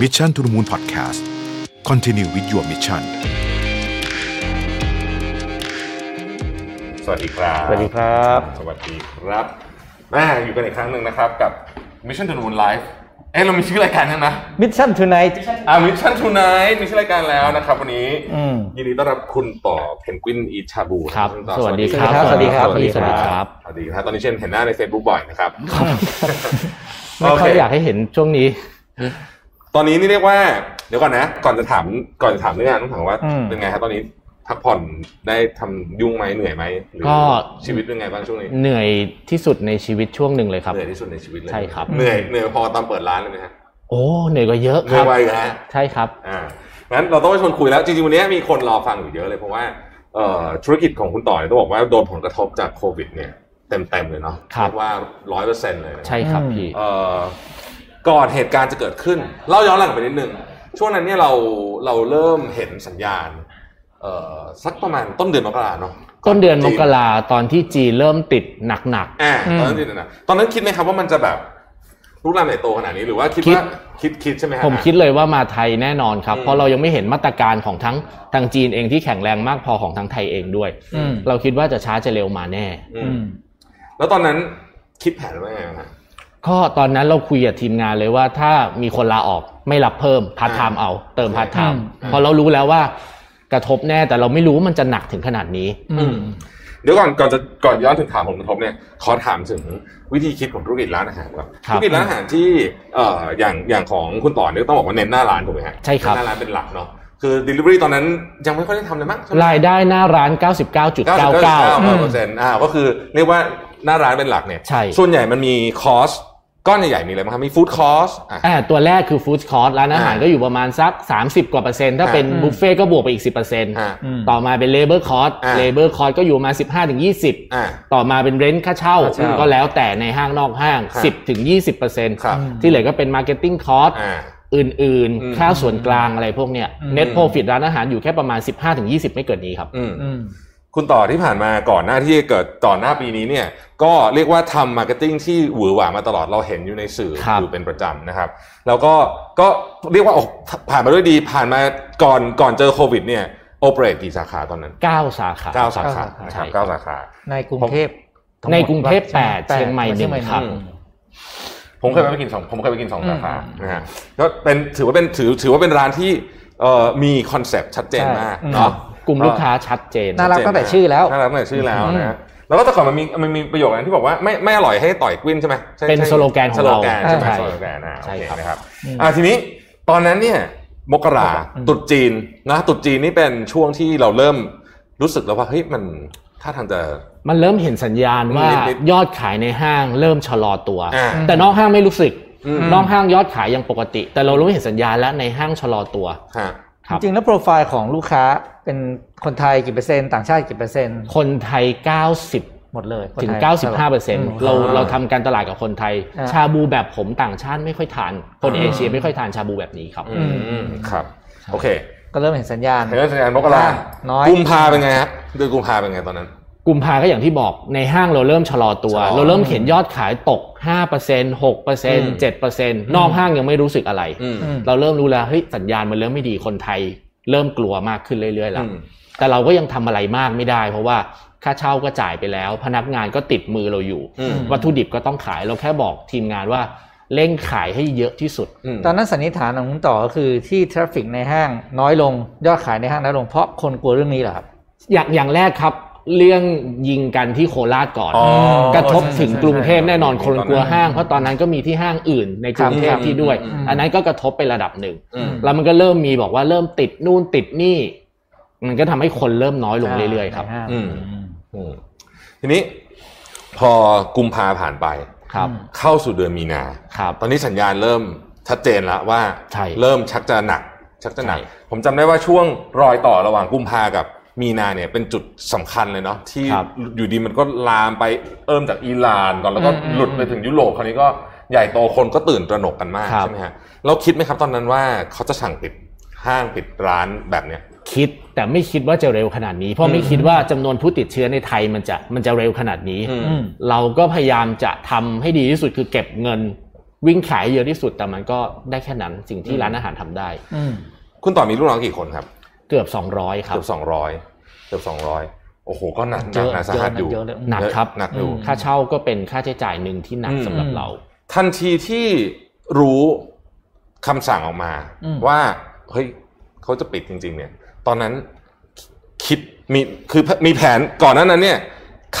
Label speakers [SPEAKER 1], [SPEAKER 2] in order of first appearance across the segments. [SPEAKER 1] Mission to the Moon Podcast Continue with your mission
[SPEAKER 2] สวัสดีครับ
[SPEAKER 3] สวัสดีครับ
[SPEAKER 2] สวัสดีครับอ่าอยู่กันอีกครั้งหนึ่งนะครับกับ Mission to the Moon Live เอ้เรามีชื่อรายการแล้วนะ
[SPEAKER 3] Mission Tonight
[SPEAKER 2] อ่า Mission Tonight มีชื่อรายการแล้วนะครับ วันนี้
[SPEAKER 3] อืม
[SPEAKER 2] ยินดีต้อนรับคุณต่อเพนกวินอีชาบู
[SPEAKER 4] ครับ
[SPEAKER 2] ณต่อ
[SPEAKER 4] สวัสดีครับ
[SPEAKER 3] สวัสดีครับ
[SPEAKER 4] สวัสดี
[SPEAKER 3] สวัสดีครับ
[SPEAKER 2] สวัสดีครับ ตอนนี้เช่นเห็นหน้าใน Facebook บ่อยนะครับ
[SPEAKER 4] ไม่ค่อยอยากให้เห็นช่วงนี้
[SPEAKER 2] ตอนนี้นี่เรียกว่า เดี๋ยวก่อนนะ ก่อนจะถามก่อนจะถามเรื่องงานต้องถามว่า
[SPEAKER 3] อืม
[SPEAKER 2] เป็นไงครับตอนนี้พักผ่อนได้ทำยุ่งไหมเหนื่อยไหมหรือ
[SPEAKER 4] ก็
[SPEAKER 2] ชีวิตเป็นไงบ้างช่วงนี้
[SPEAKER 4] เหนื่อยที่สุดในชีวิตช่วงหนึ่งเลยครับ
[SPEAKER 2] เหนื่อยที่สุดในชีวิตเลย
[SPEAKER 4] ใช่ครับ
[SPEAKER 2] เหนื่อยเหนื่อยพอตอนเปิดร้านเลยไหมฮะ
[SPEAKER 4] โอ้เหนื่อยกว่าเยอะ
[SPEAKER 2] เห
[SPEAKER 4] ค
[SPEAKER 2] นื่อ
[SPEAKER 4] รั
[SPEAKER 2] ย
[SPEAKER 4] บ
[SPEAKER 2] ไวเหรอฮะ
[SPEAKER 4] ใช่ครับ
[SPEAKER 2] อ่างั้นเราต้องไปชวนคุยแล้ว จริงๆ วันนี้มีคนรอฟังอยู่เยอะเลยเพราะว่าเอ่อธุรกิจของคุณต่อเนี่ยต้องบอกว่าโดนผลกระทบจากโควิดเนี่ยเต็มๆเลยเนาะ
[SPEAKER 4] ครับ
[SPEAKER 2] เยกว่าร้อยเปอร์เซ็นต์เลยนะ
[SPEAKER 4] ใช่ครับ
[SPEAKER 3] อืม
[SPEAKER 4] พี่
[SPEAKER 2] เอ่อก่อนเหตุการณ์จะเกิดขึ้น เล่าย้อนหลังไปนิดนึง ช่วงนั้นเนี่ยเราเราเริ่มเห็นสัญญาณเอ่อสักประมาณต้นเดือนมกราเนาะ
[SPEAKER 4] ต้นเดือนมกราตอนที่จีนเริ่มติดหนัก
[SPEAKER 2] อ่าตอนนั้นจริงๆนะตอนนั้นคิดไหมครับว่ามันจะแบบลุกลามใหญ่โตขนาดนี้หรือว่าคิด
[SPEAKER 4] คิด
[SPEAKER 2] ว่าคิดคิดใช่ไหมฮะ
[SPEAKER 4] ๆ ผมคิดเลยว่ามาไทยแน่นอนครับ
[SPEAKER 2] อืม
[SPEAKER 4] เพราะเรายังไม่เห็นมาตรการของทั้งทางจีนเองที่แข็งแรงมากพอของทางไทยเองด้วย
[SPEAKER 3] อืม
[SPEAKER 4] เราคิดว่าจะช้าจะเร็วมาแน่
[SPEAKER 2] อื
[SPEAKER 3] อื
[SPEAKER 2] ม
[SPEAKER 3] ม
[SPEAKER 2] แล้วตอนนั้นคิดแผนไว้ยังไงบ้างฮะ
[SPEAKER 4] ก็ตอนนั้นเราคุยกับทีมงานเลยว่าถ้ามีคนลาออกไม่รับเพิ่มพาร์ทไทม์เอา เติมพาร์ทไทม์
[SPEAKER 2] อืม
[SPEAKER 4] เพราะเรารู้แล้วว่ากระทบแน่แต่เราไม่รู้ว่ามันจะหนักถึงขนาดนี้
[SPEAKER 3] อืม
[SPEAKER 2] เดี๋ยวก่อนก่อนจะก่อนย้อนถึงถามผมกระทบเนี่ยขอถามถึงวิธีคิดของธุรกิจร้านอาหารครับ
[SPEAKER 4] ครั
[SPEAKER 2] ธุ
[SPEAKER 4] บ
[SPEAKER 2] รกิจร้านอาหารที่เอ่ออย่างอย่างของคุณต่อเนี่ยต้องบอกว่าเน้นหน้าร้านถูกไหมฮะ
[SPEAKER 4] ใช่ครับ
[SPEAKER 2] เน้นหน้าร้านเป็นหลักเนาะคือ delivery ตอนนั้นยังไม่ค่อยได้ทำเลยมั้ง
[SPEAKER 4] รายได้หน้าร้าน 99.99
[SPEAKER 2] เปอร์เซ็นต์อ่าก็คือเรียกว่าหน้าร้านเป็นหลักเนี่ย
[SPEAKER 4] ใช่
[SPEAKER 2] ส่วนใหญ่มันมีคอสก้อนใหญ่ๆมีอะไรบ้างครับมีฟู้ดคอสอ่ะ
[SPEAKER 4] อ่าตัวแรกคือฟู้ดคอร์สร้านอาหาร
[SPEAKER 2] อ่า
[SPEAKER 4] ก็อยู่ประมาณสัก 30 กว่าเปอร์เซ็นต์ ถ้าเป็น
[SPEAKER 3] อ่า
[SPEAKER 4] บุฟเฟ่ก็บวกไปอีก 10เปอร์เซ็นต์
[SPEAKER 2] อ่า
[SPEAKER 4] ต่อมาเป็นเลเบอร์คอร์ส
[SPEAKER 2] อ่า
[SPEAKER 4] เลเบอร์คอร์สก็อยู่ประมาณ15ถึง20
[SPEAKER 2] อ่า
[SPEAKER 4] ต่อมาเป็นเรนท์ค่าเช่า
[SPEAKER 3] ค่าเช่า
[SPEAKER 4] ก็แล้วแต่ในห้างนอกห้าง
[SPEAKER 2] ครับ
[SPEAKER 4] 10ถึง20เปอร์เซ็นต์
[SPEAKER 2] ครับ
[SPEAKER 4] ที่เหลือก็เป็นมาร์เก็ตติ้งคอร์ส
[SPEAKER 2] อ่า
[SPEAKER 4] อื่น
[SPEAKER 2] อืม
[SPEAKER 4] ๆ ค่าส่วนกลางอะไรพวกเนี้ยเน็ตโปรฟิตร้านอาหารอยู่แค่ประมาณ 15ถึง20 ไม่เกินนี้ครับ
[SPEAKER 2] อืม
[SPEAKER 3] อืม
[SPEAKER 2] คุณต่อที่ผ่านมาก่อนหน้าที่จะเกิดก่อนหน้าปีนี้เนี่ยก็เรียกว่าทำมาร์เก็ตติ้งที่หวือหวามาตลอดเราเห็นอยู่ในสื่อ
[SPEAKER 4] ครับ
[SPEAKER 2] อยู่เป็นประจำนะครับ แล้วก็ก็เรียกว่าโอ้ผ่านมาด้วยดีผ่านมาก่อนก่อนเจอโควิดเนี่ยโอเปเรตกี่สาขาตอนนั้น
[SPEAKER 4] 9 สาขา
[SPEAKER 2] เก้าสาขานะครับ
[SPEAKER 4] ใช่
[SPEAKER 2] เก้าสาขา
[SPEAKER 3] ในกรุงเทพทั้หมด
[SPEAKER 4] ในกรุงเทพ
[SPEAKER 3] แป
[SPEAKER 4] แป
[SPEAKER 3] ด
[SPEAKER 4] ดเชียงใหม่หนึ่งครับ
[SPEAKER 2] อืม ผมเคยไปกินสองผมเคยไปกินสองสาขานะฮะก็เป็นถือว่าเป็นถือถือว่าเป็นร้านที่เอ่อมีคอนเซปต์ชัดเจนมากเนาะ
[SPEAKER 4] กลุ่มลูกค้าชัดเจน
[SPEAKER 3] น่ารักตั้งแต่ชื่อแล้ว
[SPEAKER 2] น่ารักตั้งแต่ชื่อแล้วนะฮะแล้วก็แต่ก่อนมันมีมันมีประโยคนั้นที่บอกว่าไม่ไม่อร่อยให้ต่อยกวินใช่ไหมใช่
[SPEAKER 4] เป็น
[SPEAKER 2] ใช่
[SPEAKER 4] สโลแกนของ
[SPEAKER 2] สโลแกน
[SPEAKER 4] เรา
[SPEAKER 2] ใช่ไหม
[SPEAKER 4] ใช่
[SPEAKER 2] สโลแกนอ่า
[SPEAKER 4] ใช่
[SPEAKER 2] โอเค
[SPEAKER 4] ครับ
[SPEAKER 2] นะครับอ่าทีนี้ตอนนั้นเนี่ยมกราตรุษจีนนะตรุษจีนนี่เป็นช่วงที่เราเริ่มรู้สึกแล้วว่าเฮ้ยมันถ้าทางจะ
[SPEAKER 4] มันเริ่มเห็นสัญญาณว่า
[SPEAKER 2] อืมนิด
[SPEAKER 4] ยอดขายในห้างเริ่มชะลอตัว
[SPEAKER 2] อ่า
[SPEAKER 4] แต่นอกห้างไม่รู้สึก
[SPEAKER 2] อืม
[SPEAKER 4] นอกห้างยอดขายยังปกติ แต่เราเริ่มเห็นสัญญาณแล้วในห้างชะลอตัว
[SPEAKER 2] ฮะ
[SPEAKER 4] ครับ
[SPEAKER 3] จริงๆแล้วโปรไฟล์ของลูกค้าเป็นคนไทยกี่เปอร์เซ็นต์ต่างชาติกี่เปอร์เซ็นต์
[SPEAKER 4] คนไทย 90
[SPEAKER 3] หมดเลยคนไทย
[SPEAKER 4] ถึง
[SPEAKER 3] ครับ
[SPEAKER 4] 95เปอร์เซ็นต์เรา
[SPEAKER 3] อืม
[SPEAKER 4] เราทำการตลาดกับคนไทย
[SPEAKER 3] อ่า
[SPEAKER 4] ชาบูแบบผมต่างชาติไม่ค่อยทาน คนเอเชียไม่ค่อยทานชาบูแบบนี้ครับ
[SPEAKER 2] อืมครับ โอเค
[SPEAKER 3] ก็เริ่มเห็นสัญญาณ
[SPEAKER 2] เห็นว่าสัญญาณมกรา
[SPEAKER 3] อ่าน้อย
[SPEAKER 2] กุมภาเป็นไงครับเดือนกุมภาเป็นไงตอนนั้น
[SPEAKER 4] กุมภาก็อย่างที่บอกในห้างเราเริ่มชะลอตัว
[SPEAKER 2] ชะลอ
[SPEAKER 4] เราเริ่มเห็นยอดขายตก 5% 6% 7%นอกห้างยังไม่รู้สึกอะไร
[SPEAKER 2] อืม
[SPEAKER 3] อืม
[SPEAKER 4] เราเริ่มรู้แล้วเฮ้ยสัญญาณมันเริ่มไม่ดีคนไทย เริ่มกลัวมากขึ้นเรื่อยๆแล้ว
[SPEAKER 2] อืม
[SPEAKER 4] แต่เราก็ยังทำอะไรมากไม่ได้ เพราะว่าค่าเช่าก็จ่ายไปแล้ว พนักงานก็ติดมือเราอยู่
[SPEAKER 2] อืม
[SPEAKER 4] วัตถุดิบก็ต้องขายเราแค่บอกทีมงานว่าเร่งขายให้เยอะที่สุด
[SPEAKER 2] อืม
[SPEAKER 3] ตอนนั้นสันนิษฐานของคุณต่อก็คือที่ทราฟฟิกในห้างน้อยลงยอดขายในห้างน้อยลงเพราะคนกลัวเรื่องนี้เหรอครับ
[SPEAKER 4] อย่างอย่างแรกครับ เรื่องยิงกันที่โคราชก่อน
[SPEAKER 2] อ๋อก
[SPEAKER 4] ระทบถึงกรุงเทพแน่นอน
[SPEAKER 2] ใช่
[SPEAKER 4] คนกลัวห้าง เพราะตอนนั้นก็มีที่ห้างอื่นในกรุงเทพ
[SPEAKER 2] ครับ
[SPEAKER 4] ที่ด้วย
[SPEAKER 2] อืม
[SPEAKER 4] อันนั้นก็กระทบไประดับหนึ่ง
[SPEAKER 2] อืม
[SPEAKER 4] แล้วมันก็เริ่มมีบอกว่าเริ่มติดนู่นติดนี่ มันก็ทำให้คนเริ่มน้อยลงเรื่อยๆครับ
[SPEAKER 2] อืม อืมทีนี้พอกุมภาผ่านไป
[SPEAKER 4] ครับ
[SPEAKER 2] เข้าสู่เดือนมีนา
[SPEAKER 4] ครับ
[SPEAKER 2] ตอนนี้สัญญาณเริ่มชัดเจนแล้วว่า
[SPEAKER 4] ใช่
[SPEAKER 2] เริ่มชักจะหนัก ชักจะหนัก
[SPEAKER 4] ใช่
[SPEAKER 2] ผมจำได้ว่าช่วงรอยต่อระหว่างกุมภากับมีนาเนี่ยเป็นจุดสำคัญเลยเนาะที่
[SPEAKER 4] ครับ
[SPEAKER 2] อยู่ดีมันก็ลามไปเอิ่มจากอิหร่านก่อนแล้วก็
[SPEAKER 3] อืมอืม
[SPEAKER 2] หลุดไปถึงยุโรปคราวนี้ก็ใหญ่โตคนก็ตื่นตระหนกกันมาก
[SPEAKER 4] ครับ
[SPEAKER 2] ใช่ไหมฮะเราคิดไหมครับตอนนั้นว่าเขาจะสั่งปิดห้างปิดร้านแบบเนี้ย
[SPEAKER 4] คิดแต่ไม่คิดว่าจะเร็วขนาดนี้ เพราะไม่คิดว่าจำนวนผู้ติดเชื้อในไทยมันจะมันจะเร็วขนาดนี้
[SPEAKER 2] อืม
[SPEAKER 3] อืม
[SPEAKER 4] เราก็พยายามจะทำให้ดีที่สุดคือเก็บเงิน วิ่งขายเยอะที่สุดแต่มันก็ได้แค่นั้นสิ่งที่ร้านอาหารทำได้
[SPEAKER 3] อืม
[SPEAKER 2] คุณต่อมีลูกน้องกี่คนครับ
[SPEAKER 4] เกือบ 200 ครับ
[SPEAKER 2] เกือบสองร้อยเกือบสองร้อยโอ้โห ก็หนักห
[SPEAKER 3] เย
[SPEAKER 2] นัก
[SPEAKER 3] อะ
[SPEAKER 2] หนักสาหัสอยู่
[SPEAKER 3] เยอะเลย
[SPEAKER 4] หนักครับ
[SPEAKER 2] หนักอยู่
[SPEAKER 3] อืม
[SPEAKER 4] ค่าเช่าก็เป็นค่าใช้จ่ายหนึ่งที่หนัก
[SPEAKER 2] อืม
[SPEAKER 4] สำหรับ
[SPEAKER 3] อืม
[SPEAKER 4] เรา
[SPEAKER 2] ทันทีที่รู้คำสั่งออกมา
[SPEAKER 3] อืม
[SPEAKER 2] ว่าเฮ้ยเขาจะปิดจริง ๆ เนี่ย ตอนนั้นคิดมีคือมีแผนก่อนหน้านั้นเนี่ย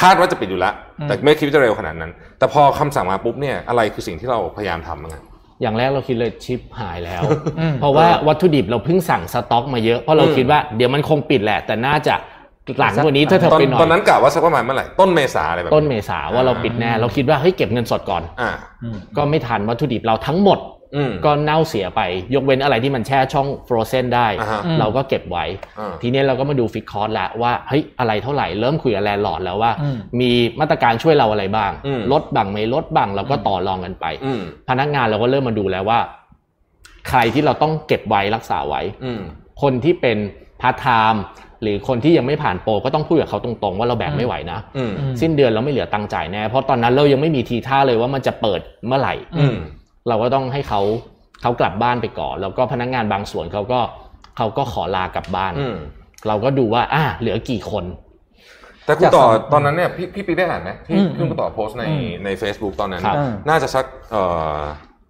[SPEAKER 2] คาดว่าจะปิดอยู่แล้วแต่ไม่คิดว่าจะเร็วขนาดนั้น แต่พอคำสั่งมาปุ๊บเนี่ยอะไรคือสิ่งที่เราพยายามทำมั้างอะ
[SPEAKER 4] อย่างแรกเราคิดเลยชิปหายแล้ว
[SPEAKER 3] อืม
[SPEAKER 4] เพราะว่าวัตถุดิบเราเพิ่งสั่งสต็อกมาเยอะเพราะเรา
[SPEAKER 2] อืม
[SPEAKER 4] คิดว่าเดี๋ยวมันคงปิดแหละ แต่น่าจะหลังกว่านี้ถ้าเธอ
[SPEAKER 2] ตอน
[SPEAKER 4] ไปหน่อย
[SPEAKER 2] ตอนนั้นกะว่าสักประมาณเมื่อไหร่ต้นเมษาอะไรแบบ
[SPEAKER 4] ต้นเมษาว่าเราปิดแน่
[SPEAKER 3] อ่า
[SPEAKER 4] เราคิดว่าเฮ้ยเก็บเงินสดก่อน
[SPEAKER 2] อ่า
[SPEAKER 3] อืม
[SPEAKER 4] ก็ไม่ทันวัตถุดิบเราทั้งหมด
[SPEAKER 2] อืม
[SPEAKER 4] ก็เน่าเสียไป ยกเว้นอะไรที่มันแช่ช่องฟรอเซนได้
[SPEAKER 2] อ่าฮะ
[SPEAKER 4] เราก็เก็บไว้
[SPEAKER 2] อ่า
[SPEAKER 4] ทีนี้เราก็มาดูฟิกคอร์สละว่าเฮ้ยอะไรเท่าไหร่เริ่มคุยกับแลนด์ลอร์ดแล้วว่า
[SPEAKER 3] อืม
[SPEAKER 4] มีมาตรการช่วยเราอะไรบ้าง
[SPEAKER 2] อืม
[SPEAKER 4] ลดบ้างไม่ลดบ้างเราก็ต่อรองกันไป
[SPEAKER 2] อืม
[SPEAKER 4] พนักงานเราก็เริ่มมาดูแล้วว่า ใครที่เราต้องเก็บไว้รักษาไว้
[SPEAKER 2] อืม
[SPEAKER 4] คนที่เป็นพาร์ทไทม์หรือคนที่ยังไม่ผ่านโปรก็ต้องพูดกับเขาตรงๆ ว่าเราแบกไม่ไหวนะ
[SPEAKER 2] อืม
[SPEAKER 4] สิ้นเดือนเราไม่เหลือตังค์จ่ายแน่เพราะตอนนั้นเรายังไม่มีทีท่าเลยว่ามันจะเปิดเมื่อไหร่
[SPEAKER 2] อืม
[SPEAKER 4] เราก็ต้องให้เขาเขากลับบ้านไปก่อน แล้วก็พนักงานบางส่วนเขาก็เขาก็ขอลากลับบ้าน
[SPEAKER 2] อืม
[SPEAKER 4] เราก็ดูว่าอ่ะเหลือกี่คน
[SPEAKER 2] แต่คุณ
[SPEAKER 3] จาก
[SPEAKER 2] ต่อ
[SPEAKER 3] สอง
[SPEAKER 2] ตอนนั้นเนี่ยพี่พี่ปีได้อ่านไหมที่
[SPEAKER 3] อืม
[SPEAKER 2] ที่คุณต่อโพสต์ใน
[SPEAKER 3] อืม
[SPEAKER 2] ใน Facebook ตอนนั้น
[SPEAKER 4] ครับ
[SPEAKER 2] น่าจะสักเอ่อ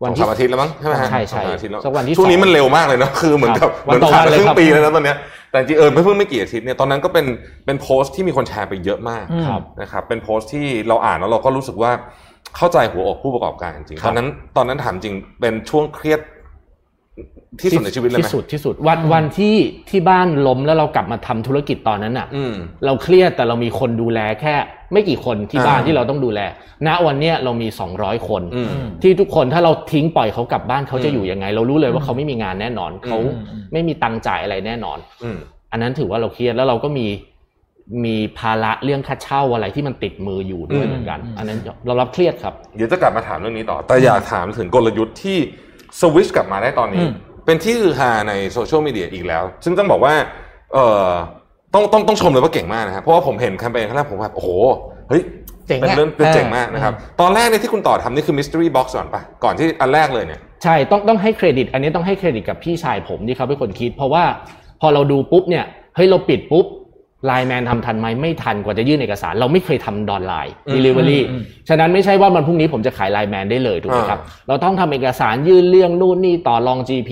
[SPEAKER 4] วัน
[SPEAKER 2] สอง
[SPEAKER 4] ที่
[SPEAKER 2] สามอาทิตย์แล้วมั้งใช่ไหมฮะ
[SPEAKER 4] ใช่ใช่
[SPEAKER 2] สองสามอาทิตย์แล้ว
[SPEAKER 4] สักวันที่
[SPEAKER 2] ช่วงนี้
[SPEAKER 4] สอง
[SPEAKER 2] มันเร็วมากเลยเนอะคือเหมือน
[SPEAKER 4] ครั
[SPEAKER 2] กับบเหมือน
[SPEAKER 4] วันต่อ
[SPEAKER 2] ผ่าน
[SPEAKER 4] วัน
[SPEAKER 2] มา
[SPEAKER 4] เลย
[SPEAKER 2] ครึ่
[SPEAKER 4] ครับ
[SPEAKER 2] งปีแล้วนะตอนเนี้ยแต่จริงเออไม่เพิ่งไม่กี่อาทิตย์เนี่ยตอนนั้นก็เป็นเป็นโพสต์ที่มีคนแชร์ไปเยอะมาก
[SPEAKER 3] อืม
[SPEAKER 4] ครับ
[SPEAKER 2] นะครับเป็นโพสต์ที่เราอ่านแล้วเราก็รู้สึกว่าเข้าใจหัวอกผู้ประกอบการจริงๆ
[SPEAKER 4] ค
[SPEAKER 2] ต
[SPEAKER 4] รั
[SPEAKER 2] อ
[SPEAKER 4] บ
[SPEAKER 2] นนั้นตอนนั้นถามจริงเป็นช่วงเครียดที่สุดในชีวิตเลยไหม
[SPEAKER 4] ที่สุดที่สุดวันวันที่ที่บ้านล้มแล้วเรากลับมาทำธุรกิจตอนนั้นอ่ะ
[SPEAKER 2] อืม
[SPEAKER 4] เราเครียดแต่เรามีคนดูแลแค่ ไม่กี่คนที่บ้าน
[SPEAKER 2] อ่า
[SPEAKER 4] ที่เราต้องดูแล ณวันเนี้ยเรามี 200 คน
[SPEAKER 2] อืม
[SPEAKER 4] ที่ทุกคนถ้าเราทิ้งปล่อยเขากลับบ้านเขาจะ
[SPEAKER 2] อืม
[SPEAKER 4] อยู่ยังไง เรารู้เลยว่าเขาไม่มีงานแน่นอนเขา
[SPEAKER 2] อื
[SPEAKER 3] ม
[SPEAKER 4] ไม่มีตังค์จ่ายอะไรแน่นอน
[SPEAKER 2] อืม
[SPEAKER 4] อันนั้นถือว่าเราเครียดแล้วเราก็มีมีภาระเรื่องค่าเช่าอะไรที่มันติดมืออยู่ด้วย
[SPEAKER 2] อืม
[SPEAKER 4] เหมือนกัน อันนั้นเรารับเครียดครับ
[SPEAKER 2] เดี๋ยวจะกลับมาถามเรื่องนี้ต่อ แต่อยากถามถึงกลยุทธ์ที่สวิชกลับมาได้ตอนนี้
[SPEAKER 3] อืม
[SPEAKER 2] เป็นที่ฮือฮาในโซเชียลมีเดียอีกแล้ว ซึ่งต้องบอกว่า เออต้องต้องต้องชมเลยว่าเก่งมากนะครับ เพราะว่าผมเห็นแคมเปญครั้งแรกผมแบบโอ้โห เฮ้ย
[SPEAKER 3] เจ๋ง
[SPEAKER 2] เป็น
[SPEAKER 3] อะ
[SPEAKER 2] เรื่องเป็นเจ๋งมาก
[SPEAKER 3] ออ
[SPEAKER 2] นะครับ ตอนแรกเนี่ยที่คุณต่อทำนี่คือ mystery box ก่อนปะก่อนที่อันแรกเลยเนี่ย
[SPEAKER 4] ใช่ต้องต้องให้เครดิต อันนี้ต้องให้เครดิตกับพี่ชายผมที่เขาเป็นคนคิด เพราะว่าพอเราดูปุ๊บเนี่ยเฮ้ยเราปิดปุ๊บไลน์แมนทำทันไหมไม่ทันกว่าจะยื่นเอกสาร เราไม่เคยทำดอนไลน์
[SPEAKER 2] อืม
[SPEAKER 4] delivery
[SPEAKER 3] อืม
[SPEAKER 4] ฉะนั้นไม่ใช่ว่าวันพรุ่งนี้ผมจะขายไลน์แมนได้เลยถูกไหมครับ เราต้องทำเอกสารยื่นเรื่องนู่นนี่ต่อรอง GP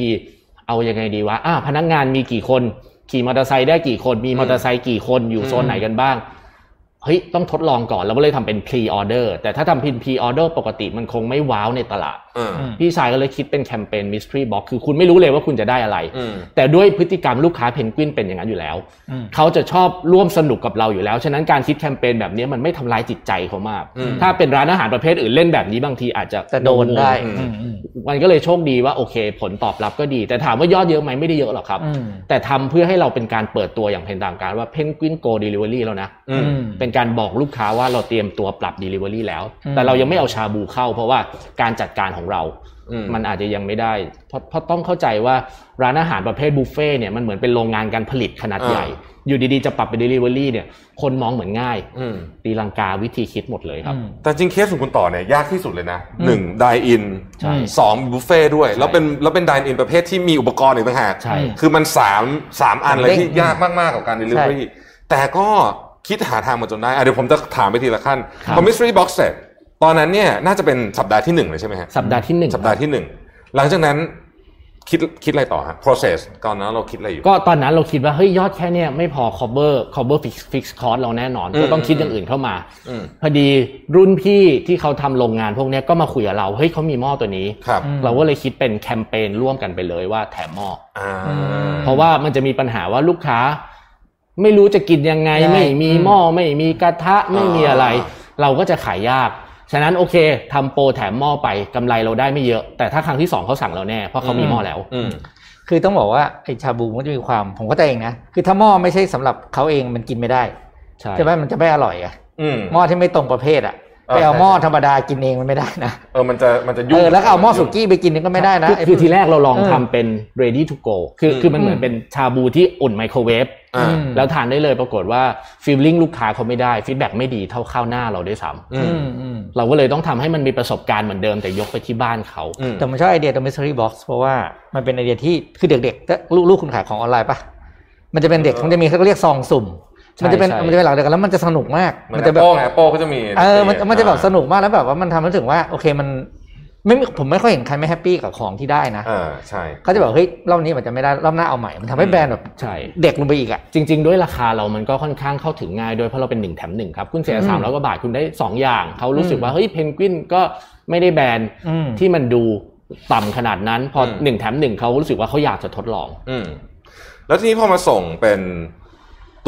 [SPEAKER 4] เอายังไงดีวะอ่าพนักงานมีกี่คน ขี่มอเตอร์ไซค์ได้กี่คนมีมอเตอร์ไซค์กี่คนอยู่โซนไหนกันบ้าง เฮ้ยต้องทดลองก่อนเราก็เลยทำเป็น pre order แต่ถ้าทำเป็น pre order ปกติมันคงไม่ว้าวในตลาด
[SPEAKER 2] อืม
[SPEAKER 3] อืม
[SPEAKER 4] พี่ชายก็เลยคิดเป็นแคมเปญ mystery box คือคุณไม่รู้เลยว่าคุณจะได้อะไร
[SPEAKER 2] อืม
[SPEAKER 4] แต่ด้วยพฤติกรรมลูกค้าเพนกวินเป็นอย่างนั้นอยู่แล้ว
[SPEAKER 3] อืม
[SPEAKER 4] เขาจะชอบร่วมสนุกกับเราอยู่แล้ว ฉะนั้นการคิดแคมเปญแบบนี้มันไม่ทำลายจิตใจเขามาก
[SPEAKER 2] อืม
[SPEAKER 4] ถ้าเป็นร้านอาหารประเภทอื่นเล่นแบบนี้บางทีอาจจะ
[SPEAKER 3] แต่โดนได้
[SPEAKER 2] อืม
[SPEAKER 3] อืมอืม
[SPEAKER 4] มันก็เลยโชคดีว่าโอเค ผลตอบรับก็ดี แต่ถามว่ายอดเยอะไหมไม่ได้เยอะหรอกครับ
[SPEAKER 3] อืม
[SPEAKER 4] แต่ทำเพื่อให้เราเป็นการเปิดตัวอย่างเป็นทางการว่าเพนกวินโกเดลิเวอรี่แล้วนะ
[SPEAKER 2] อืม
[SPEAKER 4] เป็นการบอกลูกค้าว่าเราเตรียมตัวปรับ Delivery แล้ว
[SPEAKER 3] อืม
[SPEAKER 4] แต่เรายังไม่เอาชาบูเข้า เพราะว่าการจัดการของเรา
[SPEAKER 2] อืม
[SPEAKER 4] มันอาจจะยังไม่ได้ เพราะเพราะต้องเข้าใจว่าร้านอาหารประเภทบุฟเฟ่ต์เนี่ยมันเหมือนเป็นโรงงานการผลิตขนาดใหญ่ อยู่ดีๆ จะปรับเป็น Delivery เนี่ย คนมองเหมือนง่าย
[SPEAKER 2] อืม
[SPEAKER 4] ตีลังกาวิธีคิดหมดเลยครับ
[SPEAKER 3] อืม
[SPEAKER 2] แต่จริงเคสของคุณต่อเนี่ยยากที่สุดเลยนะหนึ่งไดอิน
[SPEAKER 3] ใช่
[SPEAKER 2] สองบุฟเฟ่ด้วย แล้วเป็นแล้วเป็นไดอินประเภทที่มีอุปกรณ์อีกต่างหาก
[SPEAKER 4] ใช่
[SPEAKER 2] คือมันสามสามอันเลย
[SPEAKER 3] เด้ง
[SPEAKER 2] ที่ยากมาก ๆ กับการ delivery แต่ก็คิดหาทางมาจนได้อ่ะเดี๋ยวผมจะถามไปทีละขั้น
[SPEAKER 4] ครับ
[SPEAKER 2] พอ mystery box เสร็จตอนนั้นเนี่ยน่าจะเป็นสัปดาห์ที่หนึ่งเลยใช่ไหมฮะ
[SPEAKER 4] สัปดาห์ที่หนึ่ง
[SPEAKER 2] สัปดาห์ที่หนึ่งหลังจากนั้นคิดคิดอะไรต่อฮะ process ก่อนนั้นเราคิดอะไรอยู่
[SPEAKER 4] ก็ตอนนั้นเราคิดว่าเฮ้ยยอดแค่เนี่ยไม่พอ cover cover fix fix cost เราแน่นอนก็ต้องคิดอย่างอื่นเข้ามา
[SPEAKER 2] อืม
[SPEAKER 4] พอดีรุ่นพี่ที่เขาทำโรงงานพวกเนี้ยก็มาคุยกับเราเฮ้ยเขามีหม้อตัวนี้
[SPEAKER 2] ครับ
[SPEAKER 3] อืม
[SPEAKER 4] เราก็เลยคิดเป็นแคมเปญร่วมกันไปเลยว่าแถมหม้อ
[SPEAKER 2] อ่า
[SPEAKER 4] อเพราะว่ามันจะมีปัญหาว่าลูกค้า ไม่รู้จะกินยังไง
[SPEAKER 3] ใช่
[SPEAKER 4] ไม่มีหม้อไม่มีกระทะไม่มีอะไร
[SPEAKER 2] อ่
[SPEAKER 4] เราก็จะขายยาก ฉะนั้นโอเคทำโปรแถมหม้อไปกำไรเราได้ไม่เยอะ แต่ถ้าครั้งที่สองเขาสั่งเราแน่เพราะเขามีหม้อแล้ว
[SPEAKER 2] อืม
[SPEAKER 3] คือต้องบอกว่าไอชาบูมันก็จะมีความผมก็ใจเองนะ คือถ้าหม้อไม่ใช่สำหรับเขาเองมันกินไม่ได้
[SPEAKER 4] ใช่
[SPEAKER 3] ใช่ไหมมันจะไม่อร่อยอะ
[SPEAKER 2] อืม
[SPEAKER 3] หม้อที่ไม่ตรงประเภทอะ
[SPEAKER 2] เออ
[SPEAKER 3] ไปเอาหม้อธรรมดากินเองมันไม่ได้นะ
[SPEAKER 2] เออมันจะมันจะยุ่
[SPEAKER 3] เอง อแล้วก็เอาหม้อสุกี้ไปกินนี่ก็ไม่ได้นะ
[SPEAKER 4] คือ
[SPEAKER 3] ไอ้
[SPEAKER 4] คือทีแรกเราลอง
[SPEAKER 3] เออ
[SPEAKER 4] ทำเป็น ready to go คืออ
[SPEAKER 2] ม
[SPEAKER 4] คือมันเหมือนเป็นชาบูที่อุ่นไมโครเวฟ
[SPEAKER 2] อ่า
[SPEAKER 3] อืม
[SPEAKER 4] แล้วทานได้เลยปรากฏว่าฟีลลิ่งลูกค้าเขาไม่ได้ฟีดแบ็ไม่ดีเท่าข้าวหน้าเราด้วยซ้
[SPEAKER 2] อืม
[SPEAKER 3] อืมอืม
[SPEAKER 4] ำเราก็เลยต้องทำให้มันมีประสบการณ์เหมือนเดิมแต่ยกไปที่บ้านเขา
[SPEAKER 2] อืม
[SPEAKER 3] แต่ผมชอบไอเดียตัวมิสซิรี่บ็อกซ์เพราะว่ามันเป็นไอเดียที่คือเด็กๆก็ลูกลูกคุณขายของออนไลน์ปะมันจะเป็นเด็กมันจะมีเขาเรียกซองสุ่ม
[SPEAKER 4] ใช่
[SPEAKER 3] มันจะเป็น
[SPEAKER 4] ใช่
[SPEAKER 3] มันจะเป็นหลักเดียวกันแล้วมันจะสนุกมาก
[SPEAKER 2] มัน
[SPEAKER 3] จะ
[SPEAKER 2] จะ
[SPEAKER 3] แบบ
[SPEAKER 2] โป้งแอปโป้เขาจะมี
[SPEAKER 3] เออมันมันจะแบบ
[SPEAKER 2] อ่า
[SPEAKER 3] สนุกมากแล้วแบบว่ามันทำให้รู้สึกว่าโอเคมันไม่มีผมไม่ค่อยเห็นใครไม่แฮปปี้กับของที่ได้นะ
[SPEAKER 2] อ่าใช่
[SPEAKER 3] เขาจะแบบเฮ้ยรอบนี้มันจะไม่ได้รอบหน้าเอาใหม่มันทำให้แบรนด์แบบ
[SPEAKER 4] ใช่
[SPEAKER 3] เด็กลงไปอีกอ่ะ
[SPEAKER 4] จริง ๆ ด้วยราคาเรามันก็ค่อนข้างเข้าถึงง่ายด้วยเพราะเราเป็นหนึ่งแถมหนึ่งครับ คุณเสีย
[SPEAKER 3] อืม
[SPEAKER 4] สามร้อยกว่าบาทคุณได้สองอย่าง เขารู้สึก
[SPEAKER 3] อืม
[SPEAKER 4] ว่าเฮ้ยเพนกวินก็ไม่ได้แบรนด์
[SPEAKER 3] อืม
[SPEAKER 4] ที่มันดูต่ำขนาดนั้น พออ
[SPEAKER 2] ม
[SPEAKER 4] หนึ่งแถมหนึ่งเขารู้สึกว่าเขาอยากจะทดลอง
[SPEAKER 2] อืมแล้วทีนี้พอมาส่งเป็น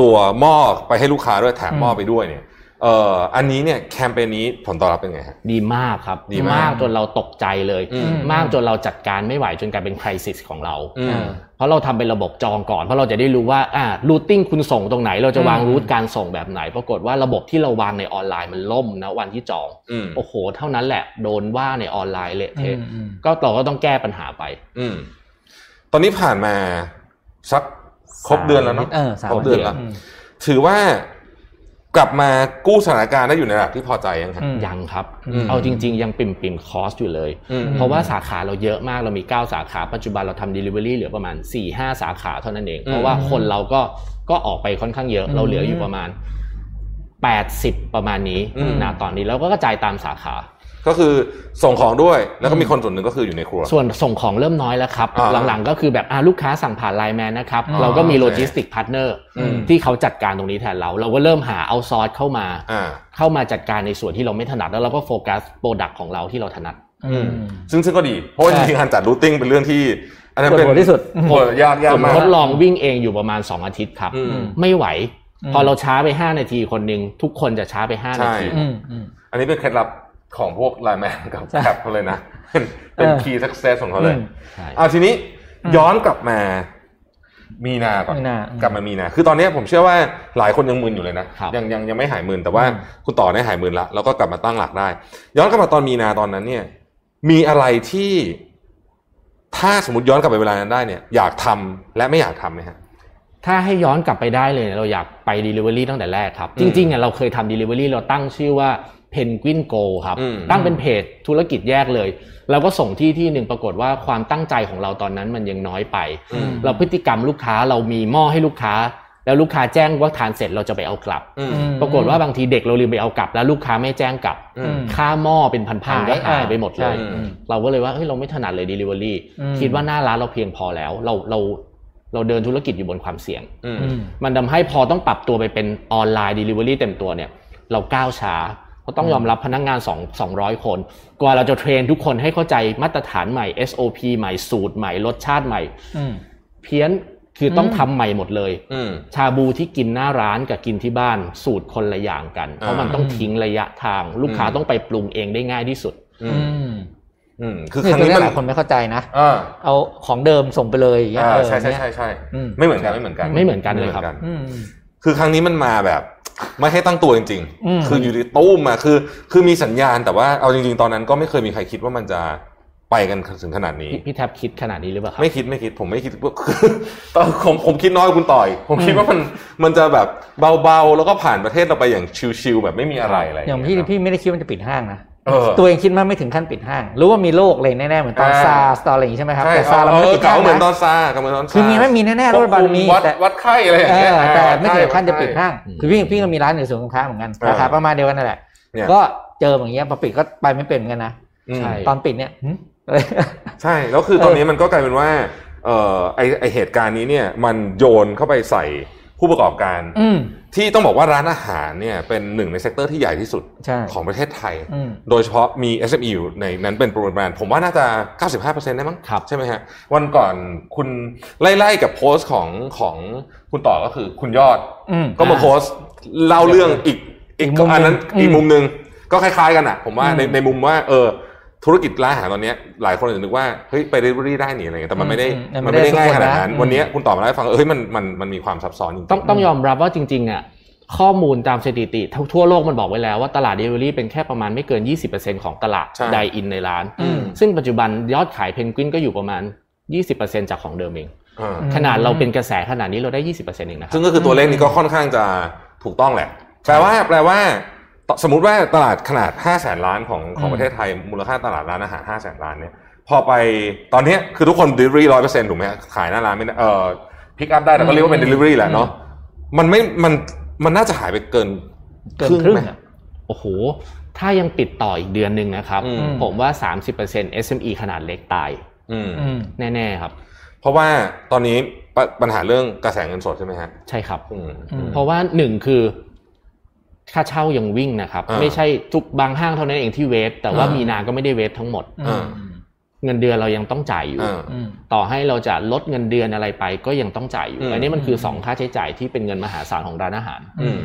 [SPEAKER 2] ตัวหม้อไปให้ลูกค้าด้วยแถมหม้อไปด้วยเนี่ยเอ่ออันนี้เนี่ยแคมเปญนี้ผลตอบรับเป็นไงฮะ
[SPEAKER 4] ดีมากครับ
[SPEAKER 2] ดีมาก
[SPEAKER 4] จนเราตกใจเลย
[SPEAKER 2] อืม
[SPEAKER 4] มากจนเราจัดการไม่ไหวจนกลายเป็นคริสิสของเรา
[SPEAKER 2] อืม
[SPEAKER 4] เพราะเราทำเป็นระบบจองก่อน เพราะเราจะได้รู้ว่าอ่ารูทติ้งคุณส่งตรงไหน เราจะวาง
[SPEAKER 3] อืม
[SPEAKER 4] รูทการส่งแบบไหน ปรากฏว่าระบบที่เราวางในออนไลน์มันล่มนะวันที่จอง
[SPEAKER 2] อืม
[SPEAKER 4] โอ้โห เท่านั้นแหละโดนว่าในออนไลน์เละ
[SPEAKER 3] อื
[SPEAKER 4] เทะ
[SPEAKER 3] มอืม
[SPEAKER 4] ก็เราก็ต้องแก้ปัญหาไป
[SPEAKER 2] อืมตอนนี้ผ่านมาสักครบ
[SPEAKER 4] สาม
[SPEAKER 2] เดือนแล้วเนาะ
[SPEAKER 3] เออสาม
[SPEAKER 2] ครบเดือนแล้ว
[SPEAKER 3] อืม
[SPEAKER 2] ถือว่ากลับมากู้สถานการณ์ได้อยู่ในระดับที่พอใจยังครับ
[SPEAKER 3] อืม
[SPEAKER 4] ยังครับ
[SPEAKER 2] อืม
[SPEAKER 4] เอาจริง ๆ ยังปิ่มปิ่มคอสอยู่เลย
[SPEAKER 2] อืม
[SPEAKER 4] เพราะว่าสาขาเราเยอะมากเรามี 9 สาขาปัจจุบันเราทำ Delivery เหลือประมาณ 4 5 สาขาเท่านั้นเอง
[SPEAKER 2] อืม
[SPEAKER 4] เพราะว่าคนเราก็ก็ออกไปค่อนข้างเยอะ
[SPEAKER 3] อืม
[SPEAKER 4] เราเหลืออยู่ประมาณ 80 ประมาณนี้นะตอนนี้แล้วก็กระจายตามสาขา
[SPEAKER 2] ก็คือส่งของด้วย แล้วก็มีคนส่วนหนึ่งก็คืออยู่ในครัว
[SPEAKER 4] ส่วนส่งของเริ่มน้อยแล้วครับ
[SPEAKER 2] อ่า
[SPEAKER 4] หลังๆก็คือแบบอ่ะลูกค้าสั่งผ่านไลน์แมนนะครับ
[SPEAKER 3] อ่า
[SPEAKER 4] เราก็มี
[SPEAKER 2] โอเค
[SPEAKER 4] โลจิสติกพาร์ทเนอร์
[SPEAKER 2] อืม
[SPEAKER 4] ที่เขาจัดการตรงนี้แทนเรา เราก็เริ่มหาเอาซอสเข้ามา
[SPEAKER 2] อ่า
[SPEAKER 4] เข้ามาจัดการในส่วนที่เราไม่ถนัดแล้วเราก็โฟกัสโปรดักต์ของเราที่เราถนัด
[SPEAKER 3] อืม
[SPEAKER 2] ซึ่งซึ่งก็ดี เพราะว่าจริงๆการจัดรูทติ้งเป็นเรื่องที่อันนั้นเป็น
[SPEAKER 3] ปวดหัวที่สุด
[SPEAKER 2] ปวดยากยาก
[SPEAKER 4] ผม
[SPEAKER 2] มาก
[SPEAKER 4] ทดลองวิ่งเองอยู่ประมาณ 2 อาทิตย์ครับ
[SPEAKER 2] อืม
[SPEAKER 4] ไม่ไหว
[SPEAKER 3] อืม
[SPEAKER 4] พอเราช้าไป 5 นาทีคนหนึ่งทุกคนจะช้าไป 5 นาที
[SPEAKER 2] ใช่
[SPEAKER 3] อืมอืม
[SPEAKER 2] อันนี้เป็นเคล็ดลับของพวกไลน์แมนกับ
[SPEAKER 3] ใช่
[SPEAKER 2] แอปเขาเลยนะ เป็นเป็น
[SPEAKER 3] เออ
[SPEAKER 2] คีย์สักเซสของเขาเลย
[SPEAKER 3] อืม
[SPEAKER 4] ใช่
[SPEAKER 2] เอาทีนี้
[SPEAKER 3] อืม
[SPEAKER 2] ย้อนกลับมามีนาก่อน
[SPEAKER 3] มีนาอืม
[SPEAKER 2] กลับมามีนา คือตอนนี้ผมเชื่อว่าหลายคนยังมึนอยู่เลยนะครับ ยังยังยังไม่หายมึนแต่ว่า
[SPEAKER 3] อืม
[SPEAKER 2] คุณต่อได้หายมึนละแล้วก็กลับมาตั้งหลักได้ ย้อนกลับมาตอนมีนาตอนนั้นเนี่ย มีอะไรที่ถ้าสมมติย้อนกลับไปเวลานั้นได้เนี่ย อยากทำและไม่อยากทำไหมฮะ
[SPEAKER 4] ถ้าให้ย้อนกลับไปได้เลยเนี่ยเราอยากไป Delivery ตั้งแต่แรกครับ
[SPEAKER 2] อื
[SPEAKER 4] จ
[SPEAKER 2] ม
[SPEAKER 4] ริงๆอ่ะเราเคยทำ Delivery เราตั้งชื่อว่า Penguin Go ครับ
[SPEAKER 2] อืม
[SPEAKER 4] ตั้งเป็นเพจธุรกิจแยกเลย เราก็ส่งที่ที่หนึ่งปรากฏว่าความตั้งใจของเราตอนนั้นมันยังน้อยไป
[SPEAKER 2] อืม
[SPEAKER 4] เราพฤติกรรมลูกค้าเรามีหม้อให้ลูกค้า แล้วลูกค้าแจ้งว่าทานเสร็จเราจะไปเอากลับ
[SPEAKER 2] อืม
[SPEAKER 4] ปรากฏว่าบางทีเด็กเราลืมไปเอากลับ แล้วลูกค้าไม่แจ้งกลับ
[SPEAKER 2] อืม
[SPEAKER 4] ค่าหม้อเป็นพันๆก็หา
[SPEAKER 3] หาย ย
[SPEAKER 4] ไปหมดเลย
[SPEAKER 3] ใช่อืม
[SPEAKER 4] เราก็เลยว่าเฮ้ยเราไม่ถนัดเลย Delivery
[SPEAKER 3] อืม
[SPEAKER 4] คิดว่าหน้าร้านเราเพียงพอแล้ว เราเราเราเดินธุรกิจอยู่บนความเสี่ยง
[SPEAKER 2] อืม
[SPEAKER 3] อืม
[SPEAKER 4] มันทำให้พอต้องปรับตัวไปเป็นออนไลน์ Delivery เต็มตัวเนี่ย เราก้าวช้าเพราะต้องยอมรับพนักงาน2 200 คน กว่าเราจะเทรนทุกคนให้เข้าใจมาตรฐานใหม่ SOP ใหม่สูตรใหม่รสชาติใหม่
[SPEAKER 3] อืม
[SPEAKER 4] เพี้ยนคือต้อง
[SPEAKER 3] อืม
[SPEAKER 4] ทำใหม่หมดเลย
[SPEAKER 2] อืม
[SPEAKER 4] ชาบูที่กินหน้าร้านกับกินที่บ้านสูตรคนละอย่างกัน เพราะมันต้องทิ้งระยะทาง ลูกค้า
[SPEAKER 2] อืม
[SPEAKER 4] ต้องไปปรุงเองได้ง่ายที่สุด
[SPEAKER 2] อื
[SPEAKER 3] อื
[SPEAKER 2] ม
[SPEAKER 3] ม
[SPEAKER 2] อืมคือ
[SPEAKER 3] นี่
[SPEAKER 2] ครั้ง
[SPEAKER 3] ตัว
[SPEAKER 2] นี้
[SPEAKER 3] เนี้ย
[SPEAKER 2] มัน
[SPEAKER 3] หลายคนไม่เข้าใจนะ
[SPEAKER 2] อ่า
[SPEAKER 3] เอาของเดิมส่งไปเลยอย่างเงี้ย
[SPEAKER 2] อ่า
[SPEAKER 3] เออ
[SPEAKER 2] ใช่ใช่
[SPEAKER 3] เนี่ย
[SPEAKER 2] ใช่ใช่
[SPEAKER 3] อืม
[SPEAKER 2] ไม่เหมือนกันไม่เหมือนกัน
[SPEAKER 4] ไม่เหมือนกันเลย
[SPEAKER 2] ไห
[SPEAKER 4] ครับ
[SPEAKER 3] อืม
[SPEAKER 2] คือครั้งนี้มันมาแบบ ไม่ให้ตั้งตัวจริง
[SPEAKER 3] อืม
[SPEAKER 2] ๆ คืออยู่ดีตู้มมาคือ คือมีสัญญาณแต่ว่าเอาจริง ๆ ตอนนั้นก็ไม่เคยมีใครคิดว่ามันจะไปกันถึงขนาดนี้
[SPEAKER 4] พี่พี่แทบคิดขนาดนี้หรือเปล่าครับ
[SPEAKER 2] ไม่คิดไม่คิดผมไม่คิด ว่าคือตอนผมผมคิดน้อยกว่าคุณต่อย ผมคิดว่ามันมันจะแบบเบาๆแล้วก็ผ่านประเทศเราไปอย่างชิวๆแบบไม่มีอะไรอะไร
[SPEAKER 3] อย่างพี่พี่ไม่ได้คิดว่ามันจะปิดห้างนะ
[SPEAKER 2] เออ
[SPEAKER 3] ตัวเองคิดว่าไม่ถึงขั้นปิดห้าง รู้ว่ามีโรคอะไรแน่ๆ เหมือนตอน
[SPEAKER 2] อ่า
[SPEAKER 3] ซาร์สตอนอะไรอย่างงี้ใช่ไหมครับ
[SPEAKER 2] ใช่
[SPEAKER 3] แต่ซาร์เรา
[SPEAKER 2] เอ
[SPEAKER 3] ไม่ได้
[SPEAKER 2] อ
[SPEAKER 3] ปิด
[SPEAKER 2] เก่า
[SPEAKER 3] ห้าง
[SPEAKER 2] เหมือนตอ
[SPEAKER 3] นะ
[SPEAKER 2] นซากับเหมือนตอนซา
[SPEAKER 3] คือมีไหม่มีแน่ๆรัฐบาลมี
[SPEAKER 2] วัด
[SPEAKER 3] แต่
[SPEAKER 2] วัดไข้อะไรอย่างเงี้ย
[SPEAKER 3] เออแต่ไม่ถึงขั้นจะ
[SPEAKER 2] วัไข้
[SPEAKER 3] ปิดห้าง คือพี่พี่ก็มีร้านอยู่สวนสงครามเหมือนกัน
[SPEAKER 2] เออ
[SPEAKER 3] ราคาประมาณเดียวกันนั่นแหละ
[SPEAKER 2] เนี่ย
[SPEAKER 3] ก็เจออย่างเงี้ยพอปิดก็ไปไม่เป็นเหมือนกันนะ
[SPEAKER 2] อืม
[SPEAKER 4] ใช่
[SPEAKER 3] ตอนปิดเนี่ยหึ
[SPEAKER 2] ใช่แล้วคือ
[SPEAKER 3] เออ
[SPEAKER 2] ตอนนี้มันก็กลายเป็นว่าเอ่อไอไอเหตุการณ์นี้เนี่ยมันโยนเข้าไปใส่ผู้ประกอบการ
[SPEAKER 3] อืม
[SPEAKER 2] ที่ต้องบอกว่าร้านอาหารเนี่ยเป็นหนึ่งในเซกเตอร์ที่ใหญ่ที่สุด
[SPEAKER 3] ใช่
[SPEAKER 2] ของประเทศไทย
[SPEAKER 3] อืม
[SPEAKER 2] โดยเฉพาะมี SME อยู่ในนั้นเป็นประมาณผมว่าน่าจะ 95%ได้มั้ง
[SPEAKER 4] ครับ
[SPEAKER 2] ใช่ไหมฮะ วันก่อนคุณไล่ๆกับโพสต์ของของคุณต่อก็คือคุณยอด
[SPEAKER 3] อืม
[SPEAKER 2] ก็มาโพสต์เล่าเรื่องอีกอีก
[SPEAKER 3] อีกมุม
[SPEAKER 2] อันนั้น
[SPEAKER 3] อืม
[SPEAKER 2] อีกมุมหนึ่งก็คล้ายๆกันอ่ะ ผมว่า
[SPEAKER 3] อืม
[SPEAKER 2] ในในมุมว่าเออธุรกิจร้านอาหารตอนเนี้ยหลายคนอาจจะนึกว่าเฮ้ยไปเดลิเวอรี่ได้หนิอะไรเงี้ยแต่มันไม่ได้
[SPEAKER 3] อืมอืม
[SPEAKER 2] มันไม่ได้
[SPEAKER 3] มันไม่ได้
[SPEAKER 2] ง่ายขนาด
[SPEAKER 3] ทุกคนนะ
[SPEAKER 2] นั้น
[SPEAKER 3] อืม
[SPEAKER 2] วันเนี้ยคุณตอบมาแล้วให้ฟังเออเฮ้ยมันมันมันมีความซับซ้อนจริงๆ
[SPEAKER 4] ต้องต้องยอมรับว่าจริงๆอ่ะ ข้อมูลตามสถิติทั่วทั่วโลกมันบอกไว้แล้วว่าตลาดเดลิเวอรี่เป็นแค่ประมาณไม่เกิน 20%ของตลาด
[SPEAKER 2] ใช่
[SPEAKER 4] ไดอินในร้าน
[SPEAKER 3] อืม
[SPEAKER 4] ซึ่งปัจจุบันยอดขายเพนกวินก็อยู่ประมาณ 20%จากของเดิมเอง
[SPEAKER 2] อ่า
[SPEAKER 4] ขนาดเราเป็นกระแสขนาดนี้เราได้ 20%เองนะครับ
[SPEAKER 2] ซึ่งก็คือตัวเลขนี้ก็ค่อนข้างจะถูกต้องแหละ แปลว่าแปลว่าตสมมติว่าตลาดขนาด 5 0 0แสนล้านของของ
[SPEAKER 3] อืม
[SPEAKER 2] ประเทศไทย มูลค่าตลาดร้านอาหาร 5 0 0แสนล้านเนี่ย พอไปตอนเนี้ยคือทุกคน delivery ร้อยเปอร์เซ็นต์ถูกไหมฮะขายหน้าร้านไม่ได้เอ่อพิกอัพได้แต่ก็เรียกว่าเป็น delivery แหละเนาะ มันไม่ มัน มันน่าจะหายไปเกิน
[SPEAKER 3] เกินครึ่งอะ
[SPEAKER 4] โอ้โห ถ้ายังปิดต่ออีกเดือนหนึ่งนะครับ
[SPEAKER 2] อืม
[SPEAKER 4] ผมว่า 30% SME ขนาดเล็กตาย
[SPEAKER 2] อืม
[SPEAKER 3] อืม
[SPEAKER 4] แน่ ๆ ครับ
[SPEAKER 2] เพราะว่าตอนนี้ปะปัญหาเรื่องกระแสเงินสดใช่ไหมฮะ
[SPEAKER 4] ใช่ครับ
[SPEAKER 2] อืม
[SPEAKER 3] อืม
[SPEAKER 4] เพราะว่าหนึ่งคือค่าเช่ายังวิ่งนะครับ
[SPEAKER 2] อ่า
[SPEAKER 4] ไม่ใช่ทุกบางห้างเท่านั้นเองที่เวฟแต่ว่า
[SPEAKER 2] อ่ามี
[SPEAKER 4] มีนาก็ไม่ได้เวฟทั้งหมด
[SPEAKER 3] อืม
[SPEAKER 4] เงินเดือนเรายังต้องจ่ายอยู่
[SPEAKER 2] อ่า
[SPEAKER 3] อืม
[SPEAKER 4] ต่อให้เราจะลดเงินเดือนอะไรไปก็ยังต้องจ่ายอยู่
[SPEAKER 2] อืม
[SPEAKER 4] อันนี้มันคือ
[SPEAKER 3] ม
[SPEAKER 4] สองค่าใช้จ่ายที่เป็นเงินมหาศาลของร้านอาหาร
[SPEAKER 2] อืม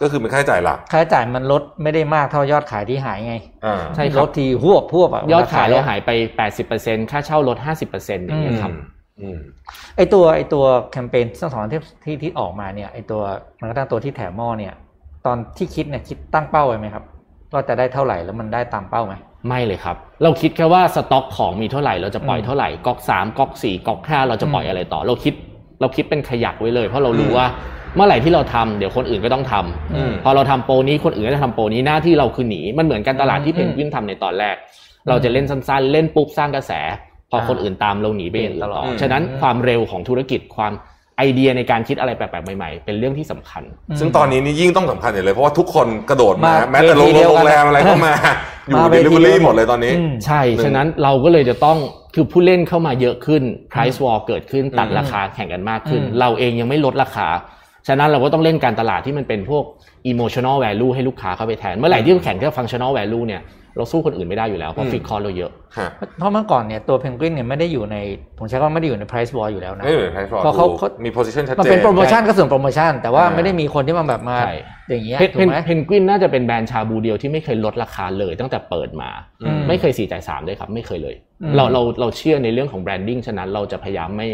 [SPEAKER 2] ก็คือเป็นค่าใช้จ่ายหลัก
[SPEAKER 3] ค่าใช้จ่ายมันลดไม่ได้มากเท่ายอดขายที่หายไง
[SPEAKER 2] อ่า
[SPEAKER 4] ใช่ครับ
[SPEAKER 3] ลดทีหวบหวบะ
[SPEAKER 4] ยอดขายเรา
[SPEAKER 3] ะ
[SPEAKER 4] หายไป 80%ค่าเช่าลด 50%อย่างเงี้ยครับ
[SPEAKER 2] อืม
[SPEAKER 3] ไอตัวไอตัวแคมเปญทั้งสองที่ที่ที่ออกมาเนี่ยไอตัวมันก็ตั้งตัวที่แถมหม้อเนี่ย ตอนที่คิดเนี่ยคิดตั้งเป้าไว้ไหมครับว่าจะได้เท่าไหร่แล้วมันได้ตามเป้าไหม
[SPEAKER 4] ไม่เลยครับ เราคิดแค่ว่าสต็อกของมีเท่าไหร่เราจะปล่อย
[SPEAKER 3] อืม
[SPEAKER 4] เท่าไหร่ก๊อกสามก๊อกสี่ก๊อกห้าเราจะปล่อย
[SPEAKER 3] อืม
[SPEAKER 4] อะไรต่อ เราคิดเราคิดเป็นขยักไว้เลย เพราะเรารู้
[SPEAKER 2] อืม
[SPEAKER 4] ว่าเมื่อไหร่ที่เราทำเดี๋ยวคนอื่นก็ต้องทำ
[SPEAKER 2] อืม
[SPEAKER 4] พอเราทำโปรนี้คนอื่นก็จะทำโปรนี้หน้าที่เราคือหนีมันเหมือนการตลาดที่เพนกวินทำในตอนแรก เราจะเล่นสั้นๆ เล่นปุ๊บสร้างกระแส พอคนอื่นตามเราหนีไปอย่างอื่นต่อ
[SPEAKER 2] อืม
[SPEAKER 4] ฉะนั้นความเร็วของธุรกิจความไอเดียในการคิดอะไรแปลกๆใหม่ๆ เป็นเรื่องที่สำคัญ
[SPEAKER 2] ซึ่งตอนนี้นี่ยิ่งต้องสำคัญใหญ่เลยเพราะว่าทุกคนกระโดดมา
[SPEAKER 3] มา
[SPEAKER 2] แม้แต่โรง
[SPEAKER 3] เวทีเดียว
[SPEAKER 2] โรงแรม
[SPEAKER 3] กัน
[SPEAKER 2] อะไรก็มา อยู่
[SPEAKER 3] มา
[SPEAKER 2] เด
[SPEAKER 3] เว
[SPEAKER 2] ลิเว
[SPEAKER 3] ที
[SPEAKER 2] อรี่
[SPEAKER 3] เดียว
[SPEAKER 2] หมดเลยตอนนี้
[SPEAKER 3] อืม
[SPEAKER 4] ใช่
[SPEAKER 2] หนึ่ง
[SPEAKER 4] ฉะนั้นเราก็เลยจะต้อง คือผู้เล่นเข้ามาเยอะขึ้น price war เกิดขึ้น ตัดราคาแข่งกันมากขึ้น
[SPEAKER 3] อืม
[SPEAKER 4] เราเองยังไม่ลดราคา ฉะนั้นเราก็ต้องเล่นการตลาดที่มันเป็นพวก emotional value ให้ลูกค้าเข้าไปแทน เมื่อไหร่ที่เราแข่งแค่ functional value เนี่ย เราสู้คนอื่นไม่ได้อยู่แล้ว เพ
[SPEAKER 2] อื
[SPEAKER 4] ราะ
[SPEAKER 2] ม
[SPEAKER 4] ฟิกคอร์เราเยอะ
[SPEAKER 2] ฮะ
[SPEAKER 3] เพราะเมื่อก่อนเนี่ยตัวเพนกวินเนี่ยไม่ได้อยู่ในผมใช้คำว่าไม่ได้อยู่ใน price war อยู่แล้วนะ
[SPEAKER 2] ไม่เหมือนไทยฟอร์
[SPEAKER 3] เพราะเขาเขามี
[SPEAKER 2] มีโพซิชันชัดเจน
[SPEAKER 3] มันเป็นโปรโมชั่นก็ส่วนโปรโมชั่น แต่ว่า
[SPEAKER 2] อ่า
[SPEAKER 3] ไม่ได้มีคนที่มันแบบมา
[SPEAKER 4] ใช่
[SPEAKER 3] อย่างเงี้ย
[SPEAKER 4] เพน
[SPEAKER 3] ถูกไหม
[SPEAKER 4] เพนกวินน่าจะเป็นแบรนด์ชาบูเดียวที่ไม่เคยลดราคาเลยตั้งแต่เปิดมา
[SPEAKER 3] อื
[SPEAKER 4] ไม่เคยสี่จ่ายสามด้วยครับ ไม่เคยเลย
[SPEAKER 3] อืม
[SPEAKER 4] เราเราเราเชื่อในเรื่องของแบรนดิ้งฉะนั้นเราจะพยายามไม่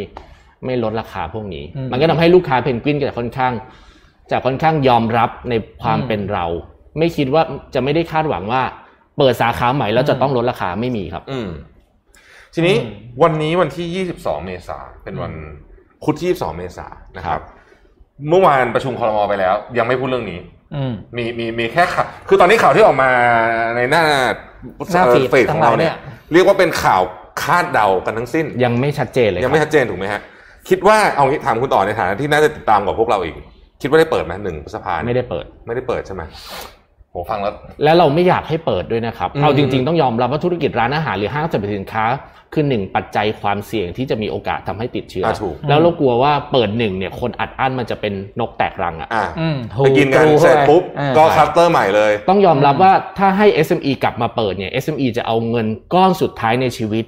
[SPEAKER 4] ไม่ลดราคาพวกนี้
[SPEAKER 3] อืม
[SPEAKER 4] มันก็ทำให้ลูกค้าเพนกวินก็จะค่อนข้าง จะค่อนข้างยอมรับในความ
[SPEAKER 3] อืม
[SPEAKER 4] เป็นเรา ไม่คิดว่าจะไม่ได้คาดหวังว่า เปิดสาขาใหม่แล้วจะต้องลดราคาไม่มีครับ
[SPEAKER 2] อืม ทีนี้
[SPEAKER 3] อืม
[SPEAKER 2] วันนี้วันที่ 22 เมษาเป็นวันพุธที่ 22 เมษานะครับ เมื่อวานประชุมคอรมอไปแล้ว ยังไม่พูดเรื่องนี้
[SPEAKER 3] อืม
[SPEAKER 2] มีมีมีแค่ข่าวคือตอนนี้ข่าวที่ออกมาในหน้า
[SPEAKER 3] หน้า
[SPEAKER 2] เอ่อ
[SPEAKER 3] feed
[SPEAKER 2] feed ของเราเนี่ย
[SPEAKER 3] ทั้งหลายเนี่ย
[SPEAKER 2] เรียกว่าเป็นข่าวคาดเดากันทั้งสิ้น
[SPEAKER 4] ยังไม่ชัดเจนเลยค
[SPEAKER 2] ยั
[SPEAKER 4] รั
[SPEAKER 2] ง
[SPEAKER 4] บ
[SPEAKER 2] ไม่ชัดเจนถูกไหมฮะ คิดว่าเอางี้ถามคุณต่อในฐานะที่น่าจะติดตามกับพวกเราอีก คิดว่าได้เปิดไหมหนึ่งพฤษภา
[SPEAKER 4] ไม่ได้เปิด
[SPEAKER 2] ไม่ได้เปิดใช่ไหมโหฟังแล้ว
[SPEAKER 4] และเราไม่อยากให้เปิดด้วยนะครับ
[SPEAKER 2] อืม
[SPEAKER 4] เอาจริง ๆ ต้องยอมรับว่าธุรกิจร้านอาหารหรือห้างสรรพสินค้า คือหนึ่งปัจจัยความเสี่ยงที่จะมีโอกาสทำให้ติดเชื้ออา
[SPEAKER 2] ถูก
[SPEAKER 4] แล้วเรากลัวว่าเปิดหนึ่งเนี่ยคนอัดอั้นมันจะเป็นนกแตกรังอะ
[SPEAKER 2] อ่ะ
[SPEAKER 3] อืม
[SPEAKER 2] ไปกินกัน
[SPEAKER 3] ถู
[SPEAKER 2] เสร็จปุ๊บ
[SPEAKER 3] อ่า
[SPEAKER 2] ก็คลัสเตอร์ใหม่เลย
[SPEAKER 4] ต้องยอมรับว่าถ้าให้ SME กลับมาเปิดเนี่ย SME จะเอาเงินก้อนสุดท้ายในชีวิต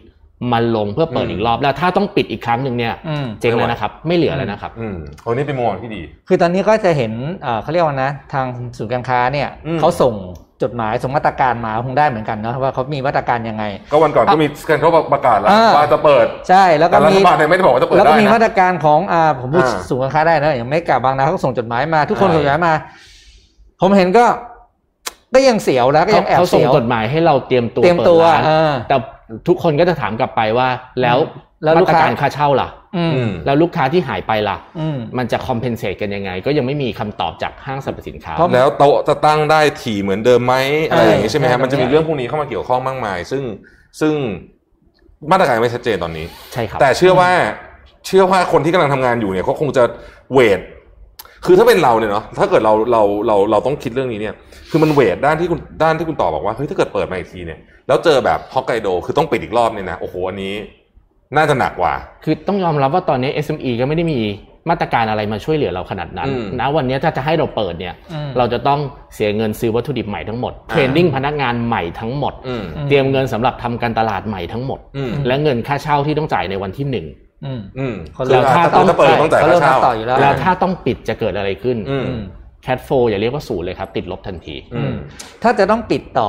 [SPEAKER 4] มาลงเพื่อเปิด
[SPEAKER 2] อืม
[SPEAKER 4] อีกรอบแล้วถ้าต้องปิดอีกครั้งหนึ่งเนี่ย
[SPEAKER 3] อืม
[SPEAKER 4] เจ๊งแล้วนะครับ ไม่เหลือแล้วนะครับ
[SPEAKER 2] อืมโหนี่เป็นมุมมองที่ดี
[SPEAKER 3] คือตอนนี้ก็จะเห็นเอ่อเขาเรียกว่านะ ทางศูนย์การค้าเนี่ย
[SPEAKER 2] อืม
[SPEAKER 3] เขาส่งจดหมายส่งมาตรการมาคงได้เหมือนกันเนาะว่าเขามีมาตรการยังไง
[SPEAKER 2] ก็วันก่อนก็มีสแกนเขาประกาศแล้ว
[SPEAKER 3] อ่า
[SPEAKER 2] ว่าจะเปิด
[SPEAKER 3] ใช่แล้วก็
[SPEAKER 2] แต่รั
[SPEAKER 3] มี
[SPEAKER 2] ฐบาลเนี่ยไม่ได้บอกว่าจะเปิด
[SPEAKER 3] แล้วก็
[SPEAKER 2] ได้
[SPEAKER 3] มี
[SPEAKER 2] นะ
[SPEAKER 3] มาตรการของอ่าผมพูด
[SPEAKER 2] อ่า
[SPEAKER 3] ศูนย์การค้าได้นะอย่างไม่กาบางนาเขาก็ส่งจดหมายมา ทุกคน
[SPEAKER 2] ใช่
[SPEAKER 3] ส่งจดหมายมา ผมเห็นก็ ก็ยังเสียวแล้วก็ยังแอบ
[SPEAKER 4] เขาส่ง
[SPEAKER 3] เสียว
[SPEAKER 4] จดหมายให้เราเตรียมตัว
[SPEAKER 3] เตรียม
[SPEAKER 4] ปิด
[SPEAKER 3] ตัว
[SPEAKER 4] ร้าน
[SPEAKER 3] เออ
[SPEAKER 4] แต่ทุกคนก็จะถามกลับไปว่า แล้ว
[SPEAKER 3] แล้วลู
[SPEAKER 4] มาก ตร
[SPEAKER 3] ค้า
[SPEAKER 4] การค่าเช่าล่ะ
[SPEAKER 3] อืม
[SPEAKER 2] อืม
[SPEAKER 4] แล้วลูกค้าที่หายไปล่ะ
[SPEAKER 3] อืม
[SPEAKER 4] มันจะคอมเพนเซตกันยังไง ก็ยังไม่มีคำตอบจากห้างสรรพสินค้า
[SPEAKER 3] เพราะ
[SPEAKER 2] แล้วโต๊ะจะตั้งได้ถี่เหมือนเดิมไหมอะไรอย่างนี้ใช่ไหม
[SPEAKER 3] ใช่
[SPEAKER 2] ฮะมันจะมี
[SPEAKER 3] ใช่
[SPEAKER 2] เรื่องพวกนี้เข้ามาเกี่ยวข้องมากมาย ซึ่งซึ่งมาตรการยังไม่ชัดเจนตอนนี้
[SPEAKER 4] ใช่ครับ
[SPEAKER 2] แต่เชื่อว่าเชื่อว่าคนที่กำลังทำงานอยู่เนี่ยก็คงจะเวท คือถ้าเป็นเราเนี่ยเนาะถ้าเกิดเราเราเราเราต้องคิดเรื่องนี้เนี่ย คือมันเวทด้านที่คุณด้านที่คุณต่อบอกว่าเฮ้ยถ้าเกิดเปิดมาอีกทีเนี่ยแล้วเจอแบบฮอกไกโดคือต้องปิดอีกรอบเนี่ยนะโอ้โหอันนี้ น่าจะหนักกว่า
[SPEAKER 4] คือต้องยอมรับว่าตอนนี้ SME ก็ไม่ได้มีมาตรการอะไรมาช่วยเหลือเราขนาดนั้น
[SPEAKER 2] อืม
[SPEAKER 4] นะวันนี้ถ้าจะให้เราเปิดเนี่ย
[SPEAKER 3] อืม
[SPEAKER 4] เราจะต้องเสียเงินซื้อวัตถุดิบใหม่ทั้งหมด
[SPEAKER 2] อ่า
[SPEAKER 4] เทรนนิ่งพนักงานใหม่ทั้งหมด
[SPEAKER 2] อืม
[SPEAKER 4] เตรียมเงินสำหรับทำการตลาดใหม่ทั้งหมด
[SPEAKER 2] อืม
[SPEAKER 4] และเงินค่าเช่าที่ต้องจ่ายในวันที่หนึ่ง
[SPEAKER 3] อืม
[SPEAKER 2] อืม
[SPEAKER 3] คน
[SPEAKER 2] คือ
[SPEAKER 3] เรา
[SPEAKER 2] ถ้า
[SPEAKER 3] ถ้าต้อง
[SPEAKER 2] ถ้าเปิดต้องจ่ายค่า
[SPEAKER 3] เขาเริ่ม
[SPEAKER 2] เช่า
[SPEAKER 3] นับต่ออยู่แล้ว
[SPEAKER 4] แล้วถ้าต้องปิดจะเกิดอะไรขึ้น
[SPEAKER 2] อืม
[SPEAKER 3] อืม
[SPEAKER 4] แคดโฟอย่าเรียกว่าศูนย์เลยครับ ติดลบทันที
[SPEAKER 2] อืม
[SPEAKER 3] ถ้าจะต้องปิดต่อ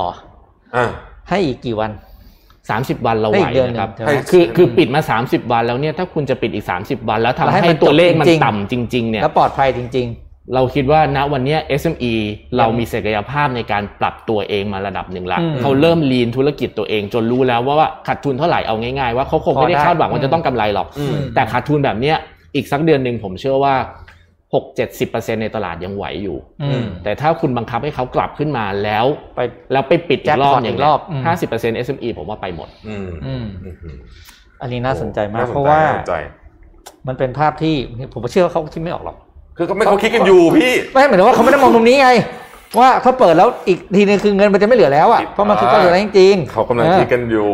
[SPEAKER 2] อ่า
[SPEAKER 3] ให้อีกกี่วัน
[SPEAKER 4] 30 วันเราไหวนะครับ
[SPEAKER 3] ได้อีกเดือนหนึ่ง
[SPEAKER 4] คือคือปิดมา 30 วันแล้วเนี่ยถ้าคุณจะปิดอีก 30 วันแล้วทำ
[SPEAKER 3] แล้วให้
[SPEAKER 4] ให้
[SPEAKER 3] มัน
[SPEAKER 4] ตัวเลขมัน
[SPEAKER 3] จริงๆ
[SPEAKER 4] ต่ำจริง ๆเนี่ย
[SPEAKER 3] แล้วปลอดภัยจริง
[SPEAKER 4] เราคิดว่าณวันเนี้ย SME เรามีศักยภาพในการปรับตัวเองมาระดับหนึ่งละ
[SPEAKER 3] อืม
[SPEAKER 4] เขาเริ่มลีนธุรกิจตัวเองจนรู้แล้วว่าว่าขาดทุนเท่าไหร่เอาง่ายๆว่าเขาคงไม่ได้
[SPEAKER 3] พอได้
[SPEAKER 4] คาดหวังว่า
[SPEAKER 3] อืม
[SPEAKER 4] จะต้องกำไรหรอก
[SPEAKER 2] อืม
[SPEAKER 4] แต่ขาดทุนแบบเนี้ยอีกสักเดือนหนึ่งผมเชื่อว่า 6-70%ในตลาดยังไหวอยู่
[SPEAKER 3] อืม
[SPEAKER 4] แต่ถ้าคุณบังคับให้เขากลับขึ้นมาแล้ว
[SPEAKER 3] ไป
[SPEAKER 4] แล้วไปปิดอีกรอบอย่าง
[SPEAKER 3] แจ็คพอตอีกรอบอื
[SPEAKER 4] ห้าสิบเปอร์เซ็นต์ SME ผมว่าไปหมด
[SPEAKER 2] อืม
[SPEAKER 3] อืม
[SPEAKER 2] อืม
[SPEAKER 3] อันนี้น่าสนใจมาก
[SPEAKER 2] น่สน
[SPEAKER 3] เพราะว่า
[SPEAKER 2] น่สนใจ
[SPEAKER 3] มันเป็นภาพที่ผมเชื่อว่าเขาคิดไม่ออกหรอก
[SPEAKER 2] คือก็ไม่เขาคิดกันอยู่พี่
[SPEAKER 3] ไม่หมายถึงว่าเขาไม่ได้มองมุมนี้ไง ว่าเขาเปิดแล้วอีกทีนึงคือเงินมันจะไม่เหลือแล้วอ่ะเพราะมันคือก็เหลือแล้วจริงๆ
[SPEAKER 2] เขากำลังคิดกันอยู่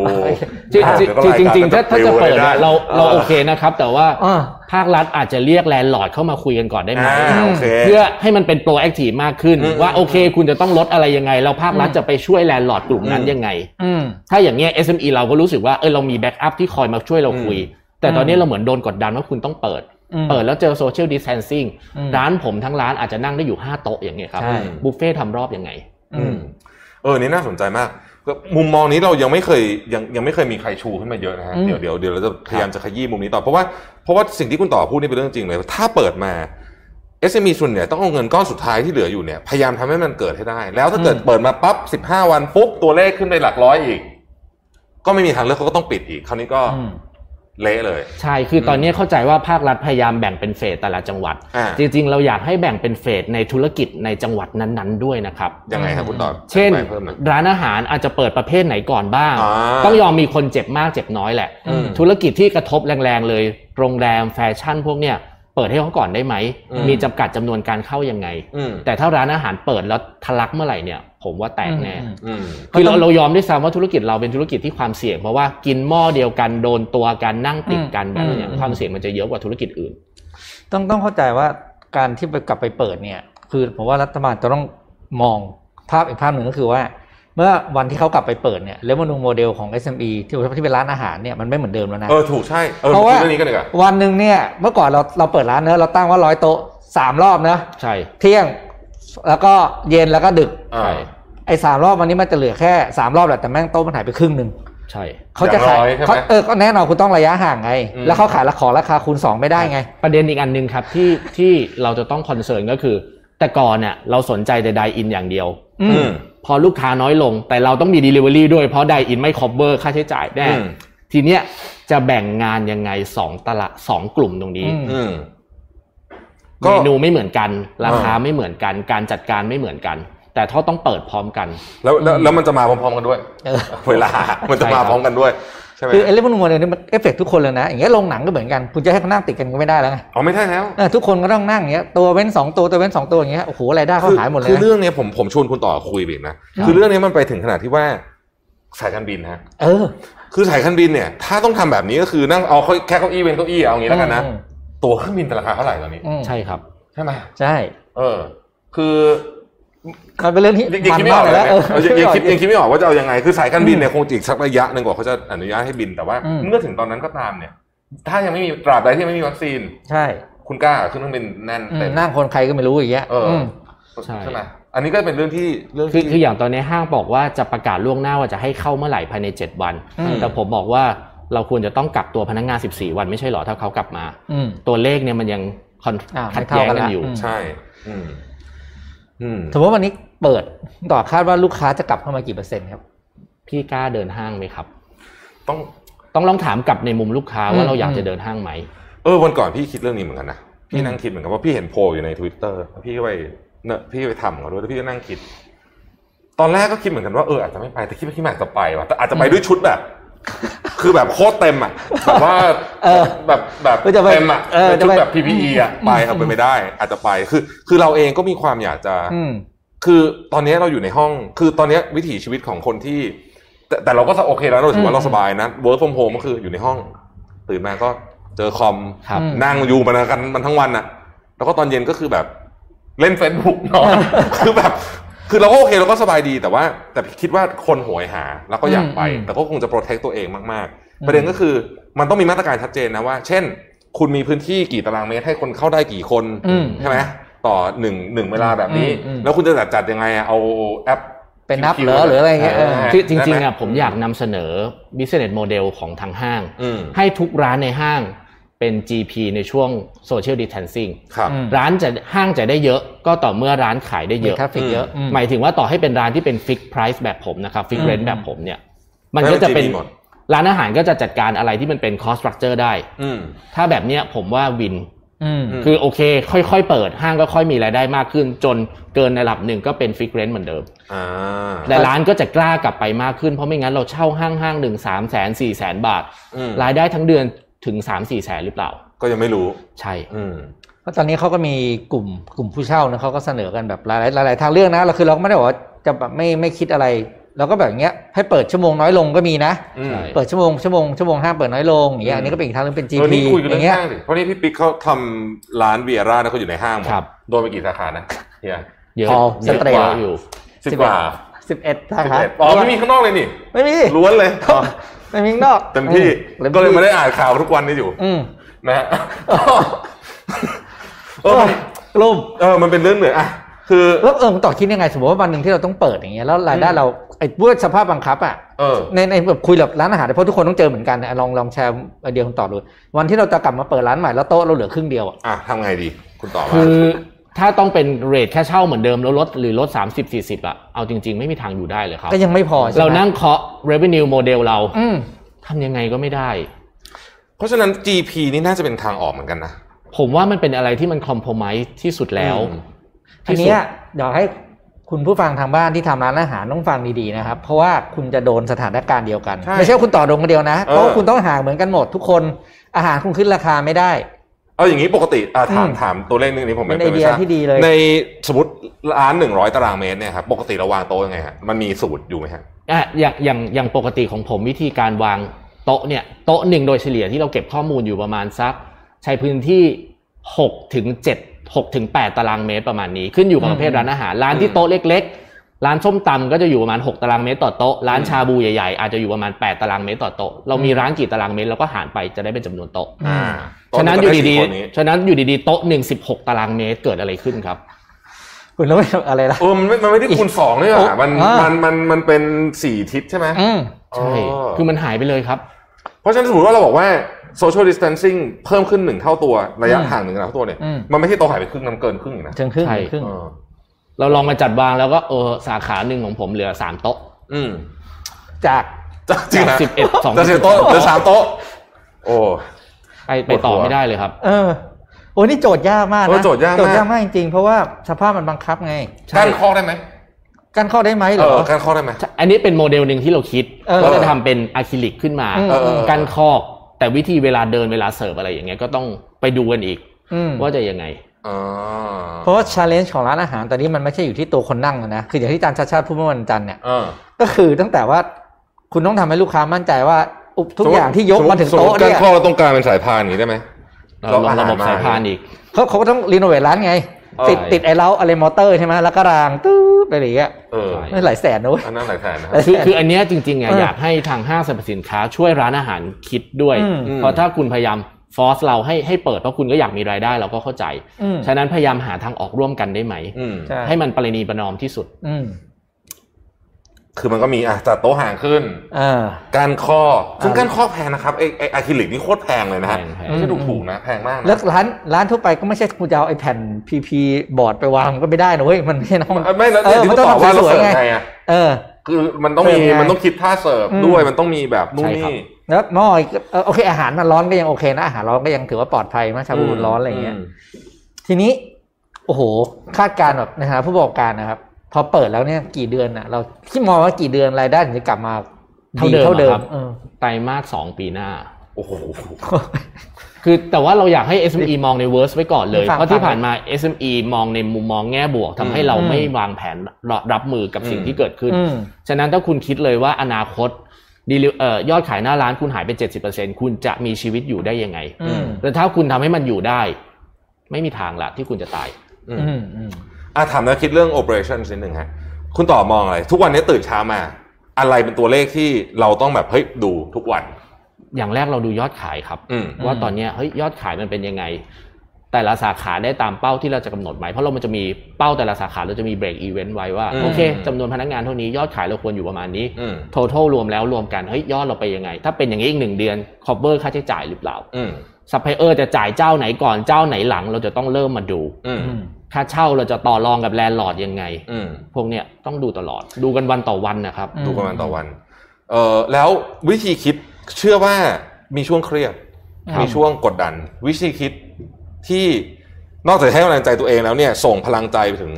[SPEAKER 4] จริง
[SPEAKER 2] อ่ะเดี๋ยวก็
[SPEAKER 4] ๆจริงๆจริงๆถ้าถ้าจะเปิด
[SPEAKER 2] ไล
[SPEAKER 4] เนี่
[SPEAKER 2] น์ก
[SPEAKER 4] ย
[SPEAKER 2] ลับ
[SPEAKER 4] เรา
[SPEAKER 2] ไป
[SPEAKER 4] เราโอเคนะครับ แต่ว่า
[SPEAKER 3] อ่า
[SPEAKER 4] ภาครัฐอาจจะเรียกแลนด์ลอร์ดเข้ามาคุยกันก่อนได้ไหม
[SPEAKER 2] อ่าโอเค
[SPEAKER 4] เพื่อให้มันเป็นโปรแอคทีฟมากขึ้น
[SPEAKER 2] อืม
[SPEAKER 4] ว่าโอเค คุณจะต้องลดอะไรยังไง แล้วภาครัฐ
[SPEAKER 3] อืม
[SPEAKER 4] จะไปช่วยแลนด์ลอร์ดกลุ่มนั้น
[SPEAKER 2] อืม
[SPEAKER 4] ยังไง
[SPEAKER 3] อืม
[SPEAKER 4] ถ้าอย่างเงี้ย SME เราก็รู้สึกว่าเออเรามีแบ็กอัพที่คอยมาช่วยเราคุย แต่ตอนนี้เราเหมือนโดนกดดันว่าคุณต้องเปิด
[SPEAKER 3] อืม
[SPEAKER 4] เปิดแล้วเจอโซเชียลดิส a ทนซิ่ง
[SPEAKER 3] อืม
[SPEAKER 4] ร้านผมทั้งร้านอาจจะนั่งได้อยู่ห้าโต๊ะอย่างเงี้ยครับ
[SPEAKER 3] ใช่
[SPEAKER 4] บุฟเฟ่ต์ทำรอบยังไง
[SPEAKER 3] อืม
[SPEAKER 2] เออนี่น่าสนใจมากก็มุมมองนี้เรายังไม่เคยยังยังไม่เคยมีใครชูขึ้นมาเยอะนะฮะ
[SPEAKER 3] อืม
[SPEAKER 2] เดี๋ยวเดี๋ยวเดี๋ยวเราจะพยายามจะขยี้มุมนี้ต่อเพราะว่าเพราะว่าสิ่งที่คุณต่อพูดนี่เป็นเรื่องจริงเลย ถ้าเปิดมา SME ส่วนเนี่ยต้องเอาเงินก้อนสุดท้ายที่เหลืออยู่เนี่ยพยายามทำให้มันเกิดให้ได้ แล้วถ้าเกิดเปิดมาปั๊บ15 วันปุ๊บตัวเลขขึ้นไปหลักร้อยอีก ก็ไม่มีทางเลือกเขาก็ต้องปิดอีกคราวนี้ก็
[SPEAKER 3] อืม
[SPEAKER 2] เละเลย
[SPEAKER 4] ใช่ คือตอนนี้เข้าใจว่าภาครัฐพยายามแบ่งเป็นเฟสแต่ละจังหวัด
[SPEAKER 2] อ่า
[SPEAKER 4] จริงๆ เราอยากให้แบ่งเป็นเฟสในธุรกิจในจังหวัดนั้น ๆ ด้วยนะครับ
[SPEAKER 2] ยังไงครับคุณต่อ
[SPEAKER 4] เช่น
[SPEAKER 2] อธิบายเพิ่มหน่อย
[SPEAKER 4] ร้านอาหารอาจจะเปิดประเภทไหนก่อนบ้าง
[SPEAKER 2] อ่า
[SPEAKER 4] ต้องยอมมีคนเจ็บมากเจ็บน้อยแหละ
[SPEAKER 2] อืม
[SPEAKER 4] ธุรกิจที่กระทบแรงๆ เลย โรงแรมแฟชั่นพวกเนี้ยเปิดให้เขาก่อนได้ไหม
[SPEAKER 2] อืม
[SPEAKER 4] มีจำกัดจำนวนการเข้ายังไง
[SPEAKER 2] อืม
[SPEAKER 4] แต่ถ้าร้านอาหารเปิดแล้วทะลักเมื่อไหร่เนี่ย ผมว่าแตกแน่
[SPEAKER 3] อืม
[SPEAKER 2] อืม
[SPEAKER 4] คือเราเรายอมด้วยซ้ำว่าธุรกิจเราเป็นธุรกิจที่ความเสี่ยง เพราะว่ากินหม้อเดียวกันโดนตัวกันนั่งติดกันแบบเนี้ย
[SPEAKER 3] อืม
[SPEAKER 4] ความเสี่ยงมันจะเยอะกว่าธุรกิจอื่น
[SPEAKER 3] ต้องต้องเข้าใจว่าการที่ไปกลับไปเปิดเนี่ย คือผมว่ารัฐบาลจะต้องมองภาพอีกภาพหนึ่งก็คือว่า เมื่อวันที่เขากลับไปเปิดเนี่ยเลมอนูโมเดลของ SME ที่ที่เป็นร้านอาหารเนี่ยมันไม่เหมือนเดิมแล้วนะ
[SPEAKER 2] เออถูกใช่เออ
[SPEAKER 3] เพราะ
[SPEAKER 2] พูด
[SPEAKER 3] ว่า
[SPEAKER 2] เรื่องนี้กันดีกว่า
[SPEAKER 3] วันหนึ่งเนี่ยเมื่อก่อนเราเราเปิดร้านเนอะเราตั้งว่าร้อยโต๊ะสามรอบเนอะ
[SPEAKER 4] ใช่
[SPEAKER 3] เที่ยงแล้วก็เย็นแล้วก็ดึก
[SPEAKER 2] อ่า
[SPEAKER 4] ใช่
[SPEAKER 3] ไอ้สามรอบวันนี้มันจะเหลือแค่สามรอบแหละแต่แม่งโต๊ะมันหายไปครึ่งหนึ่ง
[SPEAKER 4] ใช่
[SPEAKER 3] เขาจะขาย
[SPEAKER 2] อย่างน้อยใช่ไหม
[SPEAKER 3] เขาเออก็แน่นอนคุณต้องระยะห่างไง
[SPEAKER 2] อืม
[SPEAKER 3] แล้วเขาขายละขอราคาคูณสองไม่ได้ไง
[SPEAKER 4] ประเด็นอีกอันหนึ่งครับที่ที่เราจะต้องคอนเซิร์นก็คือ แต่ก่อนเนี่ยเราสนใจแต่ไดอินอย่างเดียว
[SPEAKER 3] อื
[SPEAKER 2] อื
[SPEAKER 3] ม
[SPEAKER 2] ม
[SPEAKER 4] พอลูกค้าน้อยลง แต่เราต้องมี Delivery ด้วยเพราะไดอินไม่คอบเบอร์ค่าใช้จ่ายแน่
[SPEAKER 2] อืม
[SPEAKER 4] ทีเนี้ยจะแบ่งงานยังไงสองตละสองกลุ่มตรงนี้
[SPEAKER 3] อืม
[SPEAKER 2] อืม ก็
[SPEAKER 4] เมนูไม่เหมือนกัน ราคาไม่เหมือนกัน การจัดการไม่เหมือนกัน แต่ถ้าต้องเปิดพร้อมกัน
[SPEAKER 2] แล้วแล้วแล้วมันจะมาพร้อมๆกันด้วย
[SPEAKER 3] เออ
[SPEAKER 2] เวลา มันจะมาพร้อมกันด้วย ใช่ไหม
[SPEAKER 3] คือไอ้เรื่องพวกนี้เนี่ยมันเอฟเฟกต์ทุกคนเลยนะ อย่างเงี้ยโรงหนังก็เหมือนกัน คุณจะให้เขานั่งติดกันก็ไม่ได้แล้วไง
[SPEAKER 2] อ๋อไม่ได้แล้ว
[SPEAKER 3] เออทุกคนก็ต้องนั่งอย่างเงี้ยตัวเว้นสองตัวตัวเว้นสองตัวอย่างเงี้ยโอ้โหรายได้เขา
[SPEAKER 2] คือ
[SPEAKER 3] หายหมดเลย
[SPEAKER 2] คือ
[SPEAKER 3] นะ
[SPEAKER 2] เรื่องเนี้ยผมผมชวนคุณต่อคุยไปอีกนะ
[SPEAKER 3] ครับ
[SPEAKER 2] คือเรื่องเนี้ยมันไปถึงขนาดที่ว่าสายการบินฮะ
[SPEAKER 3] เออ
[SPEAKER 2] คือสายการบินเนี่ย ถ้าต้องทำแบบนี้ก็คือนั่งเอาแค่เก้าอี้เป็นเก้าอี้เอาอย่างนี้แล้วกันนะ ตั๋วเครื่องบินแต่ราคาเท่าไหร่ตอนนี้
[SPEAKER 3] อืม
[SPEAKER 4] ใช่ครับ
[SPEAKER 2] ใช่ไหม
[SPEAKER 3] ใช่
[SPEAKER 2] เออ คือ
[SPEAKER 3] มันเป็นเรื่องที่
[SPEAKER 2] ยังยังคิ
[SPEAKER 3] มัน
[SPEAKER 2] ดไม่อ
[SPEAKER 3] มาก
[SPEAKER 2] อก
[SPEAKER 3] เลย
[SPEAKER 2] เลย
[SPEAKER 3] นะเออ
[SPEAKER 2] เนี่ยยังยังคิดยังคิดไม่ออกว่าจะเอายังไง คือสายการบินเนี่ยคงจะอีกสักระยะหนึ่งกว่าเขาจะอนุญาตให้บิน แต่ว่า
[SPEAKER 3] อืม
[SPEAKER 2] เมื่อถึงตอนนั้นก็ตามเนี่ย ถ้ายังไม่มีตราบใดที่ยังไม่มีวัคซีน
[SPEAKER 3] ใช่
[SPEAKER 2] คุณกล้าขึ้นเครื่องบินแน่น
[SPEAKER 3] อืม
[SPEAKER 2] เต็ม
[SPEAKER 3] นั่งคนใครก็ไม่รู้อย่างเงี้ย
[SPEAKER 2] เอออื
[SPEAKER 3] ม
[SPEAKER 4] ใช่
[SPEAKER 2] ใช่ไหมอันนี้ก็เป็นเรื่องที่เรื่อง
[SPEAKER 4] คือ
[SPEAKER 2] ที่
[SPEAKER 4] คืออย่างตอนนี้ห้างบอกว่าจะประกาศล่วงหน้าว่าจะให้เข้าเมื่อไหร่ภายใน 7 วัน
[SPEAKER 3] อืม
[SPEAKER 4] แต่ผมบอกว่าเราควรจะต้องกักตัวพนักงาน 14 วันไม่ใช่เหรอถ้าเขากลับมา
[SPEAKER 3] อืม
[SPEAKER 4] ตัวเลขเนี่ยมันยังคอน
[SPEAKER 3] อ่า
[SPEAKER 4] ขัดแย้ง
[SPEAKER 3] ไม่เท่ากั
[SPEAKER 4] กัน
[SPEAKER 3] นละ
[SPEAKER 4] อยู่
[SPEAKER 3] อืม
[SPEAKER 2] ใช่ อืม อืม
[SPEAKER 3] สมมติวันนี้เปิดต่อคาดว่าลูกค้าจะกลับเข้ามากี่เปอร์เซ็นต์ครับ
[SPEAKER 4] พี่กล้าเดินห้างไหมครับ
[SPEAKER 2] ต้อง
[SPEAKER 4] ต้องลองถามกลับในมุมลูกค้า
[SPEAKER 3] อื
[SPEAKER 4] ว่าม เราอยากจะเดินห้างไหม
[SPEAKER 2] เออวันก่อนพี่คิดเรื่องนี้เหมือนกันนะ
[SPEAKER 3] อื
[SPEAKER 2] พี่
[SPEAKER 3] ม
[SPEAKER 2] นั่งคิดเหมือนกันว่าพี่เห็นโพลอยู่ในทวิตเตอร์พี่ก็ไปเนอะพี่ไปทำเขาด้วยแล้วพี่ก็นั่งคิด ตอนแรกก็คิดเหมือนกันว่าเอออาจจะไม่ไปแต่คิดว่าที่มันอาจจะไปว่ะแต่อาจจะไปด้วยชุด แบบ คือแบบโคตรเต็มอ่ะแบบว่า
[SPEAKER 3] เออ
[SPEAKER 2] แบบแบบ
[SPEAKER 3] ก็จะไป
[SPEAKER 2] เต็มอ่ะ
[SPEAKER 3] เออ
[SPEAKER 2] เป็น
[SPEAKER 3] จะ
[SPEAKER 2] ชุด
[SPEAKER 3] ไป
[SPEAKER 2] แบบ PPE อ่ะไปเอาไปไม่ได้ อาจจะไปคือ คือเราเองก็มีความอยากจะ
[SPEAKER 3] อืม
[SPEAKER 2] คือตอนนี้เราอยู่ในห้อง คือตอนนี้วิถีชีวิตของคนที่แต่แต่เราก็โอเคแล้วเราถือว่าเราสบายนะ work from home ก็คืออยู่ในห้อง ตื่นมาก็เจอคอม
[SPEAKER 4] ครับ
[SPEAKER 2] นั่งอยู่มันกันมันทั้งวันน่ะ แล้วก็ตอนเย็นก็คือแบบ เล่นเฟซบุ๊กนอน คือแบบ คือเราก็โอเคเราก็สบายดีแต่ว่า แต่คิดว่าคนโหยหา แล้วก็อยากไป
[SPEAKER 3] อืมอืม
[SPEAKER 2] แต่ก็คงจะโปรเทคตัวเองมากๆ ประเด็นก็คือมันต้องมีมาตรการชัดเจนนะว่า เช่น คุณมีพื้นที่กี่ตารางเมตรให้คนเข้าได้กี่คน
[SPEAKER 3] อืม
[SPEAKER 2] ใช่ไหมต่อหนึ่งหนึ่งเวลาแบบนี้
[SPEAKER 3] อืมอืม
[SPEAKER 2] แล้วคุณจะจัดจัดยังไงอะเอาแอป
[SPEAKER 3] เป็นนับเหรอหรืออะไรเงี้ยเออ
[SPEAKER 2] ใช่
[SPEAKER 4] คือจริง
[SPEAKER 2] ได้ไหม
[SPEAKER 4] ๆอ่ะผมอยากนำเสนอ business model ของทางห้าง
[SPEAKER 2] อืม
[SPEAKER 4] ให้ทุกร้านในห้าง เป็น GP ในช่วง Social Distancing
[SPEAKER 2] ครับ
[SPEAKER 3] อืม
[SPEAKER 4] ร้านจะห้างจะได้เยอะก็ต่อเมื่อร้านขายได้เยอะ
[SPEAKER 3] มี traffic เยอะอืม
[SPEAKER 4] หมายถึงว่าต่อให้เป็นร้านที่เป็นฟิกไพรซ์แบบผมนะครับฟิก
[SPEAKER 3] อืม
[SPEAKER 4] เรนแบบผมเนี่ย มันก็จะเป็น
[SPEAKER 2] GP หมด
[SPEAKER 4] ร้านอาหารก็จะจัดการอะไรที่มันเป็นคอสตรั c เจอร์ได้
[SPEAKER 2] อืม
[SPEAKER 4] ถ้าแบบเนี้ยผมว่าวิน
[SPEAKER 3] อืม
[SPEAKER 2] ม
[SPEAKER 4] คือโอเค ค่อยๆเปิดห้างก็ค่อยมีรายได้มากขึ้น จนเกินในระดับหนึ่งก็เป็นฟิกเรนเหมือนเดิม
[SPEAKER 2] อ่า
[SPEAKER 4] และร้านก็จะกล้ากลับไปมากขึ้น เพราะไม่งั้นเราเช่าห้างห้างหนึ่งสามแสนสี่แสนบาท
[SPEAKER 2] อืม
[SPEAKER 4] รายได้ทั้งเดือนถึงสามสี่แสนหรือเปล่า
[SPEAKER 2] ก็ยังไม่รู้
[SPEAKER 4] ใช่
[SPEAKER 2] อืม
[SPEAKER 3] เพราะตอนนี้เขาก็มีกลุ่มกลุ่มผู้เช่านะเขาก็เสนอกันแบบหลายหลายหลายทางเลือกนะเราคือเราก็ไม่ได้บอกว่าจะแบบไม่ไม่คิดอะไรเราก็แบบอย่างเงี้ยให้เปิดชั่วโมงน้อยลงก็มีนะ
[SPEAKER 2] อืม
[SPEAKER 4] ใช่
[SPEAKER 3] เปิดชั่วโมงชั่วโมงชั่วโมงห้ามเปิดน้อยลงอย่างเงี้ย
[SPEAKER 2] อืม
[SPEAKER 3] อันนี้ก็เป็นอีกทางหนึงเป็น
[SPEAKER 2] ตอน
[SPEAKER 3] GP
[SPEAKER 2] นี้คุยกัน
[SPEAKER 3] อ
[SPEAKER 2] เรื่อย่าง
[SPEAKER 3] งเงี้ย
[SPEAKER 2] ห้างดิเพราะนี่พี่ปิ๊กเขาทำร้านเวียร่านะเขาอยู่ในห้างหมด
[SPEAKER 4] ครับ
[SPEAKER 2] โดนไปกี่สาขานะเฮีย
[SPEAKER 4] เยอะ
[SPEAKER 3] พอส
[SPEAKER 4] เยอะ
[SPEAKER 3] เตร
[SPEAKER 4] ก
[SPEAKER 3] ท
[SPEAKER 4] ว่าอยู่
[SPEAKER 2] สิบกว่า
[SPEAKER 3] สิบเอ็ดสา
[SPEAKER 2] สิบ
[SPEAKER 3] ขา
[SPEAKER 2] เอ็ดอ๋อไม่มีข้างนอกเลยนี่
[SPEAKER 3] ไม่มี
[SPEAKER 2] ล้วนเลย
[SPEAKER 3] ไม่มีข้างนอก
[SPEAKER 2] เต็มที่
[SPEAKER 3] อื
[SPEAKER 2] ก็เลยไม่ได้อ่านข่าวทุกวันนี้อยู่
[SPEAKER 3] อืม
[SPEAKER 2] นะฮะเอ
[SPEAKER 3] โอ้
[SPEAKER 2] อย
[SPEAKER 3] กลุ่ม
[SPEAKER 2] เออมันเป็นเรื่องเหนือยอ่ะ คือ
[SPEAKER 3] แล้วเออต่อคิดยังไงสมมติว่าวันหนึ่งที่เราต้องเปิดอย่างเงี้ยแล้วรายได้
[SPEAKER 2] อืม
[SPEAKER 3] เราไอ้ด้วยสภาพบังคับอ่ะ
[SPEAKER 2] เออ
[SPEAKER 3] ในในแบบคุยแบบร้านอาหารเพราะทุกคนต้องเจอเหมือนกันนะลองลองแชร์ไอเดียคุณต่อดูวันที่เราจะกลับมาเปิดร้านใหม่แล้วโต๊ะเราเหลือครึ่งเดียวอ่ะ
[SPEAKER 2] อ่ะทำไงดี คุณต่อมา
[SPEAKER 4] คือถ้าต้องเป็นเรทแค่เช่าเหมือนเดิมแล้วลดหรือลด 30 40อะเอาจริง ๆ ไม่มีทางอยู่ได้เลยครับ
[SPEAKER 3] ก็ยังไม่พอใช่ไหม
[SPEAKER 4] เรานั่งเคาะ revenue model เรา
[SPEAKER 3] อืม
[SPEAKER 4] ทำยังไงก็ไม่ได้
[SPEAKER 2] เพราะฉะนั้น GP นี่น่าจะเป็นทางออกเหมือนกันนะ
[SPEAKER 4] ผมว่ามันเป็นอะไรที่มันคอม p r o m i s e ที่สุดแล้ว
[SPEAKER 2] อืม
[SPEAKER 3] ที
[SPEAKER 4] ที่สุด
[SPEAKER 3] เนี้ยเดี๋ยวให้คุณผู้ฟังทางบ้านที่ทำร้านอาหารต้องฟังดีๆนะครับ เพราะว่าคุณจะโดนสถานการณ์เดียวกัน
[SPEAKER 2] ใช่
[SPEAKER 3] ไม่ใช่ว่าคุณต่อโดนคนเดียวนะ
[SPEAKER 2] เออ
[SPEAKER 3] เพราะว่าคุณต้องห่างเหมือนกันหมดทุกคนอาหารคุณขึ้นราคาไม่ได้
[SPEAKER 2] เอาอย่างนี้ปกติอ่ะถาม
[SPEAKER 3] อืม
[SPEAKER 2] ถามตัวเลขนึงนี้ผม
[SPEAKER 3] เป็น
[SPEAKER 2] ม่
[SPEAKER 3] ไอเดีย
[SPEAKER 2] ม่ทราบ
[SPEAKER 3] ที่ดีเลย
[SPEAKER 2] ในสมมติร้านหนึ่งร้อยตารางเมตรเนี่ยครับปกติเราวางโต๊ะยังไงฮะมันมีสูตรอยู่ไหมฮะ
[SPEAKER 4] อ่ะอย่างอย่างอย่างปกติของผมวิธีการวางโต๊ะเนี่ย โต๊ะหนึ่งโดยเฉลี่ยที่เราเก็บข้อมูลอยู่ประมาณสัก ใช้พื้นที่6ถึง7 6ถึง8ตารางเมตรประมาณนี้ ขึ้นอยู่กับประเภทร้านอาหาร ร้านที่โต๊ะเล็ก ๆ ร้านส้มตำก็จะอยู่ประมาณ 6 ตารางเมตรต่อโต๊ะร้านชาบูใหญ่ๆอาจจะอยู่ประมาณ 8 ตารางเมตรต่อโต๊ะเรามีร้านกี่ตารางเมตรเราก็หารไปจะได้เป็นจำนวนโต๊ะ
[SPEAKER 2] อ่า
[SPEAKER 4] ฉะนั้นอยู่ดี
[SPEAKER 2] โต๊ะหนึ่งก็ไสี่คนนี้
[SPEAKER 4] ๆฉะนั้นอยู่ดีๆโต๊ะหนึ่งสิบหกตารางเมตรเกิดอะไรขึ้นครับ
[SPEAKER 3] คุณแล้วไม่ทำอะไรละ
[SPEAKER 2] เออมันไม่มันไม่ได้คูณสองเลยอ่ะมัน
[SPEAKER 3] อ่ามั
[SPEAKER 2] มันมันมันเป็นสี่ทิศใช่ไหม
[SPEAKER 3] อืม
[SPEAKER 4] ใช่
[SPEAKER 2] อ๋อ
[SPEAKER 4] คือมันหายไปเลยครับ
[SPEAKER 2] เพราะฉะนั้นสมมติว่าเราบอกว่า social distancing เพิ่มขึ้นหนึ่งเท่าตัวระยะห่างหนึ่งเท่าตัวเนี่ย มันไม่ใช่โตหายไปครึ่งน้ำเกินครึ่งอีกนะ
[SPEAKER 3] ถึงครึ่ง
[SPEAKER 4] ใช่
[SPEAKER 3] ถึงครึ่ง
[SPEAKER 2] เออ
[SPEAKER 4] เราลองมาจัดวางแล้วก็เออสาขาหนึ่งของผมเหลือสามโต๊ะ
[SPEAKER 2] อืม
[SPEAKER 3] จาก
[SPEAKER 2] จริงนะ
[SPEAKER 4] จาก11สอง
[SPEAKER 2] จากสิบโต๊ะเหลือสามโต๊ะ โอ้
[SPEAKER 4] ไปไปต่อไม่ได้เลยครับ
[SPEAKER 3] เออโอ้นี่โจทย์ยากมาก
[SPEAKER 2] โอ้
[SPEAKER 3] นะ
[SPEAKER 2] โจทย์ยากมาก
[SPEAKER 3] จริงๆเพราะว่าสภาพมันบังคับไง
[SPEAKER 2] กั้นข้อได้ไหม
[SPEAKER 3] กันเข้าได้ไหมเหร
[SPEAKER 2] เอ
[SPEAKER 3] อ
[SPEAKER 2] อกั้นข้อได้ไหม
[SPEAKER 4] อันนี้เป็นโมเดลหนึ่งที่เราคิด
[SPEAKER 3] เออ
[SPEAKER 4] ก็จะทำเป็นอะคริลิกขึ้นมา
[SPEAKER 3] อืม
[SPEAKER 2] เออ
[SPEAKER 4] กันคอก แต่วิธีเวลาเดินเวลาเสิร์ฟอะไรอย่างเงี้ยก็ต้องไปดูกันอีก
[SPEAKER 3] อืม
[SPEAKER 4] ว่าจะยังไง
[SPEAKER 2] อ๋อ
[SPEAKER 3] เพราะว่าชาเลนจ์ของร้านอาหารตอนนี้มันไม่ใช่อยู่ที่ตัวคนนั่งนะ คืออย่างที่อาจารย์ชาติชาติพูดเมื่อวันจันทร์เนี่ย
[SPEAKER 2] เออ
[SPEAKER 3] ก็คือตั้งแต่ว่าคุณต้องทำให้ลูกค้ามั่นใจว่าอุปทุกอย่างที่ยกมาถึง
[SPEAKER 2] ส
[SPEAKER 3] โต๊ะ
[SPEAKER 2] ติ
[SPEAKER 3] เนี่
[SPEAKER 2] กั้
[SPEAKER 3] ย
[SPEAKER 2] นข้อเราตรงกลางเป็นสายพานอย่างนี้ได้ไหม
[SPEAKER 4] เราลองระบบสายพานอีก
[SPEAKER 3] เขาเขาก็ต้องรีโนเวทร้านไง
[SPEAKER 2] เออ
[SPEAKER 3] ติดติดไอ้เล้าอะไรมอเตอร์ใช่ไหมแล้วก็รางตื้อไปอะไรอย่างเงี้ย
[SPEAKER 2] เออ
[SPEAKER 4] ใช่
[SPEAKER 3] ไม่หลายแสนนะเว้ย
[SPEAKER 2] อันนั้นหลายแสนนะค
[SPEAKER 3] เอ
[SPEAKER 2] รับ
[SPEAKER 3] อ
[SPEAKER 4] คือคืออันเนี้ยจริงๆอ่ะ
[SPEAKER 3] เอออย
[SPEAKER 4] อากให้ทางห้างสรรพสินค้าช่วยร้านอาหารคิดด้วย
[SPEAKER 3] อืม
[SPEAKER 4] เพราะถ้าคุณพยายามฟอสเราให้ให้เปิดเพราะคุณก็อยากมีรายได้เราก็เข้าใจ
[SPEAKER 3] อืม
[SPEAKER 4] ฉะนั้นพยายามหาทางออกร่วมกันได้ไหม
[SPEAKER 2] อืม
[SPEAKER 3] ใช่
[SPEAKER 4] ให้มันประนีประนอมที่สุด
[SPEAKER 3] อืม
[SPEAKER 2] คือมันก็มีอ่ะจัดโต๊ะห่างขึ้น
[SPEAKER 3] อ่า
[SPEAKER 2] การข้อซึ่งการข้อแพงนะครับไอไออะคริลิกนี่โคตรแพงเลยนะฮะ
[SPEAKER 4] แพงแพง
[SPEAKER 2] ไม่ใช่ถูกๆนะแพงมากนะ
[SPEAKER 3] แล้วร้านร้านทั่วไปก็ไม่ใช่คุณจะเอาไอ้แผ่นพีพีบอร์ดไปวางมันก็ไม่ได้นะเว้ย มันไม่ใช่นะน
[SPEAKER 2] ไม่แล้วเนี่ยที่
[SPEAKER 3] มั
[SPEAKER 2] เขาบอกว่าเราเสิร์ฟไงอะ
[SPEAKER 3] เออ
[SPEAKER 2] คือมันต้องมี
[SPEAKER 3] เสิร์ฟไง
[SPEAKER 2] มันต้องคิดท่าเสิร์ฟ
[SPEAKER 3] อืม
[SPEAKER 2] ด้วยมันต้องมีแบบนู่น
[SPEAKER 4] ใช่ครับ
[SPEAKER 2] นี่
[SPEAKER 3] แล้วหม้ออีกเออโอเคอาหารมันร้อนก็ยังโอเคนะอาหารร้อนก็ยังถือว่าปลอดภัยมากชาบูมันร้อนอะไรอย่างเงี้ย ทีนี้ โอ้โห คาดการณ์แบบในฐานะผู้ประกอบการนะครับ พอเปิดแล้วเนี่ยกี่เดือนอะเราที่มองว่ากี่เดือนรายได้ถึงจะกลับมาดีเท่าเดิ
[SPEAKER 4] เท่าเดิมอะครั
[SPEAKER 3] ม
[SPEAKER 4] บ
[SPEAKER 3] เออ
[SPEAKER 4] ไตรมาสสองปีหน้า
[SPEAKER 2] โอ้โห
[SPEAKER 4] คือแต่ว่าเราอยากให้ SME มองในเว r ร์สไว้ก่อนเลย
[SPEAKER 3] ฟัง
[SPEAKER 4] เพราะที่
[SPEAKER 3] ฟัง
[SPEAKER 4] ผ่านมา SME มองในมุมมองแง่บวกทำให้เรา
[SPEAKER 3] อืม
[SPEAKER 4] ไม่วางแผนรับมือกับสิ่ง
[SPEAKER 2] อืม
[SPEAKER 4] ที่เกิดขึ้น
[SPEAKER 3] อืม
[SPEAKER 4] ฉะนั้นถ้าคุณคิดเลยว่าอนาคต deli- เอ่อยอดขายหน้าร้านคุณหายไป 70%คุณจะมีชีวิตอยู่ได้ยังไง
[SPEAKER 3] อืม
[SPEAKER 4] แต่ถ้าคุณทำให้มันอยู่ได้ ไม่มีทางละที่คุณจะตาย
[SPEAKER 2] อืม
[SPEAKER 3] อืมอืม
[SPEAKER 2] อ่ะถามนะคิดเรื่อง operation นิดหนึ่งฮะคุณต่อมองอะไร ทุกวันนี้ตื่นเช้ามา อะไรเป็นตัวเลขที่เราต้องแบบเฮ้ยดูทุกวัน
[SPEAKER 4] อย่างแรกเราดูยอดขายครับ
[SPEAKER 2] อืม
[SPEAKER 4] ว่าตอนเนี้ยเฮ้ยยอดขายมันเป็นยังไง แต่ละสาขาได้ตามเป้าที่เราจะกำหนดไหมเพราะเรามันจะมีเป้าแต่ละสาขาเราจะมีเบรกอีเวนต์ไว้ว่า
[SPEAKER 2] อืม
[SPEAKER 4] โอเคจำนวนพนักงานเท่านี้ยอดขายเราควรอยู่ประมาณนี้
[SPEAKER 2] อืม
[SPEAKER 4] total รวมแล้วรวมกันเฮ้ยยอดเราไปยังไง ถ้าเป็นอย่างนี้อีกหนึ่งเดือน cover ค่าใช้จ่ายหรือเปล่า
[SPEAKER 2] อืม
[SPEAKER 4] ซัพพลายเออร์จะจ่ายเจ้าไหนก่อนเจ้าไหนหลัง เราจะต้องเริ่มมาดู
[SPEAKER 2] อืม
[SPEAKER 3] อืม
[SPEAKER 4] ค่าเช่าเราจะต่อรองกับแลนด์ลอร์ดยังไง
[SPEAKER 2] อืม
[SPEAKER 4] พวกเนี้ยต้องดูตลอดดูกันวันต่อวันนะครับ
[SPEAKER 3] อืม
[SPEAKER 2] ดูประมาณต่อวันเออแล้ววิธีคิดเชื่อว่ามีช่วงเครียด
[SPEAKER 3] ครับ
[SPEAKER 2] มีช่วงกดดัน วิธีคิดที่นอกจากให้กำลังใจตัวเองแล้วเนี่ย ส่งพลังใจไปถึง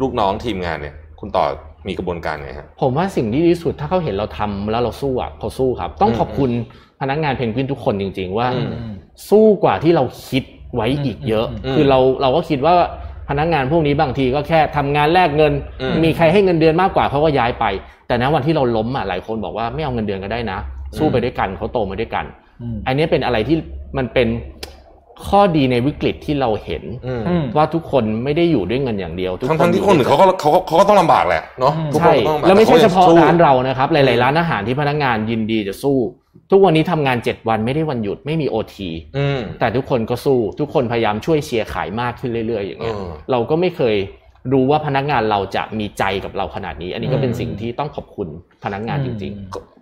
[SPEAKER 2] ลูกน้องทีมงานเนี่ย คุณต่อมีกระบวนการไงฮะ
[SPEAKER 4] ผมว่าสิ่งที่ดีที่สุดถ้าเขาเห็นเราทำแล้วเราสู้อ่ะเขาสู้ครับ ต้องขอบคุณพนักงานเพนกวินทุกคนจริง ๆ ว่า
[SPEAKER 2] อืม
[SPEAKER 3] อืม
[SPEAKER 4] สู้กว่าที่เราคิดไว้อีกเยอะ
[SPEAKER 2] อืม
[SPEAKER 4] คือเราเราก็คิดว่าพนักงานพวกนี้บางทีก็แค่ทำงานแลกเงิน
[SPEAKER 2] อืม
[SPEAKER 4] มีใครให้เงินเดือนมากกว่าเขาก็ย้ายไป แต่นะวันที่เราล้มอ่ะหลายคนบอกว่าไม่เอาเงินเดือนก็ได้นะ สู้
[SPEAKER 2] อืม
[SPEAKER 4] ไปด้วยกันเขาโตมาด้วยกัน
[SPEAKER 3] อืม
[SPEAKER 4] อันนี้เป็นอะไรที่มันเป็นข้อดีในวิกฤตที่เราเห็น
[SPEAKER 2] อืม
[SPEAKER 4] ว่าทุกคนไม่ได้อยู่ด้วยเงินอย่างเดียว
[SPEAKER 2] ทั้งทั้งๆที่คนอื่น
[SPEAKER 4] อยู่ด้วย
[SPEAKER 2] เขาก็เขาเขาก็ต้องลำบากแหละเนาะ
[SPEAKER 3] อืม
[SPEAKER 2] ทุกคน
[SPEAKER 4] ใช่
[SPEAKER 2] ก็ต้องำบาก
[SPEAKER 4] แล้วไม่ใช่เฉพาะ
[SPEAKER 2] แต่ขยังสู้
[SPEAKER 4] ร้านเรานะครับ หลาย ๆ ร้านอาหารที่พนักงานยินดีจะสู้ ทุกวันนี้ทำงาน 7 วันไม่ได้วันหยุดไม่มีโอที
[SPEAKER 2] อืม
[SPEAKER 4] แต่ทุกคนก็สู้ทุกคนพยายามช่วยเชียร์ขายมากขึ้นเรื่อย ๆ อย่างเงี้ย
[SPEAKER 2] เออ
[SPEAKER 4] เราก็ไม่เคยรู้ว่าพนักงานเราจะมีใจกับเราขนาดนี้ อันนี้ก็เป็นสิ่งที่ต้องขอบคุณพนักงานจริง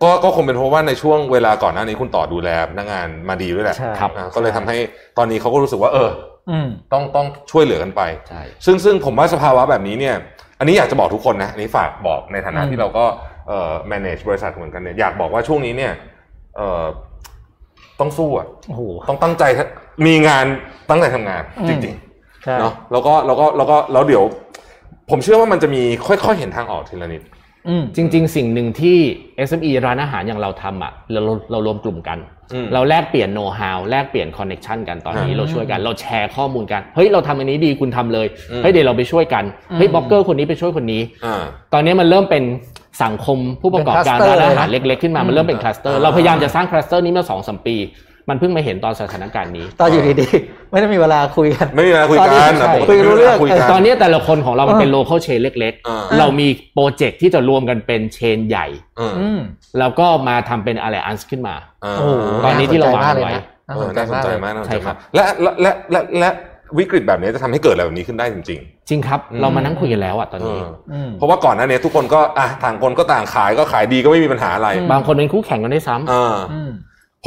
[SPEAKER 2] ก็ก็ก็คงเป็นเพราะว่าในช่วงเวลาก่อนหน้านี้คุณต่อดูแลพนักงานมาดีด้วยแหละ
[SPEAKER 3] ใช่
[SPEAKER 4] ครับ
[SPEAKER 2] อ่าก็เลยทำให้ตอนนี้เขาก็รู้สึกว่า เออ
[SPEAKER 3] อืม
[SPEAKER 2] ต้องต้องช่วยเหลือกันไป
[SPEAKER 4] ๆ ใช่
[SPEAKER 2] ซึ่งซึ่งผมว่าสภาวะแบบนี้เนี่ย อันนี้อยากจะบอกทุกคนนะอันนี้ฝากบอกในฐานะ
[SPEAKER 3] อืม
[SPEAKER 2] ที่เราก็เอ่อ manage บริษัทเหมือนกันเนี่ยอยากบอกว่าช่วงนี้เนี่ยเอ่อต้องสู้อะ
[SPEAKER 3] โอ้โห
[SPEAKER 2] ต้องตั้งใจมีงานตั้งใจทำงาน
[SPEAKER 3] อืม
[SPEAKER 2] จริงๆ
[SPEAKER 3] ใช่
[SPEAKER 2] เนาะแล้วก็แล้วก็แล้วก็แล้วเดี๋ยว ผมเชื่อว่ามันจะมีค่อยๆเห็นทางออกทีละนิด
[SPEAKER 3] อืม
[SPEAKER 4] จริง ๆ สิ่งหนึ่งที่ SME ร้านอาหารอย่างเราทำอ่ะเราเรารวมกลุ่มกัน
[SPEAKER 2] อืม
[SPEAKER 4] เราแลกเปลี่ยนโน้ตฮาวแลกเปลี่ยนคอนเน็ชันกันตอนนี้
[SPEAKER 2] อืม
[SPEAKER 4] เราช่วยกันเราแชร์ข้อมูลกันเฮ้ยเราทำอันนี้ดีคุณทำเลย
[SPEAKER 2] อืม
[SPEAKER 4] เฮ้ยเดี๋ยวเราไปช่วยกันเฮ้ย
[SPEAKER 3] อืม
[SPEAKER 4] บล็อกเกอร์คนนี้ไปช่วยคนนี้
[SPEAKER 2] อ่า
[SPEAKER 4] ตอนนี้มันเริ่มเป็นสังคมผู้ประกอบการ
[SPEAKER 3] เป็นคลัสเต
[SPEAKER 4] ร้าน
[SPEAKER 3] อร์
[SPEAKER 4] อาหาร
[SPEAKER 3] เลยนะ
[SPEAKER 4] เล็ก ๆ ขึ้นมามันเริ่มเป็นคลัสเตอร์
[SPEAKER 2] อ่า
[SPEAKER 4] เราพยายามจะสร้างคลัสเตอร์นี้มาสองสมปี มันเพิ่งมาเห็นตอนสถานการณ์นี้
[SPEAKER 3] ตอนอยู่ดีๆ ไม่ได้มีเวลาคุยกัน
[SPEAKER 2] ไม่มีเวลาคุย
[SPEAKER 3] ตอนนี้
[SPEAKER 2] กันนะ
[SPEAKER 3] ใช่
[SPEAKER 2] ปกติ
[SPEAKER 3] คุยรู้เรื่อง
[SPEAKER 2] ไม่มีวลาคุยกัน
[SPEAKER 4] ตอนนี้แต่ละคนของเรามันเป็น
[SPEAKER 3] อ่า
[SPEAKER 4] โลเคอลเชนเล็ก
[SPEAKER 2] อ่า
[SPEAKER 4] ๆ เรามีโปรเจกต์ที่จะรวมกันเป็นเชนใหญ่
[SPEAKER 2] อืม
[SPEAKER 3] อืม
[SPEAKER 4] แล้วก็มาทำเป็นอะไรอันส์ขึ้นมา
[SPEAKER 2] อ่า
[SPEAKER 3] โอ้โห
[SPEAKER 4] ตอนนี้ที่เราวางไว้
[SPEAKER 2] เออน่าสนใจมากน่าสน
[SPEAKER 4] ใช่
[SPEAKER 2] ใจ
[SPEAKER 4] ครั
[SPEAKER 2] มาก
[SPEAKER 4] บ
[SPEAKER 2] และและและและและวิกฤตแบบนี้จะทำให้เกิดอะไรแบบนี้ขึ้นได้จริง
[SPEAKER 4] จริงครับ
[SPEAKER 2] อืม
[SPEAKER 4] เรามานั่งคุยกันแล้วอ่ะตอน
[SPEAKER 2] ๆเอ
[SPEAKER 4] นี้
[SPEAKER 2] อ
[SPEAKER 3] อืม
[SPEAKER 2] เพราะว่าก่อนหน้านี้ทุกคนก็อ่ะต่างคนก็ต่างขายก็ขายดีก็ไม่มีปัญหาอะไร
[SPEAKER 3] อืม
[SPEAKER 4] บางคนเป็นคู่แข่งกันได้วยซ้ำ
[SPEAKER 2] อ่า
[SPEAKER 3] อืม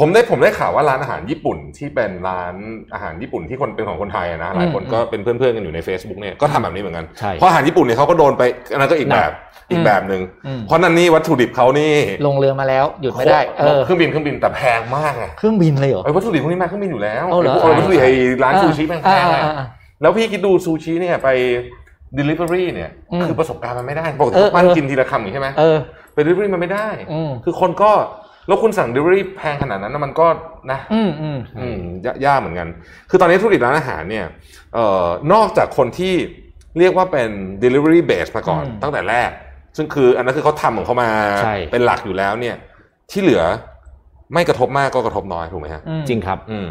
[SPEAKER 2] ผมได้ผมได้ข่าวว่าร้านอาหารญี่ปุ่นที่เป็นร้านอาหารญี่ปุ่นที่คนเป็นของคนไทยอะนะหลายคน
[SPEAKER 3] อืม
[SPEAKER 2] ก็เป็นเพื่อนๆกันอยู่ใน Facebook เนี่ยก็ทำแบบนี้เหมือนกัน
[SPEAKER 4] ใช่
[SPEAKER 2] เพราะอาหารญี่ปุ่นเนี่ยเขาก็โดนไปอันนั้นก็อีกแบบอีกแบบหนึ่ง
[SPEAKER 3] อืม
[SPEAKER 2] เพราะนั่นนี่วัตถุดิบเขานี่
[SPEAKER 3] ลงเรือมาแล้ว หยุดไม่ได้ เออ
[SPEAKER 2] เครื่องบินเครื่องบินแต่แพงมากไง
[SPEAKER 3] เครื่องบินเลยเหรอ
[SPEAKER 2] ไอ้วัตถุดิบพวกนี้มาเครื่องบินอยู่แล้ว
[SPEAKER 3] เอาเหรอ
[SPEAKER 2] ไวัตถุดิบไอ้ร้านซูชิแพงๆอะ
[SPEAKER 3] อ่า
[SPEAKER 2] แล้วพี่คิดดูซูชิเนี่ยไป delivery เนี่ย
[SPEAKER 3] อืม
[SPEAKER 2] คือประสบการณ์มันไม่ได้ปกติ
[SPEAKER 3] เออ
[SPEAKER 2] บ้าน
[SPEAKER 3] เออ
[SPEAKER 2] กินทีละคำอย่างนี้ใช่ไหม
[SPEAKER 3] เออ
[SPEAKER 2] ไป delivery มันไม่ได้
[SPEAKER 3] อืม
[SPEAKER 2] คือคนก็แล้วคุณสั่ง delivery แพงขนาดนั้นนะมันก็นะ
[SPEAKER 3] อืมอืม
[SPEAKER 2] อืมยายากเหมือนกัน คือตอนนี้ธุรกิจร้านอาหารเนี่ยเอ่อนอกจากคนที่เรียกว่าเป็น delivery base มาก่อน
[SPEAKER 3] อืม
[SPEAKER 2] ตั้งแต่แรก ซึ่งคืออันนั้นคือเขาทำของเขามา
[SPEAKER 4] ใช่
[SPEAKER 2] เป็นหลักอยู่แล้วเนี่ย ที่เหลือไม่กระทบมากก็กระทบน้อยถูกไหมฮะ
[SPEAKER 3] อืม
[SPEAKER 4] จริงครับ
[SPEAKER 2] อืม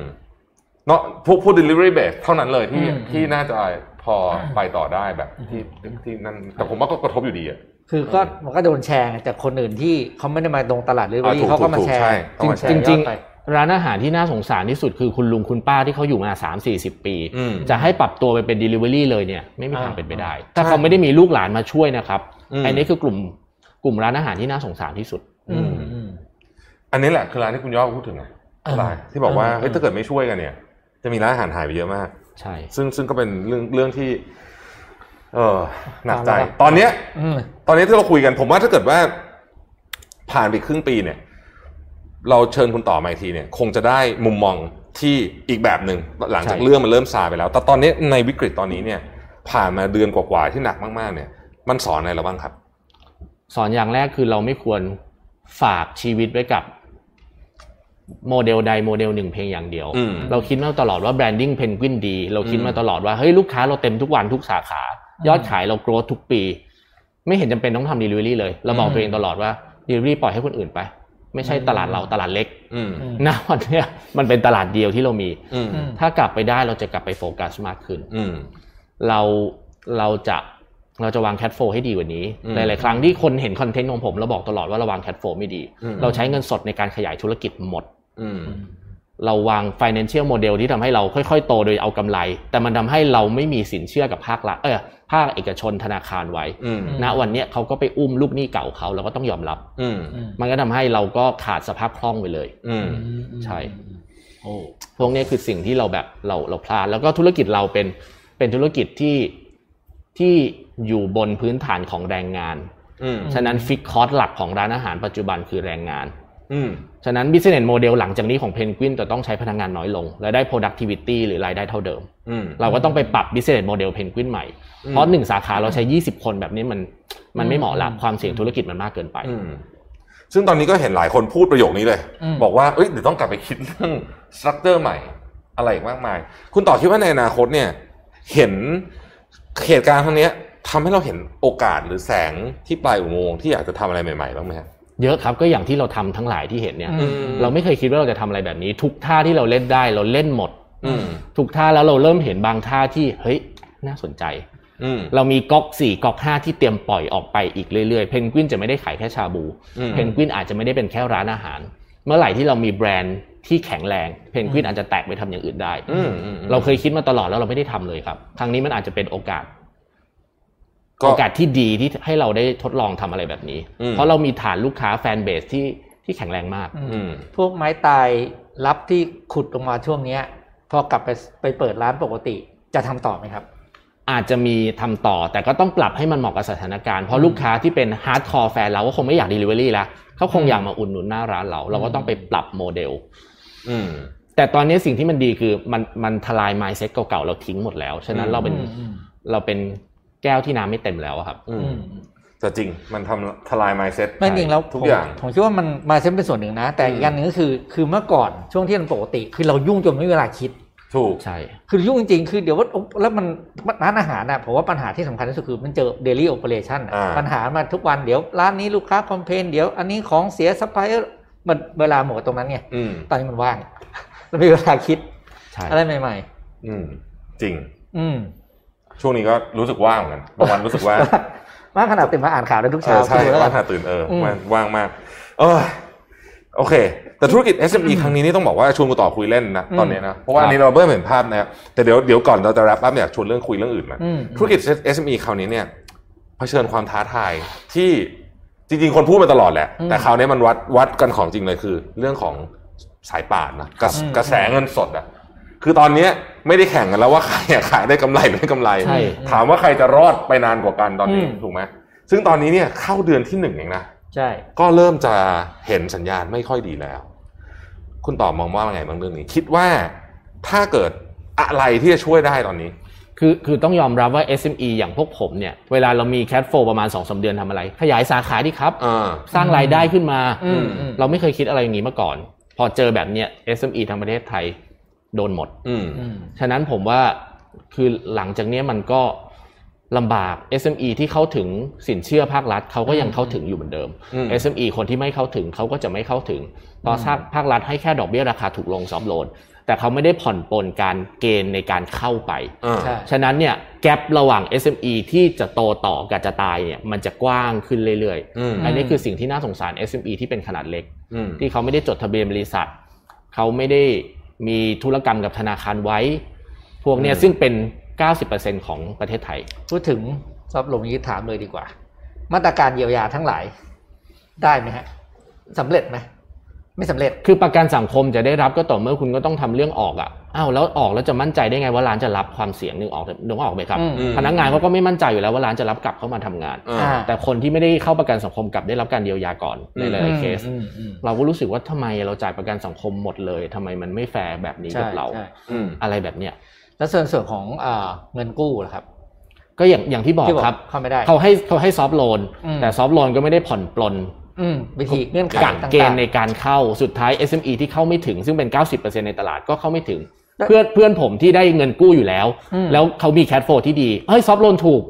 [SPEAKER 2] เนาะพวกพูด delivery base เท่านั้นเลยที่
[SPEAKER 3] อืม
[SPEAKER 2] ที่น่าจะพอไปต่อได้แบบที่ที่นั่นแต่ผมว่าก็กระทบอยู่ดีอ่ะ
[SPEAKER 3] คือก็มันก็โดนแชร์ไงแต่คนอื่นที่เขาไม่ได้มาตรงตลาดเรือ
[SPEAKER 2] อ่าถูก
[SPEAKER 3] เขาก็มา
[SPEAKER 2] ถูก
[SPEAKER 3] แชร์
[SPEAKER 2] ใช่เขามาแชร์
[SPEAKER 4] จริง
[SPEAKER 3] ยอดไป
[SPEAKER 4] ร้านอาหารที่น่าสงสารที่สุดคือคุณลุงคุณป้าที่เขาอยู่มา 3 4 0 ปี
[SPEAKER 2] อืม
[SPEAKER 4] จะให้ปรับตัวไปเป็น Delivery เลยเนี่ยไม่มีทางเป็นไปได้ ถ้า
[SPEAKER 2] ใช่
[SPEAKER 4] เขาไม่ได้มีลูกหลานมาช่วยนะครับ
[SPEAKER 2] อืม
[SPEAKER 4] อันนี้คือกลุ่มกลุ่มร้านอาหารที่น่าสงสารที่สุด
[SPEAKER 3] อืมอืม
[SPEAKER 2] อันนี้แหละคือร้านที่คุณย่อพูดถึงไง
[SPEAKER 3] เออ
[SPEAKER 2] ร้านที่บอกว่า
[SPEAKER 3] เออ
[SPEAKER 2] เฮ้ยถ้าเกิดไม่ช่วยกันเนี่ย จะมีร้านอาหารหายไปเยอะมาก
[SPEAKER 4] ใช่
[SPEAKER 2] ซึ่งซึ่งก็เป็นเรื่องเรื่องที่ เออหนักใจ
[SPEAKER 3] ฟังแล้ว
[SPEAKER 2] ตอนเนี้ย
[SPEAKER 3] อืม
[SPEAKER 2] ตอนนี้ที่เราคุยกัน ผมว่าถ้าเกิดว่า ผ่านไปครึ่งปีเนี่ย เราเชิญคุณต่อมาอีกทีเนี่ย คงจะได้มุมมองที่อีกแบบหนึ่งหลังจากเรื่องมันเริ่มซาไปแล้ว แต่ตอนนี้ในวิกฤตตอนนี้เนี่ย ผ่านมาเดือนกว่าๆที่หนักมากๆ เนี่ย มันสอนอะไรเราบ้างครับ
[SPEAKER 4] สอนอย่างแรกคือเราไม่ควรฝากชีวิตไว้กับโมเดลใดโมเดลหนึ่งเพียงอย่างเดียว
[SPEAKER 2] อืม
[SPEAKER 4] เราคิดมาตลอดว่าแบรนดิ้งเพนกวินดี เราคิด
[SPEAKER 2] อืม
[SPEAKER 4] มาตลอดว่าเฮ้ยลูกค้าเราเต็มทุกวันทุกสาขา ยอดขายเราโกรธทุกปี ไม่เห็นจำเป็นต้องทำ delivery เลย เราบอก
[SPEAKER 3] อืม
[SPEAKER 4] ตัวเองตลอดว่า delivery ปล่อยให้คนอื่นไป ไม่ใช่
[SPEAKER 3] อืม
[SPEAKER 4] ตลาดเราตลาดเล็ก
[SPEAKER 2] อืม
[SPEAKER 4] นะวันเนี้ยมันเป็นตลาดเดียวที่เรามี
[SPEAKER 2] อืม
[SPEAKER 3] อืม
[SPEAKER 4] ถ้ากลับไปได้เราจะกลับไปโฟกัสมากขึ้น
[SPEAKER 2] อืม
[SPEAKER 4] เราเราจะเราจะวางแคดโฟให้ดีกว่านี้
[SPEAKER 2] อืม
[SPEAKER 4] หลาย ๆ ครั้งที่คนเห็นคอนเทนต์ของผมเราบอกตลอดว่าเราวางแคดโฟไม่ดี
[SPEAKER 2] อืม
[SPEAKER 4] เราใช้เงินสดในการขยายธุรกิจหมด
[SPEAKER 2] อืม
[SPEAKER 4] เราวาง financial model ที่ทำให้เราค่อย ๆ โตโดยเอากำไร แต่มันทำให้เราไม่มีสินเชื่อกับภาครัฐเออภาคเอกชนธนาคารไว้
[SPEAKER 2] อืม
[SPEAKER 4] ณวันเนี้ยเขาก็ไปอุ้มลูกหนี้เก่าเขาเราก็ต้องยอมรับ
[SPEAKER 2] อืม
[SPEAKER 3] อืม
[SPEAKER 4] มันก็ทำให้เราก็ขาดสภาพคล่องไปเลย
[SPEAKER 2] อืม
[SPEAKER 3] อืมอืม
[SPEAKER 4] ใช่
[SPEAKER 3] โอ้
[SPEAKER 4] พวกเนี้ยคือสิ่งที่เราแบบเราเราพลาดแล้วก็ธุรกิจเราเป็นเป็นธุรกิจที่ที่อยู่บนพื้นฐานของแรงงาน
[SPEAKER 2] อืม
[SPEAKER 4] ฉะนั้นฟิกคอร์สหลักของร้านอาหารปัจจุบันคือแรงงาน
[SPEAKER 2] อืม
[SPEAKER 4] ฉะนั้น business model หลังจากนี้ของเพนกวินจะต้องใช้พนักงงานน้อยลง และได้ productivity หรือรายได้เท่าเดิม
[SPEAKER 2] อืม
[SPEAKER 4] เราก็ต้องไปปรับ business model เพนกวินใหม่
[SPEAKER 2] อืม
[SPEAKER 4] เพราะหนึ่งสาขาเราใช้ 20 คนแบบนี้มันมันไม่เหมาะละความเสี่ยงธุรกิจมันมากเกินไป
[SPEAKER 2] อืมซึ่งตอนนี้ก็เห็นหลายคนพูดประโยคนี้เลย
[SPEAKER 3] ม
[SPEAKER 2] บอกว่า เอ้ย เดี๋ยวต้องกลับไปคิดเรื่องสตรัคเจอร์ใหม่ อะไรอีกมากมาย คุณต่อคิดว่าในอนาคตเนี่ย เห็นเหตุการณ์ครั้งเนี้ยทำให้เราเห็นโอกาสหรือแสงที่ปลายอุโมงค์ที่อยากจะทำอะไรใหม่ๆ บ้างไหมครับ
[SPEAKER 4] เยอะครับก็อย่างที่เราทำทั้งหลายที่เห็นเนี่ย
[SPEAKER 3] อืม
[SPEAKER 4] เราไม่เคยคิดว่าเราจะทำอะไรแบบนี้ ทุกท่าที่เราเล่นได้เราเล่นหมด
[SPEAKER 2] อืม
[SPEAKER 4] ทุกท่าแล้วเราเริ่มเห็นบางท่าที่เฮ้ยน่าสนใจ
[SPEAKER 2] อืม
[SPEAKER 4] เรามีก๊อกสี่ก๊อกห้าที่เตรียมปล่อยออกไปอีกเรื่อยๆเพนกวินจะไม่ได้ขายแค่ชาบู
[SPEAKER 2] อืม
[SPEAKER 4] เพนกวินอาจจะไม่ได้เป็นแค่ร้านอาหาร เมื่อไหร่ที่เรามีแบรนด์ที่แข็งแรงเพนกวินอาจจะแตกไปทำอย่างอื่นได้
[SPEAKER 2] อืมอืม
[SPEAKER 4] เราเคยคิดมาตลอดแล้วเราไม่ได้ทำเลยครับ ครั้งนี้มันอาจจะเป็นโอกาส
[SPEAKER 2] ก็
[SPEAKER 4] โอกาสที่ดีที่ให้เราได้ทดลองทำอะไรแบบนี้
[SPEAKER 2] อืม
[SPEAKER 4] เพราะเรามีฐานลูกค้าแฟนเบสที่ที่แข็งแรงมาก
[SPEAKER 2] อืม
[SPEAKER 3] พวกไม้ตายรับที่ขุดลงมาช่วงเนี้ย พอกลับไปไปเปิดร้านปกติจะทำต่อไหมครับ
[SPEAKER 4] อาจจะมีทำต่อแต่ก็ต้องปรับให้มันเหมาะกับสถานการณ์เพราะลูกค้าที่เป็นฮาร์ดคอร์แฟนเราก็คงไม่อยาก Delivery แล้วเขาคงอยากมาอุ่นหนุนหน้าร้านเรา เราก็ต้องไปปรับโมเดล
[SPEAKER 2] อืม
[SPEAKER 4] แต่ตอนนี้สิ่งที่มันดีคือมันมันทลาย mindset เก่าๆเราทิ้งหมดแล้ว ฉะนั้นเราเป็น
[SPEAKER 3] อืม
[SPEAKER 4] เราเป็นแก้วที่น้ำไม่เต็มแล้วอะครับ
[SPEAKER 2] อืม แต่จริง มันทำทลาย mindset
[SPEAKER 3] ไม่จริงแล้ว
[SPEAKER 2] ทุก
[SPEAKER 3] ผม
[SPEAKER 2] อย่าง
[SPEAKER 3] ผมคิดว่ามันมาเซ็นเป็นส่วนหนึ่งนะ แต่อีก
[SPEAKER 2] อืม
[SPEAKER 3] อันหนึ่งก็คือคือเมื่อก่อนช่วงที่มันปกติ คือเรายุ่งจนไม่มีเวลาคิด
[SPEAKER 2] ถูก
[SPEAKER 4] ใช่
[SPEAKER 3] คือยุ่งจริงๆ คือเดี๋ยวว่าแล้วมันร้านอาหารนะผมว่าปัญหาที่สำคัญที่สุดคือมันเจอ daily operation น่ะ
[SPEAKER 2] อ่า
[SPEAKER 3] ปัญหามาทุกวันเดี๋ยวร้านนี้ลูกค้าคอมเพลนเดี๋ยวอันนี้ของเสียซัพพลายเออร์มันเวลาหมดตรงนั้นไง
[SPEAKER 2] อืม
[SPEAKER 3] ตอนนี้มันว่าง เราไม่มีเวลาคิด
[SPEAKER 4] ใช่
[SPEAKER 3] อะไรใหม่
[SPEAKER 2] อืม จริง
[SPEAKER 3] ๆ อืม
[SPEAKER 2] ช่วงนี้ก็รู้สึกว่างเหมือนกันบางวันรู้สึกว่า
[SPEAKER 3] ว่างขนาดตื่น มาอ่านข่าวได้ทุก
[SPEAKER 2] เอ
[SPEAKER 3] เช้า
[SPEAKER 2] อใช่
[SPEAKER 3] คิดดูแล้วกั
[SPEAKER 2] ว่าน งหาตื่นเออ
[SPEAKER 3] อืม
[SPEAKER 2] ว่างว่างมากเออโอเค แต่ธุรกิจ SME ครั้งนี้นี่ต้องบอกว่าชวนกูต่อคุยเล่นนะตอนเนี้ยนะ เพราะว่าอันนี้เราเพิ่มเห็นภาพนะครับแต่เดี๋ยวเดี๋ยวก่อนเราจะรับอัพอยากชวนเรื่องคุยเรื่องอื่นนะ
[SPEAKER 3] อืม
[SPEAKER 2] ธุรกิจ SME คราวนี้เนี่ยเผชิญความท้าทายที่จริงๆ คนพูดมาตลอดแหละ แต่คราวนี้มันวัดวัดกันของจริงเลยคือ เรื่องของสายป่านนะกระกระแสเงินสดอะคือตอนเนี้ยไม่ได้แข่งกันแล้วว่าใครอะขายได้กำไรไม่ได้กำไร
[SPEAKER 4] ใช่
[SPEAKER 2] ถามว่าใครจะรอดไปนานกว่ากันตอนนี้
[SPEAKER 3] อืม
[SPEAKER 2] ถูกไหม ซึ่งตอนนี้เนี่ยเข้าเดือนที่หนึ่งเองนะ
[SPEAKER 3] ใช่
[SPEAKER 2] ก็เริ่มจะเห็นสัญญาณไม่ค่อยดีแล้ว คุณตอบมองว่าไงบางเรื่องนี้ คิดว่าถ้าเกิดอะไรที่จะช่วยได้ตอนนี้
[SPEAKER 4] คือคือต้องยอมรับว่า SME อย่างพวกผมเนี่ย เวลาเรามีแคชโฟประมาณ2อสเดือนทำอะไร ขยายสาขาดีครับ
[SPEAKER 2] อ่า
[SPEAKER 4] สร้างรายได้ขึ้นมา
[SPEAKER 3] อืมอืม
[SPEAKER 4] เราไม่เคยคิดอะไรอย่างนี้มาก่อน พอเจอแบบเนี้ย SME ทางประเทศไทยโดนหมด
[SPEAKER 2] อืม
[SPEAKER 3] อืม
[SPEAKER 4] ฉะนั้นผมว่าคือหลังจากเนี้ยมันก็ลำบาก SME ที่เข้าถึงสินเชื่อภาครัฐเขาก็ยังเข้าถึงอยู่เหมือนเดิม
[SPEAKER 2] อืม
[SPEAKER 4] SME คนที่ไม่เข้าถึงเขาก็จะไม่เข้าถึง ตอนภาคภาครัฐให้แค่ดอกเบี้ยราคาถูกลงซอฟต์โลน แต่เขาไม่ได้ผ่อนปลนการเกณฑ์ในการเข้าไป
[SPEAKER 2] อ่า
[SPEAKER 3] ใช่
[SPEAKER 4] ฉะนั้นเนี่ยแกลบระหว่าง SME ที่จะโตต่อกับจะตายเนี่ยมันจะกว้างขึ้นเรื่อย
[SPEAKER 2] อืม
[SPEAKER 4] ๆ อันนี้คือสิ่งที่น่าสงสาร SME ที่เป็นขนาดเล็ก
[SPEAKER 2] อืม
[SPEAKER 4] ที่เขาไม่ได้จดทะเบียนบริษัท เขาไม่ได้มีธุรกรรมกับธนาคารไว้ พวกเนี้ย
[SPEAKER 2] อืม
[SPEAKER 4] ซึ่งเป็น 90%ของประเทศไทย
[SPEAKER 3] พูดถึงสอบลงนี้ถามเลยดีกว่า มาตรการเยียวยาทั้งหลาย ได้ไหมฮะสำเร็จไหมไม่สำเร็จ
[SPEAKER 4] คือประกันสังคมจะได้รับก็ต่อเมื่อคุณก็ต้องทำเรื่องออกอะ่ะ อ้าวแล้วออกแล้วจะมั่นใจได้ไงว่าร้านจะรับความเสี่ยงนึงออกนึกออกไหมครับ
[SPEAKER 3] อืม
[SPEAKER 4] พนักงานเขาก็ไม่มั่นใจอยู่แล้วว่าร้านจะรับกลับเข้ามาทำงาน
[SPEAKER 2] อ่า
[SPEAKER 3] อ่า
[SPEAKER 4] แต่คนที่ไม่ได้เข้าประกันสังคมกลับได้รับการเยียวยาก่อนในหลายๆเคส
[SPEAKER 3] อืมอืม
[SPEAKER 4] เราก็รู้สึกว่าทำไมเราจ่ายประกันสังคมหมดเลยทำไมมันไม่แฟร์แบบนี้
[SPEAKER 3] ใช่
[SPEAKER 4] กับเรา
[SPEAKER 3] ใช่
[SPEAKER 2] อืม
[SPEAKER 4] อะไรแบบเนี้ย
[SPEAKER 3] แล้วส่วนส่วนของอ่าเงินกู้ล่ะครับ
[SPEAKER 4] ก็อย่างอย่างที่บอก
[SPEAKER 3] ที่บอก
[SPEAKER 4] ครับ
[SPEAKER 3] เข้าไม่ได้
[SPEAKER 4] เขาให้เขาให้ซอฟต์โลน
[SPEAKER 3] อืม
[SPEAKER 4] แต่ซอฟต์โลนก็ไม่ได้ผ่อนปลน
[SPEAKER 3] อืมวิธีเงื่อนไข
[SPEAKER 4] กัก
[SPEAKER 3] ต่างๆ
[SPEAKER 4] เกณฑ์ในการเข้าสุดท้าย SME ที่เข้าไม่ถึงซึ่งเป็น 90%ในตลาดก็เข้าไม่ถึง
[SPEAKER 3] แล้ว
[SPEAKER 4] เพื่อนเพื่อนผมที่ได้เงินกู้อยู่แล้ว
[SPEAKER 3] อืม
[SPEAKER 4] แล้วเขามีแคดโฟที่ดีเฮ้ยซอฟต์โลนถูก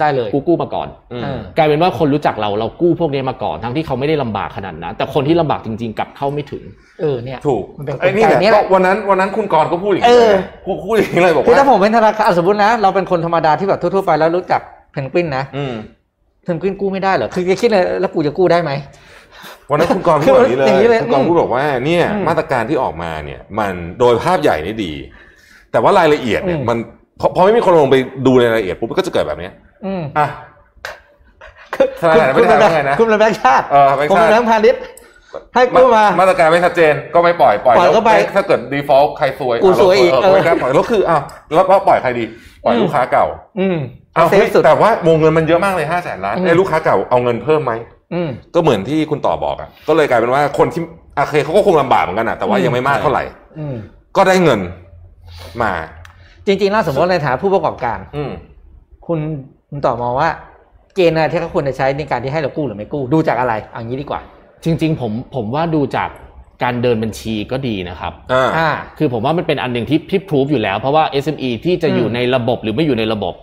[SPEAKER 3] ได้เลย
[SPEAKER 4] กูกู้มาก่อน
[SPEAKER 2] อืม
[SPEAKER 3] เออก
[SPEAKER 4] ลายเป็นว่าคนรู้จักเราเรากู้พวกนี้มาก่อนทั้งที่เขาไม่ได้ลำบากขนาดนั้นแต่คนที่ลำบากจริง ๆ กลับเข้าไม่ถึง
[SPEAKER 3] เออเนี่ย
[SPEAKER 2] ถูก
[SPEAKER 3] มันเป็น
[SPEAKER 2] ไอ้นี่แหละ
[SPEAKER 3] กลไกนี่แหละ
[SPEAKER 2] ก็วันนั้นวันนั้นคุณกรณ์ก็พูดอย่างนี้
[SPEAKER 3] เออ
[SPEAKER 2] เลยกูพูดอย่างนี้เลยบอก
[SPEAKER 3] คือถ้า
[SPEAKER 2] ว่า
[SPEAKER 3] ผมเป็นธนาคารอ่ะสมมตินะ เราเป็นคนธรรมดาที่แบบทั่วๆไปแล้วรู้จักเพนกวินนะ
[SPEAKER 2] อืม
[SPEAKER 3] เพนกวินกู้ไม่ได้เหรอคือจะคิดเลยแล้วกูจะกู้ได้ไหม
[SPEAKER 2] วันนั้นคุณกรณ์พูดแบบนี้เล
[SPEAKER 3] คืออย่างนี้เลย ย
[SPEAKER 2] คุณกรณ์พูดบอกว่าเนี่ย
[SPEAKER 3] อืม
[SPEAKER 2] มาตรการที่ออกมาเนี่ย มันโดยภาพใหญ่นี่ดี แต่ว่ารายละเอียดเนี่ย
[SPEAKER 3] อืม
[SPEAKER 2] มันพอพอไม่มีคนลงไปดูในรายละเอียดปุ๊บมันก็จะเกิดแบบเนี้ย
[SPEAKER 3] อืม
[SPEAKER 2] อ่ะ
[SPEAKER 3] คือ
[SPEAKER 2] ธนาคารไม่ได้
[SPEAKER 3] คุณเป็น
[SPEAKER 2] ว่าไงนะ
[SPEAKER 3] คุณเป็นแบงค์ชาติ
[SPEAKER 2] เออแบงค์
[SPEAKER 3] ผม
[SPEAKER 2] ชาติ
[SPEAKER 3] เป็นแบงค์พาณิชย์ ให้กู้มา
[SPEAKER 2] มาตรการไม่ชัดเจนก็ไม่ปล่อยปล่อย
[SPEAKER 3] ปล่อยเข้าไป
[SPEAKER 2] แล้วถ้าเกิด default ใครซวย
[SPEAKER 3] กูซวยอีก
[SPEAKER 2] เาไม่กล้าปล่อยแล้วคืออ้าวแล้วแล้วปล่อยใครดีปล่อย
[SPEAKER 3] อืม
[SPEAKER 2] ลูกค้าเก่า
[SPEAKER 3] อืม
[SPEAKER 2] เอา
[SPEAKER 3] เซ
[SPEAKER 2] เฮ้
[SPEAKER 3] ฟ
[SPEAKER 2] ย
[SPEAKER 3] สุด
[SPEAKER 2] แต่ว่าวงเงินมันเยอะมากเลยห้าแสนล้าน
[SPEAKER 3] อืม
[SPEAKER 2] ไอ้ลูกค้าเก่าเอาเงินเพิ่มไหม
[SPEAKER 3] อืม
[SPEAKER 2] ก็เหมือนที่คุณต่อบอกอ่ะก็เลยกลายเป็นว่าคนที่โอเคเขาก็คงลำบากเหมือนกันอ่ะแต่ว่า
[SPEAKER 3] อืม
[SPEAKER 2] ยังไม่มากเท่าไหร่
[SPEAKER 3] อืม
[SPEAKER 2] ก็ได้เงินมา
[SPEAKER 3] จริงๆแล้วสมมติในฐานะผู้ประกอบการ
[SPEAKER 2] อืม
[SPEAKER 3] คุณคุณตอบมองว่า เกณฑ์อะไรที่เขาควรจะใช้ในการที่ให้เรากู้หรือไม่กู้ดูจากอะไรเอย่างนี้ดีกว่า
[SPEAKER 4] จริง ๆ ผมผมว่าดูจากการเดินบัญชีก็ดีนะครับ
[SPEAKER 2] อ่า
[SPEAKER 3] อ่า
[SPEAKER 4] คือผมว่ามันเป็นอันหนึ่งที่พิพูฟอยู่แล้ว เพราะว่า SME ที่จะอยู่
[SPEAKER 3] อืม
[SPEAKER 4] ในระบบหรือไม่อยู่ในระบบ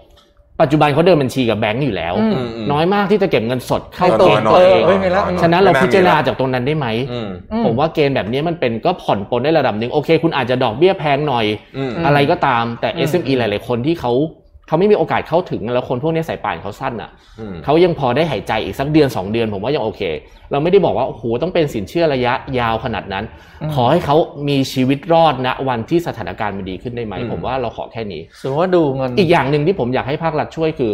[SPEAKER 4] ปัจจุบันเขาเดินบัญชีกับแบงก์อยู่แล้ว
[SPEAKER 3] อืม
[SPEAKER 4] น้อยมากที่จะเก็บเงินสดเข้า
[SPEAKER 3] ไอ้
[SPEAKER 4] เก
[SPEAKER 3] ตัว
[SPEAKER 4] ณฑ์
[SPEAKER 2] น้อ
[SPEAKER 4] ตัวย
[SPEAKER 2] น้ย
[SPEAKER 4] เอง
[SPEAKER 3] เฮ้ยไม่ละ
[SPEAKER 2] น้อย
[SPEAKER 4] ฉะนั้นเรา
[SPEAKER 2] ไม่น่า
[SPEAKER 4] พิจารณา
[SPEAKER 2] มีละ
[SPEAKER 4] จากตรงนั้นได้ไหม
[SPEAKER 2] อืม
[SPEAKER 3] อื
[SPEAKER 4] ผมว่าเกณฑ์แบบนี้มันเป็นก็ผ่อนปลนได้ระดับหนึ่งโอเค คุณอาจจะดอกเบี้ยแพงหน่อย
[SPEAKER 2] อืม
[SPEAKER 4] อะไรก็ตามแต่
[SPEAKER 3] อืม
[SPEAKER 4] SME หลาย ๆ คนที่เขาเขาไม่มีโอกาสเข้าถึงแล้วคนพวกนี้สายป่านเขาสั้นอ่ะ
[SPEAKER 2] อืม
[SPEAKER 4] เขายังพอได้หายใจอีกสักเดือน 2 เดือน ผมว่ายังโอเค เราไม่ได้บอกว่าโอ้โหต้องเป็นสินเชื่อระยะยาวขนาดนั้น
[SPEAKER 3] อืม
[SPEAKER 4] ขอให้เขามีชีวิตรอดณวันที่สถานการณ์มันดีขึ้นได้ไหม
[SPEAKER 2] อืม
[SPEAKER 4] ผมว่าเราขอแค่นี้
[SPEAKER 3] สมมติว่าดูเงิน
[SPEAKER 4] อีกอย่างหนึ่งที่ผมอยากให้ภาครัฐช่วยคือ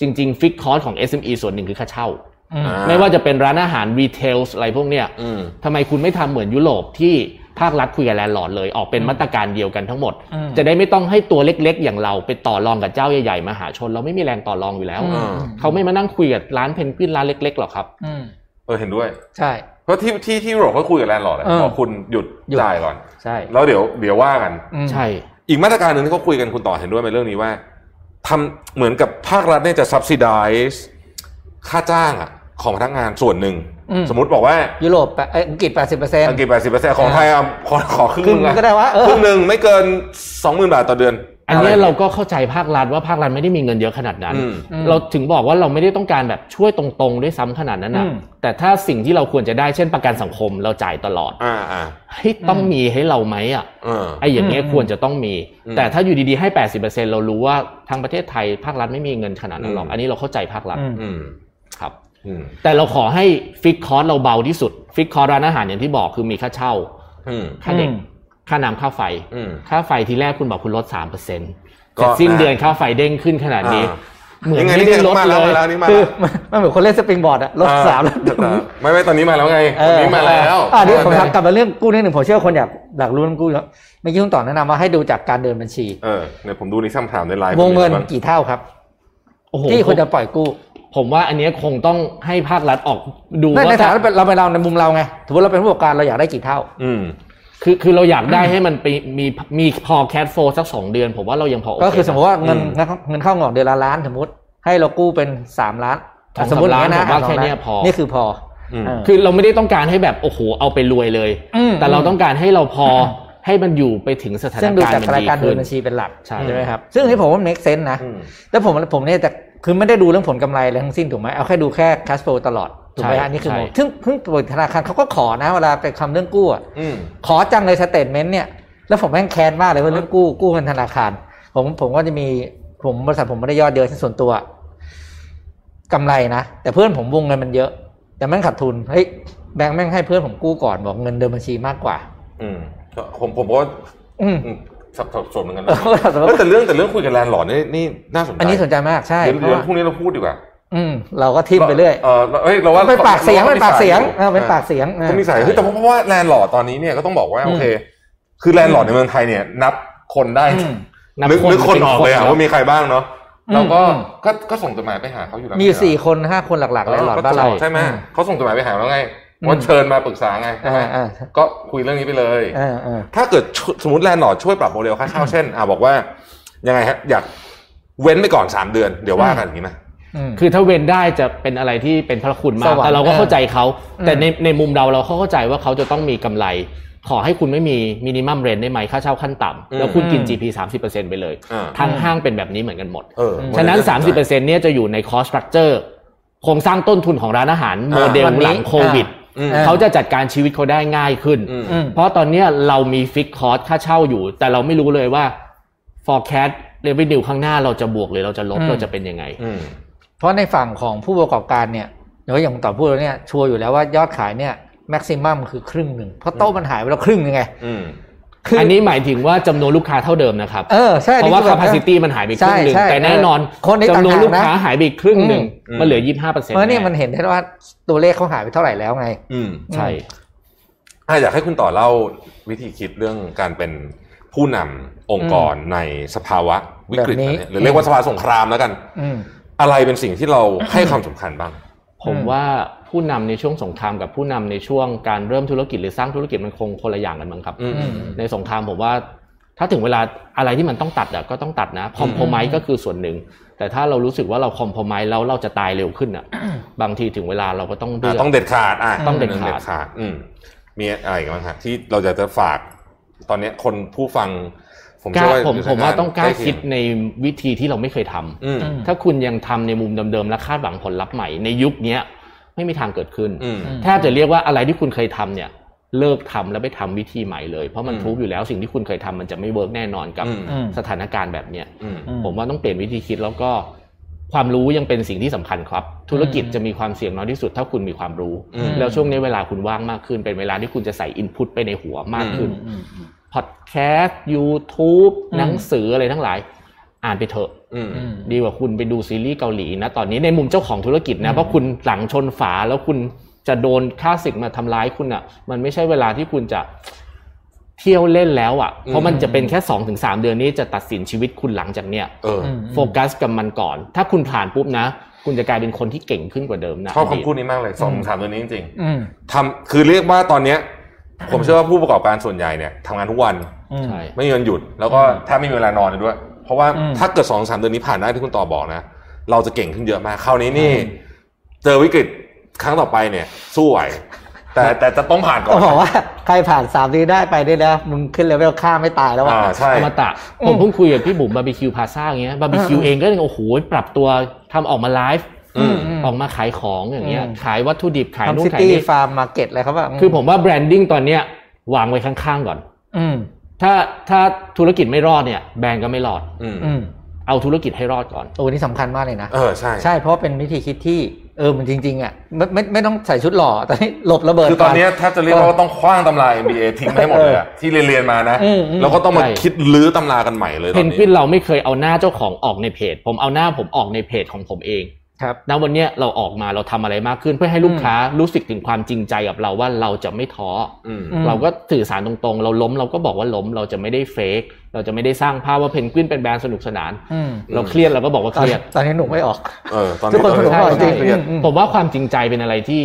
[SPEAKER 4] จริง ๆ ฟิกคอร์สของ SME ส่วนหนึ่งคือค่าเช่า
[SPEAKER 3] อืม
[SPEAKER 2] อ่า
[SPEAKER 4] ไม่ว่าจะเป็นร้านอาหารรีเทลอะไรพวกเนี้ย
[SPEAKER 2] อืม
[SPEAKER 4] ทำไมคุณไม่ทำเหมือนยุโรปที่ภาครัฐคุยกับแลนด์ลอร์ดเลยออกเป็น
[SPEAKER 3] อืม
[SPEAKER 4] มาตรการเดียวกันทั้งหมด
[SPEAKER 3] อืม
[SPEAKER 4] จะได้ไม่ต้องให้ตัวเล็กๆ อย่างเราไปต่อรองกับเจ้าใหญ่ๆมหาชน เราไม่มีแรงต่อรองอยู่แล้ว
[SPEAKER 3] อืม
[SPEAKER 4] เขาไม่มานั่งคุยกับร้านเพนกวินร้านเล็กๆหรอกครับ
[SPEAKER 3] อืม
[SPEAKER 2] เออเห็นด้วย
[SPEAKER 3] ใช่
[SPEAKER 2] เพราะที่ที่ที่ยุโรปเขาคุยกับแลนด์ลอร์ดอะ
[SPEAKER 3] เออ
[SPEAKER 2] บอกคุณหยุด
[SPEAKER 3] หยุด
[SPEAKER 2] จ่ายก่อน
[SPEAKER 3] ใช่
[SPEAKER 2] แล้วเดี๋ยวเดี๋ยวว่ากัน
[SPEAKER 3] อืม
[SPEAKER 4] ใช่
[SPEAKER 2] อีกมาตรการหนึ่งที่เขาคุยกันคุณต่อเห็นด้วยไหมเรื่องนี้ว่าทำเหมือนกับภาครัฐเนี่ยจะ subsidize ค่าจ้างอะของพนักงานส่วนหนึ่ง
[SPEAKER 3] อืม
[SPEAKER 2] สมมติบอกว่า
[SPEAKER 3] ยุโรปแปดเอ้ยอังกฤษแปดสิบเปอร์เซ็นต์
[SPEAKER 2] อังกฤษ 80%ของไทยอะขอขอครึ่ง
[SPEAKER 3] ค
[SPEAKER 2] ห
[SPEAKER 3] รึ่ง
[SPEAKER 2] นึงอะ
[SPEAKER 3] ก็ได้ว่าเออ
[SPEAKER 2] ครึ่งหนึ่งไม่เกิน 20,000 บาทต่อเดือน
[SPEAKER 4] อันเนี้ย
[SPEAKER 2] ะไ
[SPEAKER 4] เราก็เข้าใจภาครัฐว่าภาครัฐไม่ได้มีเงินเยอะขนาดนั้น
[SPEAKER 2] อืม
[SPEAKER 3] อืม
[SPEAKER 4] เราถึงบอกว่าเราไม่ได้ต้องการแบบช่วยตรงๆด้วยซ้ำขนาดนั้นนะ
[SPEAKER 3] อืม
[SPEAKER 4] แต่ถ้าสิ่งที่เราควรจะได้เช่นประกันสังคมเราจ่ายตลอด
[SPEAKER 2] อ่าอ่า
[SPEAKER 4] เฮ้ยต้องมีให้เราไหมอ่ะ
[SPEAKER 2] เออ
[SPEAKER 4] ไอ้อย่างเงี้ย
[SPEAKER 3] อืม
[SPEAKER 4] ควรจะต้องมี
[SPEAKER 2] อืม
[SPEAKER 4] แต่ถ้าอยู่ดีๆให้ 80%เรารู้ว่าทางประเทศไทยภาครัฐไม่มีเงินขนาดนั้นหรอก
[SPEAKER 2] อืม
[SPEAKER 4] อันนี้เราเข้าใจภาครัฐ
[SPEAKER 3] อืม
[SPEAKER 2] อืม
[SPEAKER 4] ครับ
[SPEAKER 2] อืม
[SPEAKER 4] แต่เราขอให้ฟิกคอร์สเราเบาที่สุด ฟิกคอร์สร้านอาหารอย่างที่บอกคือมีค่าเช่า
[SPEAKER 2] อืม
[SPEAKER 4] ค่าเด็ก
[SPEAKER 3] อืม
[SPEAKER 4] ค่าน้ำค่าไฟ
[SPEAKER 2] อืม
[SPEAKER 4] ค่าไฟทีแรกคุณบอกคุณลด 3%
[SPEAKER 2] ก็
[SPEAKER 4] แต่สิ้นเดือน
[SPEAKER 2] นะ
[SPEAKER 4] ค่าไฟเด้งขึ้นขนาดนี้
[SPEAKER 2] อ่า
[SPEAKER 4] เหมือน
[SPEAKER 2] ยังไง
[SPEAKER 4] ไม่
[SPEAKER 2] นี่
[SPEAKER 4] ได้
[SPEAKER 2] เนี่ย
[SPEAKER 4] ลด
[SPEAKER 2] มา
[SPEAKER 4] เล
[SPEAKER 2] แล้ว
[SPEAKER 4] ย
[SPEAKER 2] มาแล้วนี่มา
[SPEAKER 3] คื
[SPEAKER 2] แล้ว
[SPEAKER 3] อ มันมันเหมือนคนเล่นสปริงบอร์ดอะลดสามลดหนึ่ง
[SPEAKER 2] ไม่ไม่ตอนนี้มาแล้วไงตอนนี้มาแล้ว
[SPEAKER 3] เอออ่ะเดี๋ยวผมกลับมาเรื่องกู้นิดหนึ่งผมเชื่อคนอยากอยากรู้เรื่องกู้เยอะเมื่อกี้คุณต่อแนะนำว่าให้ดูจากการเดินบัญชี
[SPEAKER 2] เออเนี่ยผมดูในคำถามในไลน์
[SPEAKER 3] วงเงิน
[SPEAKER 2] ผมมีอะไรบ้า
[SPEAKER 3] กี่เท่าครับ
[SPEAKER 4] โอ้โห
[SPEAKER 3] ที่ควรจะปล่อยกู้
[SPEAKER 4] ผมว่าอันเนี้ยคงต้องให้ภาครัฐออกดู
[SPEAKER 3] ใน
[SPEAKER 4] ว่า
[SPEAKER 3] ในฐานะเราเป็นเราเป็นเราในมุมเราไงถือว่าเราเป็นผู้ประกอบการเราอยากได้กี่เท่า
[SPEAKER 2] อืม
[SPEAKER 4] คือคือเราอยากได้ให้มันไปมีมีพอแคดโฟสักสองเดือน ผมว่าเรายังพอโอเค
[SPEAKER 3] ก็คือสมมติว่าเงิน
[SPEAKER 2] อืม
[SPEAKER 3] เงินเข้าเงินเข้าออกเดือนละล้านสมมติให้เรากู้เป็นสามล้าน
[SPEAKER 4] สอ
[SPEAKER 3] ส
[SPEAKER 4] ง
[SPEAKER 3] ม
[SPEAKER 4] สาม
[SPEAKER 3] มติ
[SPEAKER 4] ล้าน
[SPEAKER 3] อย่ง
[SPEAKER 4] ผ
[SPEAKER 3] เงี้
[SPEAKER 4] มว่า
[SPEAKER 3] ยะ
[SPEAKER 4] แค่เนี้ยพอ
[SPEAKER 3] นี่คือพออ
[SPEAKER 2] อืม
[SPEAKER 3] เออ
[SPEAKER 4] คือเราไม่ได้ต้องการให้แบบโอ้โหเอาไปรวยเลย
[SPEAKER 3] อืม
[SPEAKER 4] แต่เราต้องการให้เราพอให้มันอยู่ไปถึงสถาน
[SPEAKER 3] ซึ่งดู
[SPEAKER 4] การ
[SPEAKER 3] จาก
[SPEAKER 4] ณ์
[SPEAKER 3] สถานการณ์
[SPEAKER 4] มั
[SPEAKER 3] เดิ
[SPEAKER 4] ดี
[SPEAKER 3] น
[SPEAKER 4] ขึ้
[SPEAKER 3] บัญชีเป็นหลัก
[SPEAKER 4] ใช่
[SPEAKER 3] ใช่ไหมครับซึ่งอันนี่ผมว่า make sense นะ
[SPEAKER 2] อืม
[SPEAKER 3] แล้วผมผมเนี่ยแต่คือไม่ได้ดูเรื่องผลกำไรอะไรทั้งสิ้นถูกไหมเอาแค่ดูแค่ cash flow ตลอดถูกไหม
[SPEAKER 4] ใช่
[SPEAKER 3] ฮะอันนี่คือ
[SPEAKER 4] ใช่
[SPEAKER 3] ผมซึ่งเพิ่งเปิดธนาคารเขาก็ขอนะเวลาไปทำเรื่องกู้อะ
[SPEAKER 2] อืม
[SPEAKER 3] ขอจังเลยสเตทเมนต์เนี่ยแล้วผมแม่งแค้นมากเลยว่าเรื่องกู้กู้เงินธนาคาร ผมผมก็จะมีผมบริษัทผมไม่ได้ยอดเยอะส่วนตัวกำไรนะแต่เพื่อนผมวงเงินมันเยอะ แต่แม่งขาดทุนเฮ้ยแบงค์แม่งให้เพื่อนผมกู้ก่อนบอกเงินเดิมบัญชีมากกว่า
[SPEAKER 2] อืมก็ผมผมก็
[SPEAKER 3] อืม
[SPEAKER 2] อืมสับสับสนเหมือนกัน
[SPEAKER 3] เอ
[SPEAKER 2] นะ
[SPEAKER 3] อสับสน
[SPEAKER 2] เออแต่เรื่องแต่เรื่องคุยกับแลนด์หลอร์ดนี่นี่น่าสนใจ
[SPEAKER 3] อันนี้สนใจมากใช่
[SPEAKER 2] เดี๋ยว
[SPEAKER 3] เพราะ
[SPEAKER 2] เดี๋ยว
[SPEAKER 3] ว่า
[SPEAKER 2] พรุ่งนี้เราพูดดีกว่า
[SPEAKER 3] อืม เราก็ทิมไปเรื่อย
[SPEAKER 2] เออเฮ้ยเราว่า
[SPEAKER 3] เป็นปากเสียง
[SPEAKER 2] ร
[SPEAKER 3] เป็นปากเสียง
[SPEAKER 2] ร
[SPEAKER 3] เออเป็นปากเสียง
[SPEAKER 2] ก็มีสายเฮ้ยแต่เพราะเพราะว่าแลนด์หลอร์ดตอนนี้เนี่ยก็ต้องบอกว่า
[SPEAKER 3] อืม
[SPEAKER 2] โอเค คือแลนด์หลอร์ดในเมืองไทยเนี่ย นับคนได้
[SPEAKER 3] อืม
[SPEAKER 4] นับ
[SPEAKER 2] นึกนึกคนออกเลยอะ
[SPEAKER 4] ป็นคน
[SPEAKER 2] ว่ามีใครบ้างเนาะ
[SPEAKER 3] อืม
[SPEAKER 2] แล้วก็
[SPEAKER 3] อืม
[SPEAKER 2] ก็ก็ส่งจดหมายไปหาเขาอยู่แล้ว
[SPEAKER 3] มีอยู่สี่คนห้าคนหลักๆแล้วหลอดบ้านเรา
[SPEAKER 2] ใช่ไหม
[SPEAKER 3] อืม
[SPEAKER 2] เขาส่งจดหมายไปหาแล้วไง
[SPEAKER 3] อืม
[SPEAKER 2] ว่าเชิญมาปรึกษาไงใช่ไหม
[SPEAKER 3] อ่าอ่า
[SPEAKER 2] ก็คุยเรื่องนี้ไปเลย
[SPEAKER 3] อ่าอ่า
[SPEAKER 2] ถ้าเกิดชสมมติแลนด์ลอร์ดช่วยปรับโมเดลค่าเช่าเช่นอ่าบอกว่า ยังไงฮะอยากเว้นไปก่อนสามเดือน เดี๋ยวว่ากันอย่างนี้ไหม
[SPEAKER 4] คือถ้าเว้นได้จะเป็นอะไรที่เป็นพระคุณมา
[SPEAKER 3] ส
[SPEAKER 4] ก
[SPEAKER 3] วรรค์
[SPEAKER 4] แต่เราก็เข้าใจเขา
[SPEAKER 3] เออ
[SPEAKER 4] แต่ในในมุมเราเราเข้าใจว่าเขาจะต้องมีกำไร ขอให้คุณไม่มีมินิมัมเรนได้ไหมค่าเช่าขั้นต่ำแล้วคุณกิน
[SPEAKER 3] อืม
[SPEAKER 4] GP 30%ไปเลย
[SPEAKER 2] อ่า
[SPEAKER 4] ทั้งห้างเป็นแบบนี้เหมือนกันหมด
[SPEAKER 2] เออ
[SPEAKER 3] อืม
[SPEAKER 4] ฉะนั้น
[SPEAKER 2] โม
[SPEAKER 4] 30%
[SPEAKER 2] ดล
[SPEAKER 4] เนี่ยจะอยู่ในคอสตรั u เจอร์โครงสร้างต้นทุนของร้านอาหารโมเดล
[SPEAKER 3] วันนี้
[SPEAKER 4] หลังโควิด
[SPEAKER 2] อืม
[SPEAKER 3] อ่า
[SPEAKER 4] เขาจะจัดการชีวิตเขาได้ง่ายขึ้น
[SPEAKER 2] อืม
[SPEAKER 3] อืม
[SPEAKER 4] เพราะตอนเนี้ยเรามีฟิกคอสค่าเช่าอยู่ แต่เราไม่รู้เลยว่า forecast revenue ข้างหน้าเราจะบวกหรือเราจะลบ
[SPEAKER 3] อืม
[SPEAKER 4] เราจะเป็นยังไง
[SPEAKER 2] อืม
[SPEAKER 3] เพราะในฝั่งของผู้ประกอบการเนี่ยเดี๋ยวอย่างต่อพูดแล้วเนี่ย ชัวร์อยู่แล้วว่ายอดขายเนี่ยแม็กซิมัมคือครึ่งหนึ่ง เพราะโต๊ะมันหายไปแล้วครึ่งยังไง
[SPEAKER 2] อืม
[SPEAKER 3] คือ
[SPEAKER 4] อันนี้หมายถึงว่าจำนวนลูกค้าเท่าเดิมนะครับ
[SPEAKER 3] เออ ใช่
[SPEAKER 4] เพราะว่า
[SPEAKER 3] อันนี้คือแบบ
[SPEAKER 4] capacity มันหายไปครึ่งหนึ่
[SPEAKER 3] ใช่
[SPEAKER 4] ง
[SPEAKER 3] ใช่
[SPEAKER 4] แต่แน่นอน
[SPEAKER 3] เออคนนี้
[SPEAKER 4] จำนวนลูกค้า
[SPEAKER 3] ต่างหากนะ
[SPEAKER 4] หายไปอีกครึ่งหนึ่ง
[SPEAKER 2] อืม
[SPEAKER 4] มันเหลือ 25%
[SPEAKER 3] เพราะเนี่ย
[SPEAKER 4] แ
[SPEAKER 3] มันเห็นได้ว่าตัวเลขเขาหายไปเท่าไหร่แล้วไง
[SPEAKER 2] อืม
[SPEAKER 4] ใช่
[SPEAKER 3] อืม
[SPEAKER 2] อ่ะอยากให้คุณต่อเล่าวิธีคิดเรื่องการเป็นผู้นำองค์กรในสภาวะวิกฤต
[SPEAKER 3] แบบนี้
[SPEAKER 2] อันเนี้ยหรือเรียกว่าสภาวะสงครามแล้วกัน
[SPEAKER 3] อืม
[SPEAKER 2] อะไรเป็นสิ่งที่เราให้ความสำคัญบ้าง
[SPEAKER 4] ผม
[SPEAKER 3] อืม
[SPEAKER 4] ว่าผู้นำในช่วงสงครามกับผู้นำในช่วงการเริ่มธุรกิจหรือสร้างธุรกิจมันคงคนละอย่างกันมั้งครับ
[SPEAKER 2] อืม
[SPEAKER 3] อืม
[SPEAKER 4] ในสงครามผมว่าถ้าถึงเวลาอะไรที่มันต้องตัดอะก็ต้องตัดนะคอมโพมไ s ์ก็คือส่วนหนึ่ง แต่ถ้าเรารู้สึกว่าเราคอมโพมไ s ์แล้วเราจะตายเร็วขึ้นอะบางทีถึงเวลาเราก็ต้องเลื
[SPEAKER 2] อ่ะ
[SPEAKER 4] อก
[SPEAKER 2] ต้องเด็ดขาดอ่ะ
[SPEAKER 4] ต้องเด็ดขาด
[SPEAKER 2] อืมมีอะไรอีกันบ้างฮะที่เราจะจะฝาก ตอนเนี้ยคนผู้ฟัง ผม
[SPEAKER 4] ก
[SPEAKER 2] เชื่อ
[SPEAKER 4] ล้า
[SPEAKER 2] ว่า
[SPEAKER 4] ผม
[SPEAKER 2] อยู่ใน
[SPEAKER 4] ผมว่าต้องกล้า
[SPEAKER 2] ใเย
[SPEAKER 4] คิดในวิธีที่เราไม่เคยทำ
[SPEAKER 2] อืม
[SPEAKER 4] ถ้าคุณยังทำในมุมเดิมๆและคาดหวังผลลัพธ์ใหม่ในยุคเนี้ยไม่มีทางเกิดขึ้น
[SPEAKER 2] อืม
[SPEAKER 3] อืม
[SPEAKER 4] แทบจะเรียกว่าอะไรที่คุณเคยทำเนี่ยเลิกทำแล้วไปทำวิธีใหม่เลย เพราะมัน
[SPEAKER 2] อืม
[SPEAKER 4] ทุบอยู่แล้วสิ่งที่คุณเคยทำมันจะไม่เวิร์กแน่นอนกับ
[SPEAKER 2] อืม
[SPEAKER 3] อืม
[SPEAKER 4] สถานการณ์แบบเนี้ย
[SPEAKER 2] อืม
[SPEAKER 3] อื
[SPEAKER 4] ผมว่าต้องเปลี่ยนวิธีคิดแล้วก็ความรู้ยังเป็นสิ่งที่สำคัญครับ ธุรกิจจะมีความเสี่ยงน้อยที่สุดถ้าคุณมีความรู้
[SPEAKER 2] อืม
[SPEAKER 4] แล้วช่วงนี้เวลาคุณว่างมากขึ้น เป็นเวลาที่คุณจะใส่อินพุตไปในหัวมากขึ้น
[SPEAKER 3] อืมอืม
[SPEAKER 4] พอดแคสต์ YouTube
[SPEAKER 3] อืม
[SPEAKER 4] หนังสืออะไรทั้งหลาย อ่านไปเถอะ
[SPEAKER 2] อืม
[SPEAKER 3] อืม
[SPEAKER 4] ดีกว่าคุณไปดูซีรีส์เกาหลีนะตอนนี้ในมุมเจ้าของธุรกิจนะเพราะคุณหลังชนฝาแล้วคุณจะโดนค่าศึกมาทำร้ายคุณอ่ะ มันไม่ใช่เวลาที่คุณจะเที่ยวเล่นแล้วอ่ะเพราะมันจะเป็นแค่สองถึงสามเดือนนี้จะตัดสินชีวิตคุณหลังจากเนี้ย
[SPEAKER 2] เอออ
[SPEAKER 3] ม
[SPEAKER 4] โฟกัสกับมันก่อน ถ้าคุณผ่านปุ๊บนะ คุณจะกลายเป็นคนที่เก่งขึ้นกว่าเดิมนะ
[SPEAKER 2] ชอบ
[SPEAKER 4] ดีต
[SPEAKER 2] คำพูดนี้มากเลยสองสามตัวนี้จริง
[SPEAKER 3] อืม
[SPEAKER 2] ๆทำคือเรียกว่าตอนเนี้ย ผมเชื่อว่าผู้ประกอบการส่วนใหญ่เนี่ยทำงานทุกวัน
[SPEAKER 3] อืม
[SPEAKER 4] ใช่
[SPEAKER 2] ไม่มีวันหยุด แล้วก็ถ้าไม่มีเวลานอนเลยด้วย เพราะว่า
[SPEAKER 3] อืม
[SPEAKER 2] ถ้าเกิดสองสามเดือนนี้ผ่านได้ที่คุณต่อบอกนะ เราจะเก่งขึ้นเยอะมาก คราวนี้นี่ เจอวิกฤตครั้งต่อไปเนี่ย สู้ไหว แต่แต่จะต้องผ่านก่อ
[SPEAKER 3] ก็
[SPEAKER 2] น
[SPEAKER 3] บอกว่าใครผ่านสามทีได้ไปได้แล้วมึงขึ้นเลเวลฆ่าไม่ตายแล้วอ่ะ
[SPEAKER 2] อ่าใช่
[SPEAKER 4] อมตะ
[SPEAKER 3] อืม
[SPEAKER 4] ผมเพิ่งคุยกับพี่บุ๋มบาร์บีคิวพาซ่าอย่างเงี้ยบาร์บีคิว
[SPEAKER 3] เออ
[SPEAKER 4] เองก็เลยโอ้โหปรับตัวทำออกมาไลฟ์
[SPEAKER 2] อืม
[SPEAKER 4] ออกมาขายของอย่างเงี้ย
[SPEAKER 3] อืม
[SPEAKER 4] ขายวัตถุดิบขายนู่
[SPEAKER 3] ทำ
[SPEAKER 4] น
[SPEAKER 3] ซิ
[SPEAKER 4] ขาย
[SPEAKER 3] ตี้
[SPEAKER 4] นี่
[SPEAKER 3] ฟาร์มมาร์เก็ตอะไรครับว่า
[SPEAKER 4] คือผมว่าแบรนดิ้งตอนเนี้ยวางไว้ข้างๆก่อน
[SPEAKER 3] อืม
[SPEAKER 4] ถ้าถ้าธุรกิจไม่รอดเนี่ย แบรนด์ก็ไม่รอด
[SPEAKER 2] อืม
[SPEAKER 3] อืม
[SPEAKER 4] เอาธุรกิจให้รอดก่อน
[SPEAKER 3] โอ้นี่สำคัญมากเลยนะ
[SPEAKER 2] เออใช่
[SPEAKER 3] ใช่เพราะว่าเป็นวิธีคิดที่เออมันจริง ๆ อ่ะไม่ไม่ไม่ต้องใส่ชุดหล่อแต่ให้หลบระเบิด
[SPEAKER 2] คือตอน
[SPEAKER 3] ก่
[SPEAKER 2] เนี้ยแทบจะเรียกว่าต้องคว้างตำรา MBA ทิ้งไปให้หมดเลยอะที่เรียนเรียนมานะ
[SPEAKER 3] อืมอืม
[SPEAKER 2] แล้วก็ต้องมา
[SPEAKER 4] ใช่
[SPEAKER 2] คิดลื้อตำรากันใหม่เลย
[SPEAKER 4] เพ
[SPEAKER 2] ตอน
[SPEAKER 4] น
[SPEAKER 2] นี้
[SPEAKER 4] กวินเราไม่เคยเอาหน้าเจ้าของออกในเพจ ผมเอาหน้าผมออกในเพจของผมเอง
[SPEAKER 3] ครับ
[SPEAKER 4] ณวันเนี้ยเราออกมาเราทำอะไรมากขึ้นเพื่อให้ลูกค้ารู้สึกถึงความจริงใจกับเราว่าเราจะไม่ท้อ
[SPEAKER 2] อืม
[SPEAKER 3] อื
[SPEAKER 4] อ
[SPEAKER 3] ม
[SPEAKER 4] เราก็สื่อสารตรงๆ เราล้มเราก็บอกว่าล้มเราจะไม่ได้เฟกเราจะไม่ได้สร้างภาพว่าเพนกวินเป็นแบรนด์สนุกสนาน
[SPEAKER 3] อืม
[SPEAKER 4] เราเครียดเราก็บอกว่า
[SPEAKER 3] ต
[SPEAKER 4] เค
[SPEAKER 3] อน
[SPEAKER 4] รียด
[SPEAKER 3] ตอนนี้หนุกไม่ออก
[SPEAKER 2] เออตอน
[SPEAKER 3] ทุ
[SPEAKER 2] นี้
[SPEAKER 3] กคน
[SPEAKER 2] ตอน
[SPEAKER 3] สนุก
[SPEAKER 2] นี้
[SPEAKER 3] มากจ
[SPEAKER 2] ต้อ
[SPEAKER 3] ริ
[SPEAKER 2] ง งเครียด
[SPEAKER 3] อืม
[SPEAKER 4] ผมว่าความจริงใจเป็นอะไรที่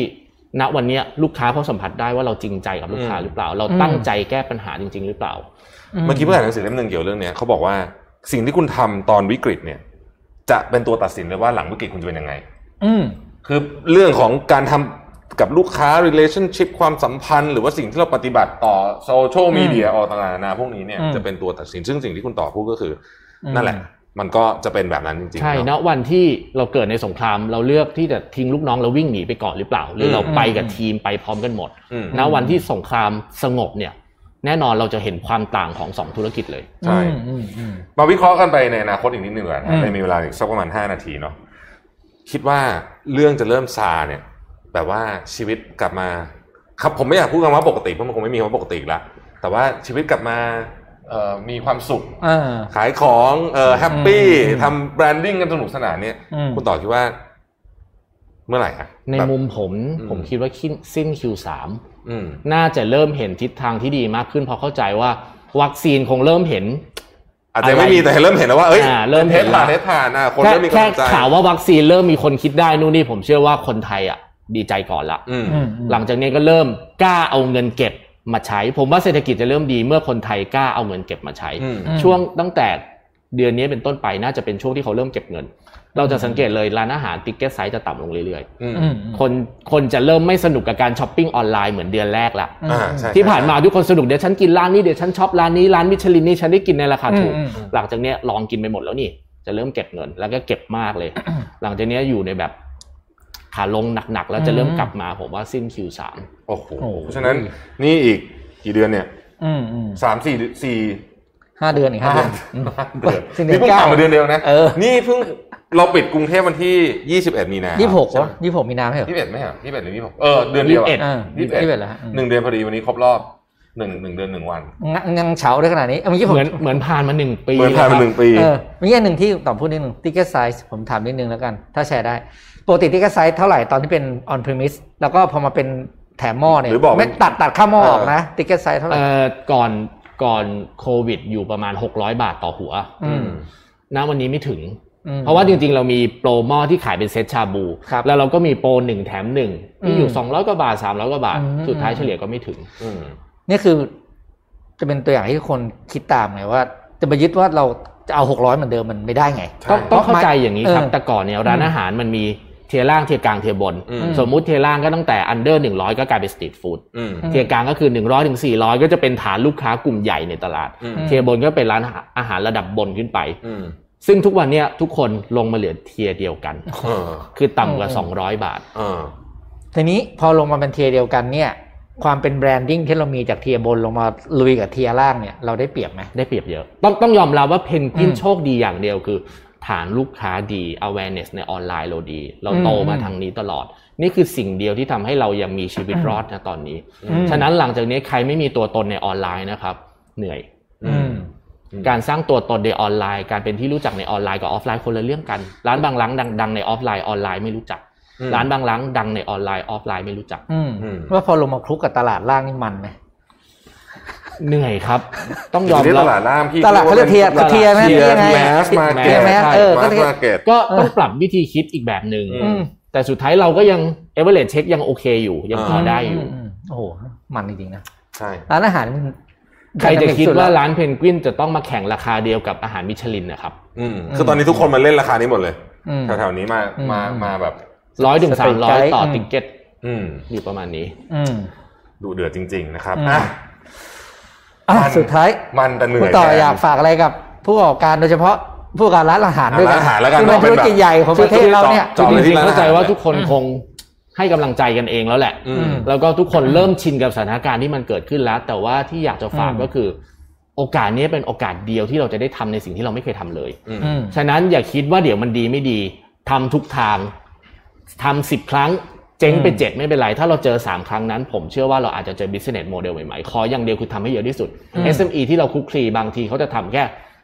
[SPEAKER 4] ณวันเนี้ยลูกค้าเขาสัมผัสได้ว่าเราจริงใจกับลูกค้า
[SPEAKER 2] อืม
[SPEAKER 4] หรือเปล่า เรา
[SPEAKER 3] อืม
[SPEAKER 4] ตั้งใจแก้ปัญหาจริง ๆ หรือเปล่า
[SPEAKER 2] เมื่อกี้เพิ่งอ่านหนังสือเล่มหนึ่งเกี่ยวเรื่องเนี้ยเขาบอกว่าสิ่งที่คุณทำตอนวิกฤตเนี่ย จะเป็นตัวตัดสินเลยว่าหลังวิกฤตคุณจะเป็นยังไง
[SPEAKER 3] อืม
[SPEAKER 2] คือเรื่องของการทำกับลูกค้า relationship ความสัมพันธ์ หรือว่าสิ่งที่เราปฏิบัติต่อโซเชียลมีเดียออกต่างๆนานาพวกนี้เนี่ย
[SPEAKER 3] อืม
[SPEAKER 2] จะเป็นตัวตัดสินซึ่งสิ่งที่คุณต่อพูดก็คืออ
[SPEAKER 3] ม
[SPEAKER 2] นั่นแหละ มันก็จะเป็นแบบนั้นจริงๆ
[SPEAKER 4] ใช่ณ
[SPEAKER 2] เนาะ
[SPEAKER 4] วันที่เราเกิดในสงครามเราเลือกที่จะทิ้งลูกน้องเราวิ่งหนีไปก่อนหรือเปล่า หรือเรา
[SPEAKER 2] อืม
[SPEAKER 4] ไปกับทีมไปพร้อมกันหมด
[SPEAKER 2] อืม
[SPEAKER 4] ณวันที่สงครามสงบเนี่ย แน่นอนเราจะเห็นความต่างของสองธุรกิจเลย
[SPEAKER 2] ใช่
[SPEAKER 3] อืมอืมอืม
[SPEAKER 2] มาวิเคราะห์กันไปในอนาคตอีกนิดหนึ่งก่อน
[SPEAKER 3] อืม
[SPEAKER 2] นะมีเวลาอีกสักประมาณห้านาทีเนาะคิดว่าเรื่องจะเริ่มซาเนี่ย แบบว่าชีวิตกลับมา ครับผมไม่อยากพูดคำว่าปกติเพราะมันคงไม่มีคำว่าปกติอีกละแต่ว่าชีวิตกลับมาเอ่อมีความสุข
[SPEAKER 3] อ่า
[SPEAKER 2] ขายของเอ่อแฮปปี้
[SPEAKER 3] อืม
[SPEAKER 2] ทำแบรนดิ้งกันสนุกสนานเนี่ย
[SPEAKER 3] อืม
[SPEAKER 2] คุณต่อคิดว่า เมื่อไหร่ฮะ
[SPEAKER 4] ใน
[SPEAKER 2] แบบ
[SPEAKER 4] มุมผม
[SPEAKER 2] อืม
[SPEAKER 4] ผมคิดว่าคิดสิ้น Q3
[SPEAKER 2] อืม
[SPEAKER 4] น่าจะเริ่มเห็นทิศทางที่ดีมากขึ้นเพราะเข้าใจว่าวัคซีนคงเริ่มเห็น
[SPEAKER 2] อาจจะยังไม่มี
[SPEAKER 4] อะไร
[SPEAKER 2] แต่เริ่มเห็นแล้วว่าเอ้ย
[SPEAKER 4] อ่าเริ่ม
[SPEAKER 2] เท
[SPEAKER 4] เห็
[SPEAKER 2] ส
[SPEAKER 4] น
[SPEAKER 2] ผ่านเท
[SPEAKER 4] แล้ว
[SPEAKER 2] สผ่านอ่ะคน
[SPEAKER 4] แค่
[SPEAKER 2] เริ่มมี
[SPEAKER 4] แค่
[SPEAKER 2] กำลังใจ
[SPEAKER 4] ข่าวว่าวัคซีนเริ่มมีคนคิดได้นู่นนี่ผมเชื่อว่าคนไทยอ่ะดีใจก่อนละ
[SPEAKER 2] อืม
[SPEAKER 3] อืม
[SPEAKER 4] หลังจากนี้ก็เริ่มกล้าเอาเงินเก็บมาใช้ ผมว่าเศรษฐกิจจะเริ่มดีเมื่อคนไทยกล้าเอาเงินเก็บมาใช้
[SPEAKER 2] อืม
[SPEAKER 4] ช่วงตั้งแต่เดือนนี้เป็นต้นไปน่าจะเป็นช่วงที่เขาเริ่มเก็บเงิน เราจะสังเกตเลยร้านอาหารติกเก็ตไซส์จะต่ำลงเรื่อย
[SPEAKER 2] อืม
[SPEAKER 3] อืม
[SPEAKER 4] ๆ คนคนจะเริ่มไม่สนุกกับการช้อปปิ้งออนไลน์เหมือนเดือนแรกละ
[SPEAKER 3] อืม
[SPEAKER 2] อ่าใช่
[SPEAKER 4] ที่ผ่านมาทุกคนสนุกเดี๋ยวฉันกินร้านนี้เดี๋ยวฉันช็อปร้านนี้ร้านมิชลินนี่ฉันได้กินในราคาถูก
[SPEAKER 3] อืมอืม
[SPEAKER 4] หลังจากเนี้ยลองกินไปหมดแล้วนี่จะเริ่มเก็บเงินแล้วก็เก็บมากเลย หลังจากเนี้ยอยู่ในแบบขาลงหนักๆแล้วจะเริ่มกลับมาผมว่าสิ้น Q3
[SPEAKER 2] โอ้โห
[SPEAKER 3] โอ้โห
[SPEAKER 2] เพราะฉะนั้นนี่อีกกี่เดือนเนี่ย
[SPEAKER 3] อืมอืม
[SPEAKER 2] สามสี่สี่
[SPEAKER 3] ห้าเดือนอีกห้าเดือน
[SPEAKER 2] เดือน
[SPEAKER 3] สิ้นเดือน
[SPEAKER 2] นี่เพิ่งผ่านมาเดือนเดียวนะ
[SPEAKER 3] เออ
[SPEAKER 2] นี่เพิ่งเราปิดกรุงเทพวันที่ยี่สิบเอ็ดมีนา
[SPEAKER 3] ยี่สิบหก
[SPEAKER 2] ใช่ไ
[SPEAKER 3] วะยี่สิบหกมีนาไหมเหรอ
[SPEAKER 2] ยี่สิบเอ็ดไหมฮะยี่สิบเอ็ดหรือยี่สิบหกเออเดือนเดียวอะ
[SPEAKER 3] อ่า
[SPEAKER 2] ยี่สิ
[SPEAKER 3] ยี่สิ
[SPEAKER 2] บเอ็ด
[SPEAKER 3] บเอ็ดแล้วฮะ
[SPEAKER 2] หนึ่งเดือนพอดีวันนี้ครบรอบหนึ่งหนึ่งเดือนหนึ่งวัน
[SPEAKER 3] งันงันเฉาได้ขนาดนี้เออเมื่อกี้ผม
[SPEAKER 4] เหมือนเหมือนผ่านมาหนึ่งปี
[SPEAKER 2] เหมือนผ่านมา
[SPEAKER 4] ะครับ
[SPEAKER 2] หนึ่งปี
[SPEAKER 3] เออมีอย่างหนึ่งที่ตอบพูดนิดหนึ่ง ticket size ผมถามนิดนึงแล้วกัน ถ้าแชร์ได้ ปกติ ticket size เท่าไหร่ตอนที่เป็น on premise แล้วก็พอมาเป็น แถมหม้อเนี่ย
[SPEAKER 2] หรือบอก
[SPEAKER 3] ไม่ตัดตัดค่าหม้อ
[SPEAKER 2] เออ
[SPEAKER 3] ออกนะ ติ๊กเก็ตไซส์เท่าไหร่
[SPEAKER 4] เอ่อก่อนก่อนโควิดอยู่ประมาณ 600 บาทต่อหัว
[SPEAKER 3] อืม
[SPEAKER 4] ณวันนี้ไม่ถึง
[SPEAKER 3] อืม
[SPEAKER 4] เพราะว่าจริงๆ เรามีโปรหม้อที่ขายเป็นเซตชาบู
[SPEAKER 3] ครับ
[SPEAKER 4] แล้วเราก็มีโปรหนึ่งแถมหนึ่งที่อยู่
[SPEAKER 3] อืม
[SPEAKER 4] 200 กว่าบาท 300 กว่าบาท
[SPEAKER 3] อืม
[SPEAKER 4] สุดท้ายเฉลี่ยก็ไม่ถึง
[SPEAKER 2] อืม
[SPEAKER 3] นี่คือจะเป็นตัวอย่างที่คนคิดตามไงว่า จะไปยึดว่าเราจะเอาหกร้อยเหมือนเดิมมันไม่ได้ไง
[SPEAKER 2] ใช่
[SPEAKER 4] ต้องต้องเข้าใจอย่างนี้ครับ
[SPEAKER 3] เออ
[SPEAKER 4] แต่ก่อนเนี่ยร้านอาหารมันมีเทียร์ล่างเทียร์กลางเทียร์บน
[SPEAKER 2] อืม
[SPEAKER 4] สมมุติเทียร์ล่างก็ตั้งแต่อันเดอร์หนึ่งร้อยก็กลายเป็นสตรีทฟู้ด
[SPEAKER 2] อืม
[SPEAKER 3] ม
[SPEAKER 4] เทียร์กลางก็คือหนึ่งร้อยถึงสี่ร้อยก็จะเป็นฐานลูกค้ากลุ่มใหญ่ในตลาด
[SPEAKER 2] อืม
[SPEAKER 4] เทียร์บนก็เป็นร้านอาหารอาหารระดับบนขึ้นไป
[SPEAKER 2] อืม
[SPEAKER 4] ซึ่งทุกวันเนี้ยทุกคนลงมาเหลือเทียร์เดียวกัน
[SPEAKER 2] เออ
[SPEAKER 4] คือต่ำกว่า
[SPEAKER 3] อืม
[SPEAKER 4] สองร้อยบาท
[SPEAKER 2] เออ
[SPEAKER 3] ทีนี้พอลงมาเป็นเทียร์เดียวกันเนี่ย ความเป็นแบรนดิ้งที่เรามีจากเทียร์บนลงมาลุยกับเทียร์ล่างเนี่ยเราได้เปรียบไหม
[SPEAKER 4] ได้เปรียบเยอะ ต้องต้องยอมรับว่าเพนกวิน
[SPEAKER 3] อืม
[SPEAKER 4] โชคดีอย่างเดียวคือ ฐานลูกค้าดี awareness ในออนไลน์เราดี เรา
[SPEAKER 3] อืม
[SPEAKER 4] โตมาทางนี้ตลอด นี่คือสิ่งเดียวที่ทำให้เรายังมีชีวิต
[SPEAKER 3] อืม
[SPEAKER 4] รอดนะตอนนี้
[SPEAKER 2] อืม
[SPEAKER 4] ฉะนั้นหลังจากนี้ใครไม่มีตัวตนในออนไลน์นะครับ เหนื่อย
[SPEAKER 3] อืม
[SPEAKER 2] อืม
[SPEAKER 4] การสร้างตัวตนในออนไลน์ การเป็นที่รู้จักในออนไลน์กับออฟไลน์คนละเรื่องกัน ร้านบางร้านดังดังในออฟไลน์ออนไลน์ไม่รู้จัก
[SPEAKER 2] อืม
[SPEAKER 4] ร้านบางร้านดังในออนไลน์ออฟไลน์ไม่รู้จัก
[SPEAKER 3] อืม
[SPEAKER 2] อืม
[SPEAKER 3] ว่าพอลงมาคลุกกับตลาดล่างนี่มันไหม
[SPEAKER 4] เหนื่อยครับ ต้องยอม
[SPEAKER 2] เรียก
[SPEAKER 4] รั
[SPEAKER 2] ต
[SPEAKER 4] บ
[SPEAKER 2] ลาดล่ามพี่
[SPEAKER 3] ตลาดเขาเรียกเทียร์
[SPEAKER 2] ตลาด
[SPEAKER 3] เทียร์ไหม
[SPEAKER 2] เทีย
[SPEAKER 3] เที
[SPEAKER 2] ร์
[SPEAKER 3] ยร์ไง
[SPEAKER 2] แมสมาเก็ต
[SPEAKER 3] เทียร์แมสเออก็
[SPEAKER 2] มา
[SPEAKER 3] เทียร์
[SPEAKER 2] เก็ต
[SPEAKER 4] ก็ต้องปรับวิธีคิดอีกแบบหนึ่ง
[SPEAKER 2] อืม
[SPEAKER 3] อืม
[SPEAKER 4] แต่สุดท้ายเราก็ยังเอเวอเรสเช็คยังโอเคอยู่ ยังพอได้อยู่
[SPEAKER 3] มมโอ้โหมันจริงๆนะ
[SPEAKER 2] ใช่
[SPEAKER 3] ร้านอาหารมัน
[SPEAKER 4] ใครจะคิดว่า
[SPEAKER 3] ไนมิกสุแล้
[SPEAKER 4] ร้านเพนกวินจะต้องมาแข่งราคาเดียวกับอาหารมิชลินนะครับ
[SPEAKER 2] อืมคือตอนนี้ทุกคนมาเล่นราคานี้หมดเลย
[SPEAKER 3] อืม
[SPEAKER 2] แถวๆนี้มา
[SPEAKER 3] อืม
[SPEAKER 2] มามาแบบ
[SPEAKER 4] ร้อยถึงสามร้อยต่อ
[SPEAKER 3] อืม
[SPEAKER 4] ติกเก็ต
[SPEAKER 2] อืม
[SPEAKER 4] อยู่ประมาณนี้
[SPEAKER 3] อืม
[SPEAKER 2] ดูเดือดจริง ๆ นะครับ
[SPEAKER 3] อืม
[SPEAKER 2] อ่ะ
[SPEAKER 3] อ่ะ
[SPEAKER 2] มัน
[SPEAKER 3] สุดท้าย
[SPEAKER 2] มันแต่เหนื่
[SPEAKER 3] คุ
[SPEAKER 2] อ
[SPEAKER 3] ณ
[SPEAKER 2] ย
[SPEAKER 3] ต่อ
[SPEAKER 2] แทน
[SPEAKER 3] อยากฝากอะไรกับผู้ประกอบการโดยเฉพาะผู้ประกอบการร้านอาหารด้วยกั
[SPEAKER 2] ร้านอาหารแล้วกัน
[SPEAKER 3] ซึ่งเป็
[SPEAKER 2] เนาะเป็
[SPEAKER 3] นธุ
[SPEAKER 2] น
[SPEAKER 3] รกิจ
[SPEAKER 2] แบบ
[SPEAKER 3] ใหญ่ของประเทศเราเนี่ย
[SPEAKER 2] จอด
[SPEAKER 4] จ
[SPEAKER 2] เลยที่
[SPEAKER 4] ริง
[SPEAKER 2] ร้านอาหาร
[SPEAKER 4] ๆเข้าใจว่าทุกคน
[SPEAKER 3] อืม
[SPEAKER 4] คงให้กำลังใจกันเองแล้วแหละ
[SPEAKER 2] อืม
[SPEAKER 4] แล้วก็ทุกคนเริ่มชินกับสถานการณ์ที่มันเกิดขึ้นแล้ว แต่ว่าที่อยากจะฝากก็คือ โอกาสนี้เป็นโอกาสเดียวที่เราจะได้ทำในสิ่งที่เราไม่เคยทำเลย
[SPEAKER 2] อืม
[SPEAKER 3] อืม
[SPEAKER 4] ฉะนั้นอย่าคิดว่าเดี๋ยวมันดีไม่ดีทำทุกทางทำสิบครั้ง เจ๊งไป
[SPEAKER 3] อืม
[SPEAKER 4] เจ็ดไม่เป็นไร ถ้าเราเจอ 3 ครั้งนั้น ผมเชื่อว่าเราอาจจะเจอ business model ใหม่ๆ ขออย่างเดียวคือทำให้เยอะที่สุด SME ที่เราคุกคลีบางทีเขาจะทำแค่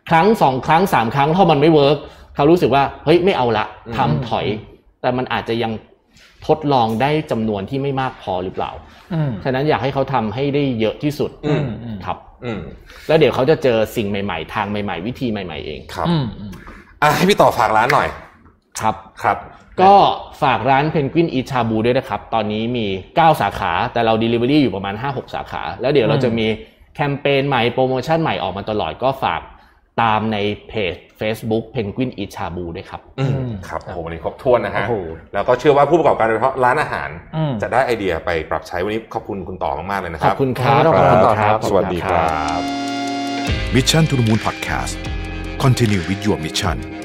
[SPEAKER 4] ครั้ง 2 ครั้ง 3 ครั้งถ้ามันไม่เวิร์กเขารู้สึกว่า เฮ้ย ไม่เอาละทำถอย แต่มันอาจจะยังทดลองได้จำนวนที่ไม่มากพอหรือเปล่า
[SPEAKER 3] อืม
[SPEAKER 4] ฉะนั้นอยากให้เขาทำให้ได้เยอะที่สุด
[SPEAKER 2] อืม
[SPEAKER 4] ครับ
[SPEAKER 2] อืม
[SPEAKER 4] แล้วเดี๋ยวเขาจะเจอสิ่งใหม่ๆ ทางใหม่ๆ วิธีใหม่ ๆเอง
[SPEAKER 2] ครับ
[SPEAKER 3] อืม
[SPEAKER 2] อ่ะให้พี่ต่อฝากร้านหน่อย
[SPEAKER 4] ครับ
[SPEAKER 2] ครับ
[SPEAKER 4] ก็ฝากร้านเพนกวินอีชาบูด้วยนะครับ ตอนนี้มี 9 สาขาแต่เรา Delivery อยู่ประมาณ 5-6 สาขา แล้วเดี๋ยวเราจะมีแคมเปญใหม่โปรโมชั่นใหม่ออกมาตลอดก็ฝากตามในเพจ Facebook Penguin e c h a b u ด้วยครับ
[SPEAKER 2] อืม
[SPEAKER 3] อืม
[SPEAKER 2] ครับโอ้โหวันนี้ครบถ้วนนะฮะ
[SPEAKER 3] โอ้โห
[SPEAKER 2] แล้วก็เชื่อว่าผู้ประกอบการโดยเฉพาะร้านอาหาร
[SPEAKER 3] อืม
[SPEAKER 2] จะได้ไอเดียไปปรับใช้วันนี้ขอบคุณคุณต่อมากๆเลยนะค
[SPEAKER 4] ขอ
[SPEAKER 2] รั
[SPEAKER 4] บบ คุณครับ
[SPEAKER 3] ขอบคุณครับ
[SPEAKER 4] ขอณ
[SPEAKER 2] สวัสดีครับ
[SPEAKER 1] มิชชั่นทุ h มูลพอดแคสต์คอนติเนียร์วิดีโอมิชชั่น Mission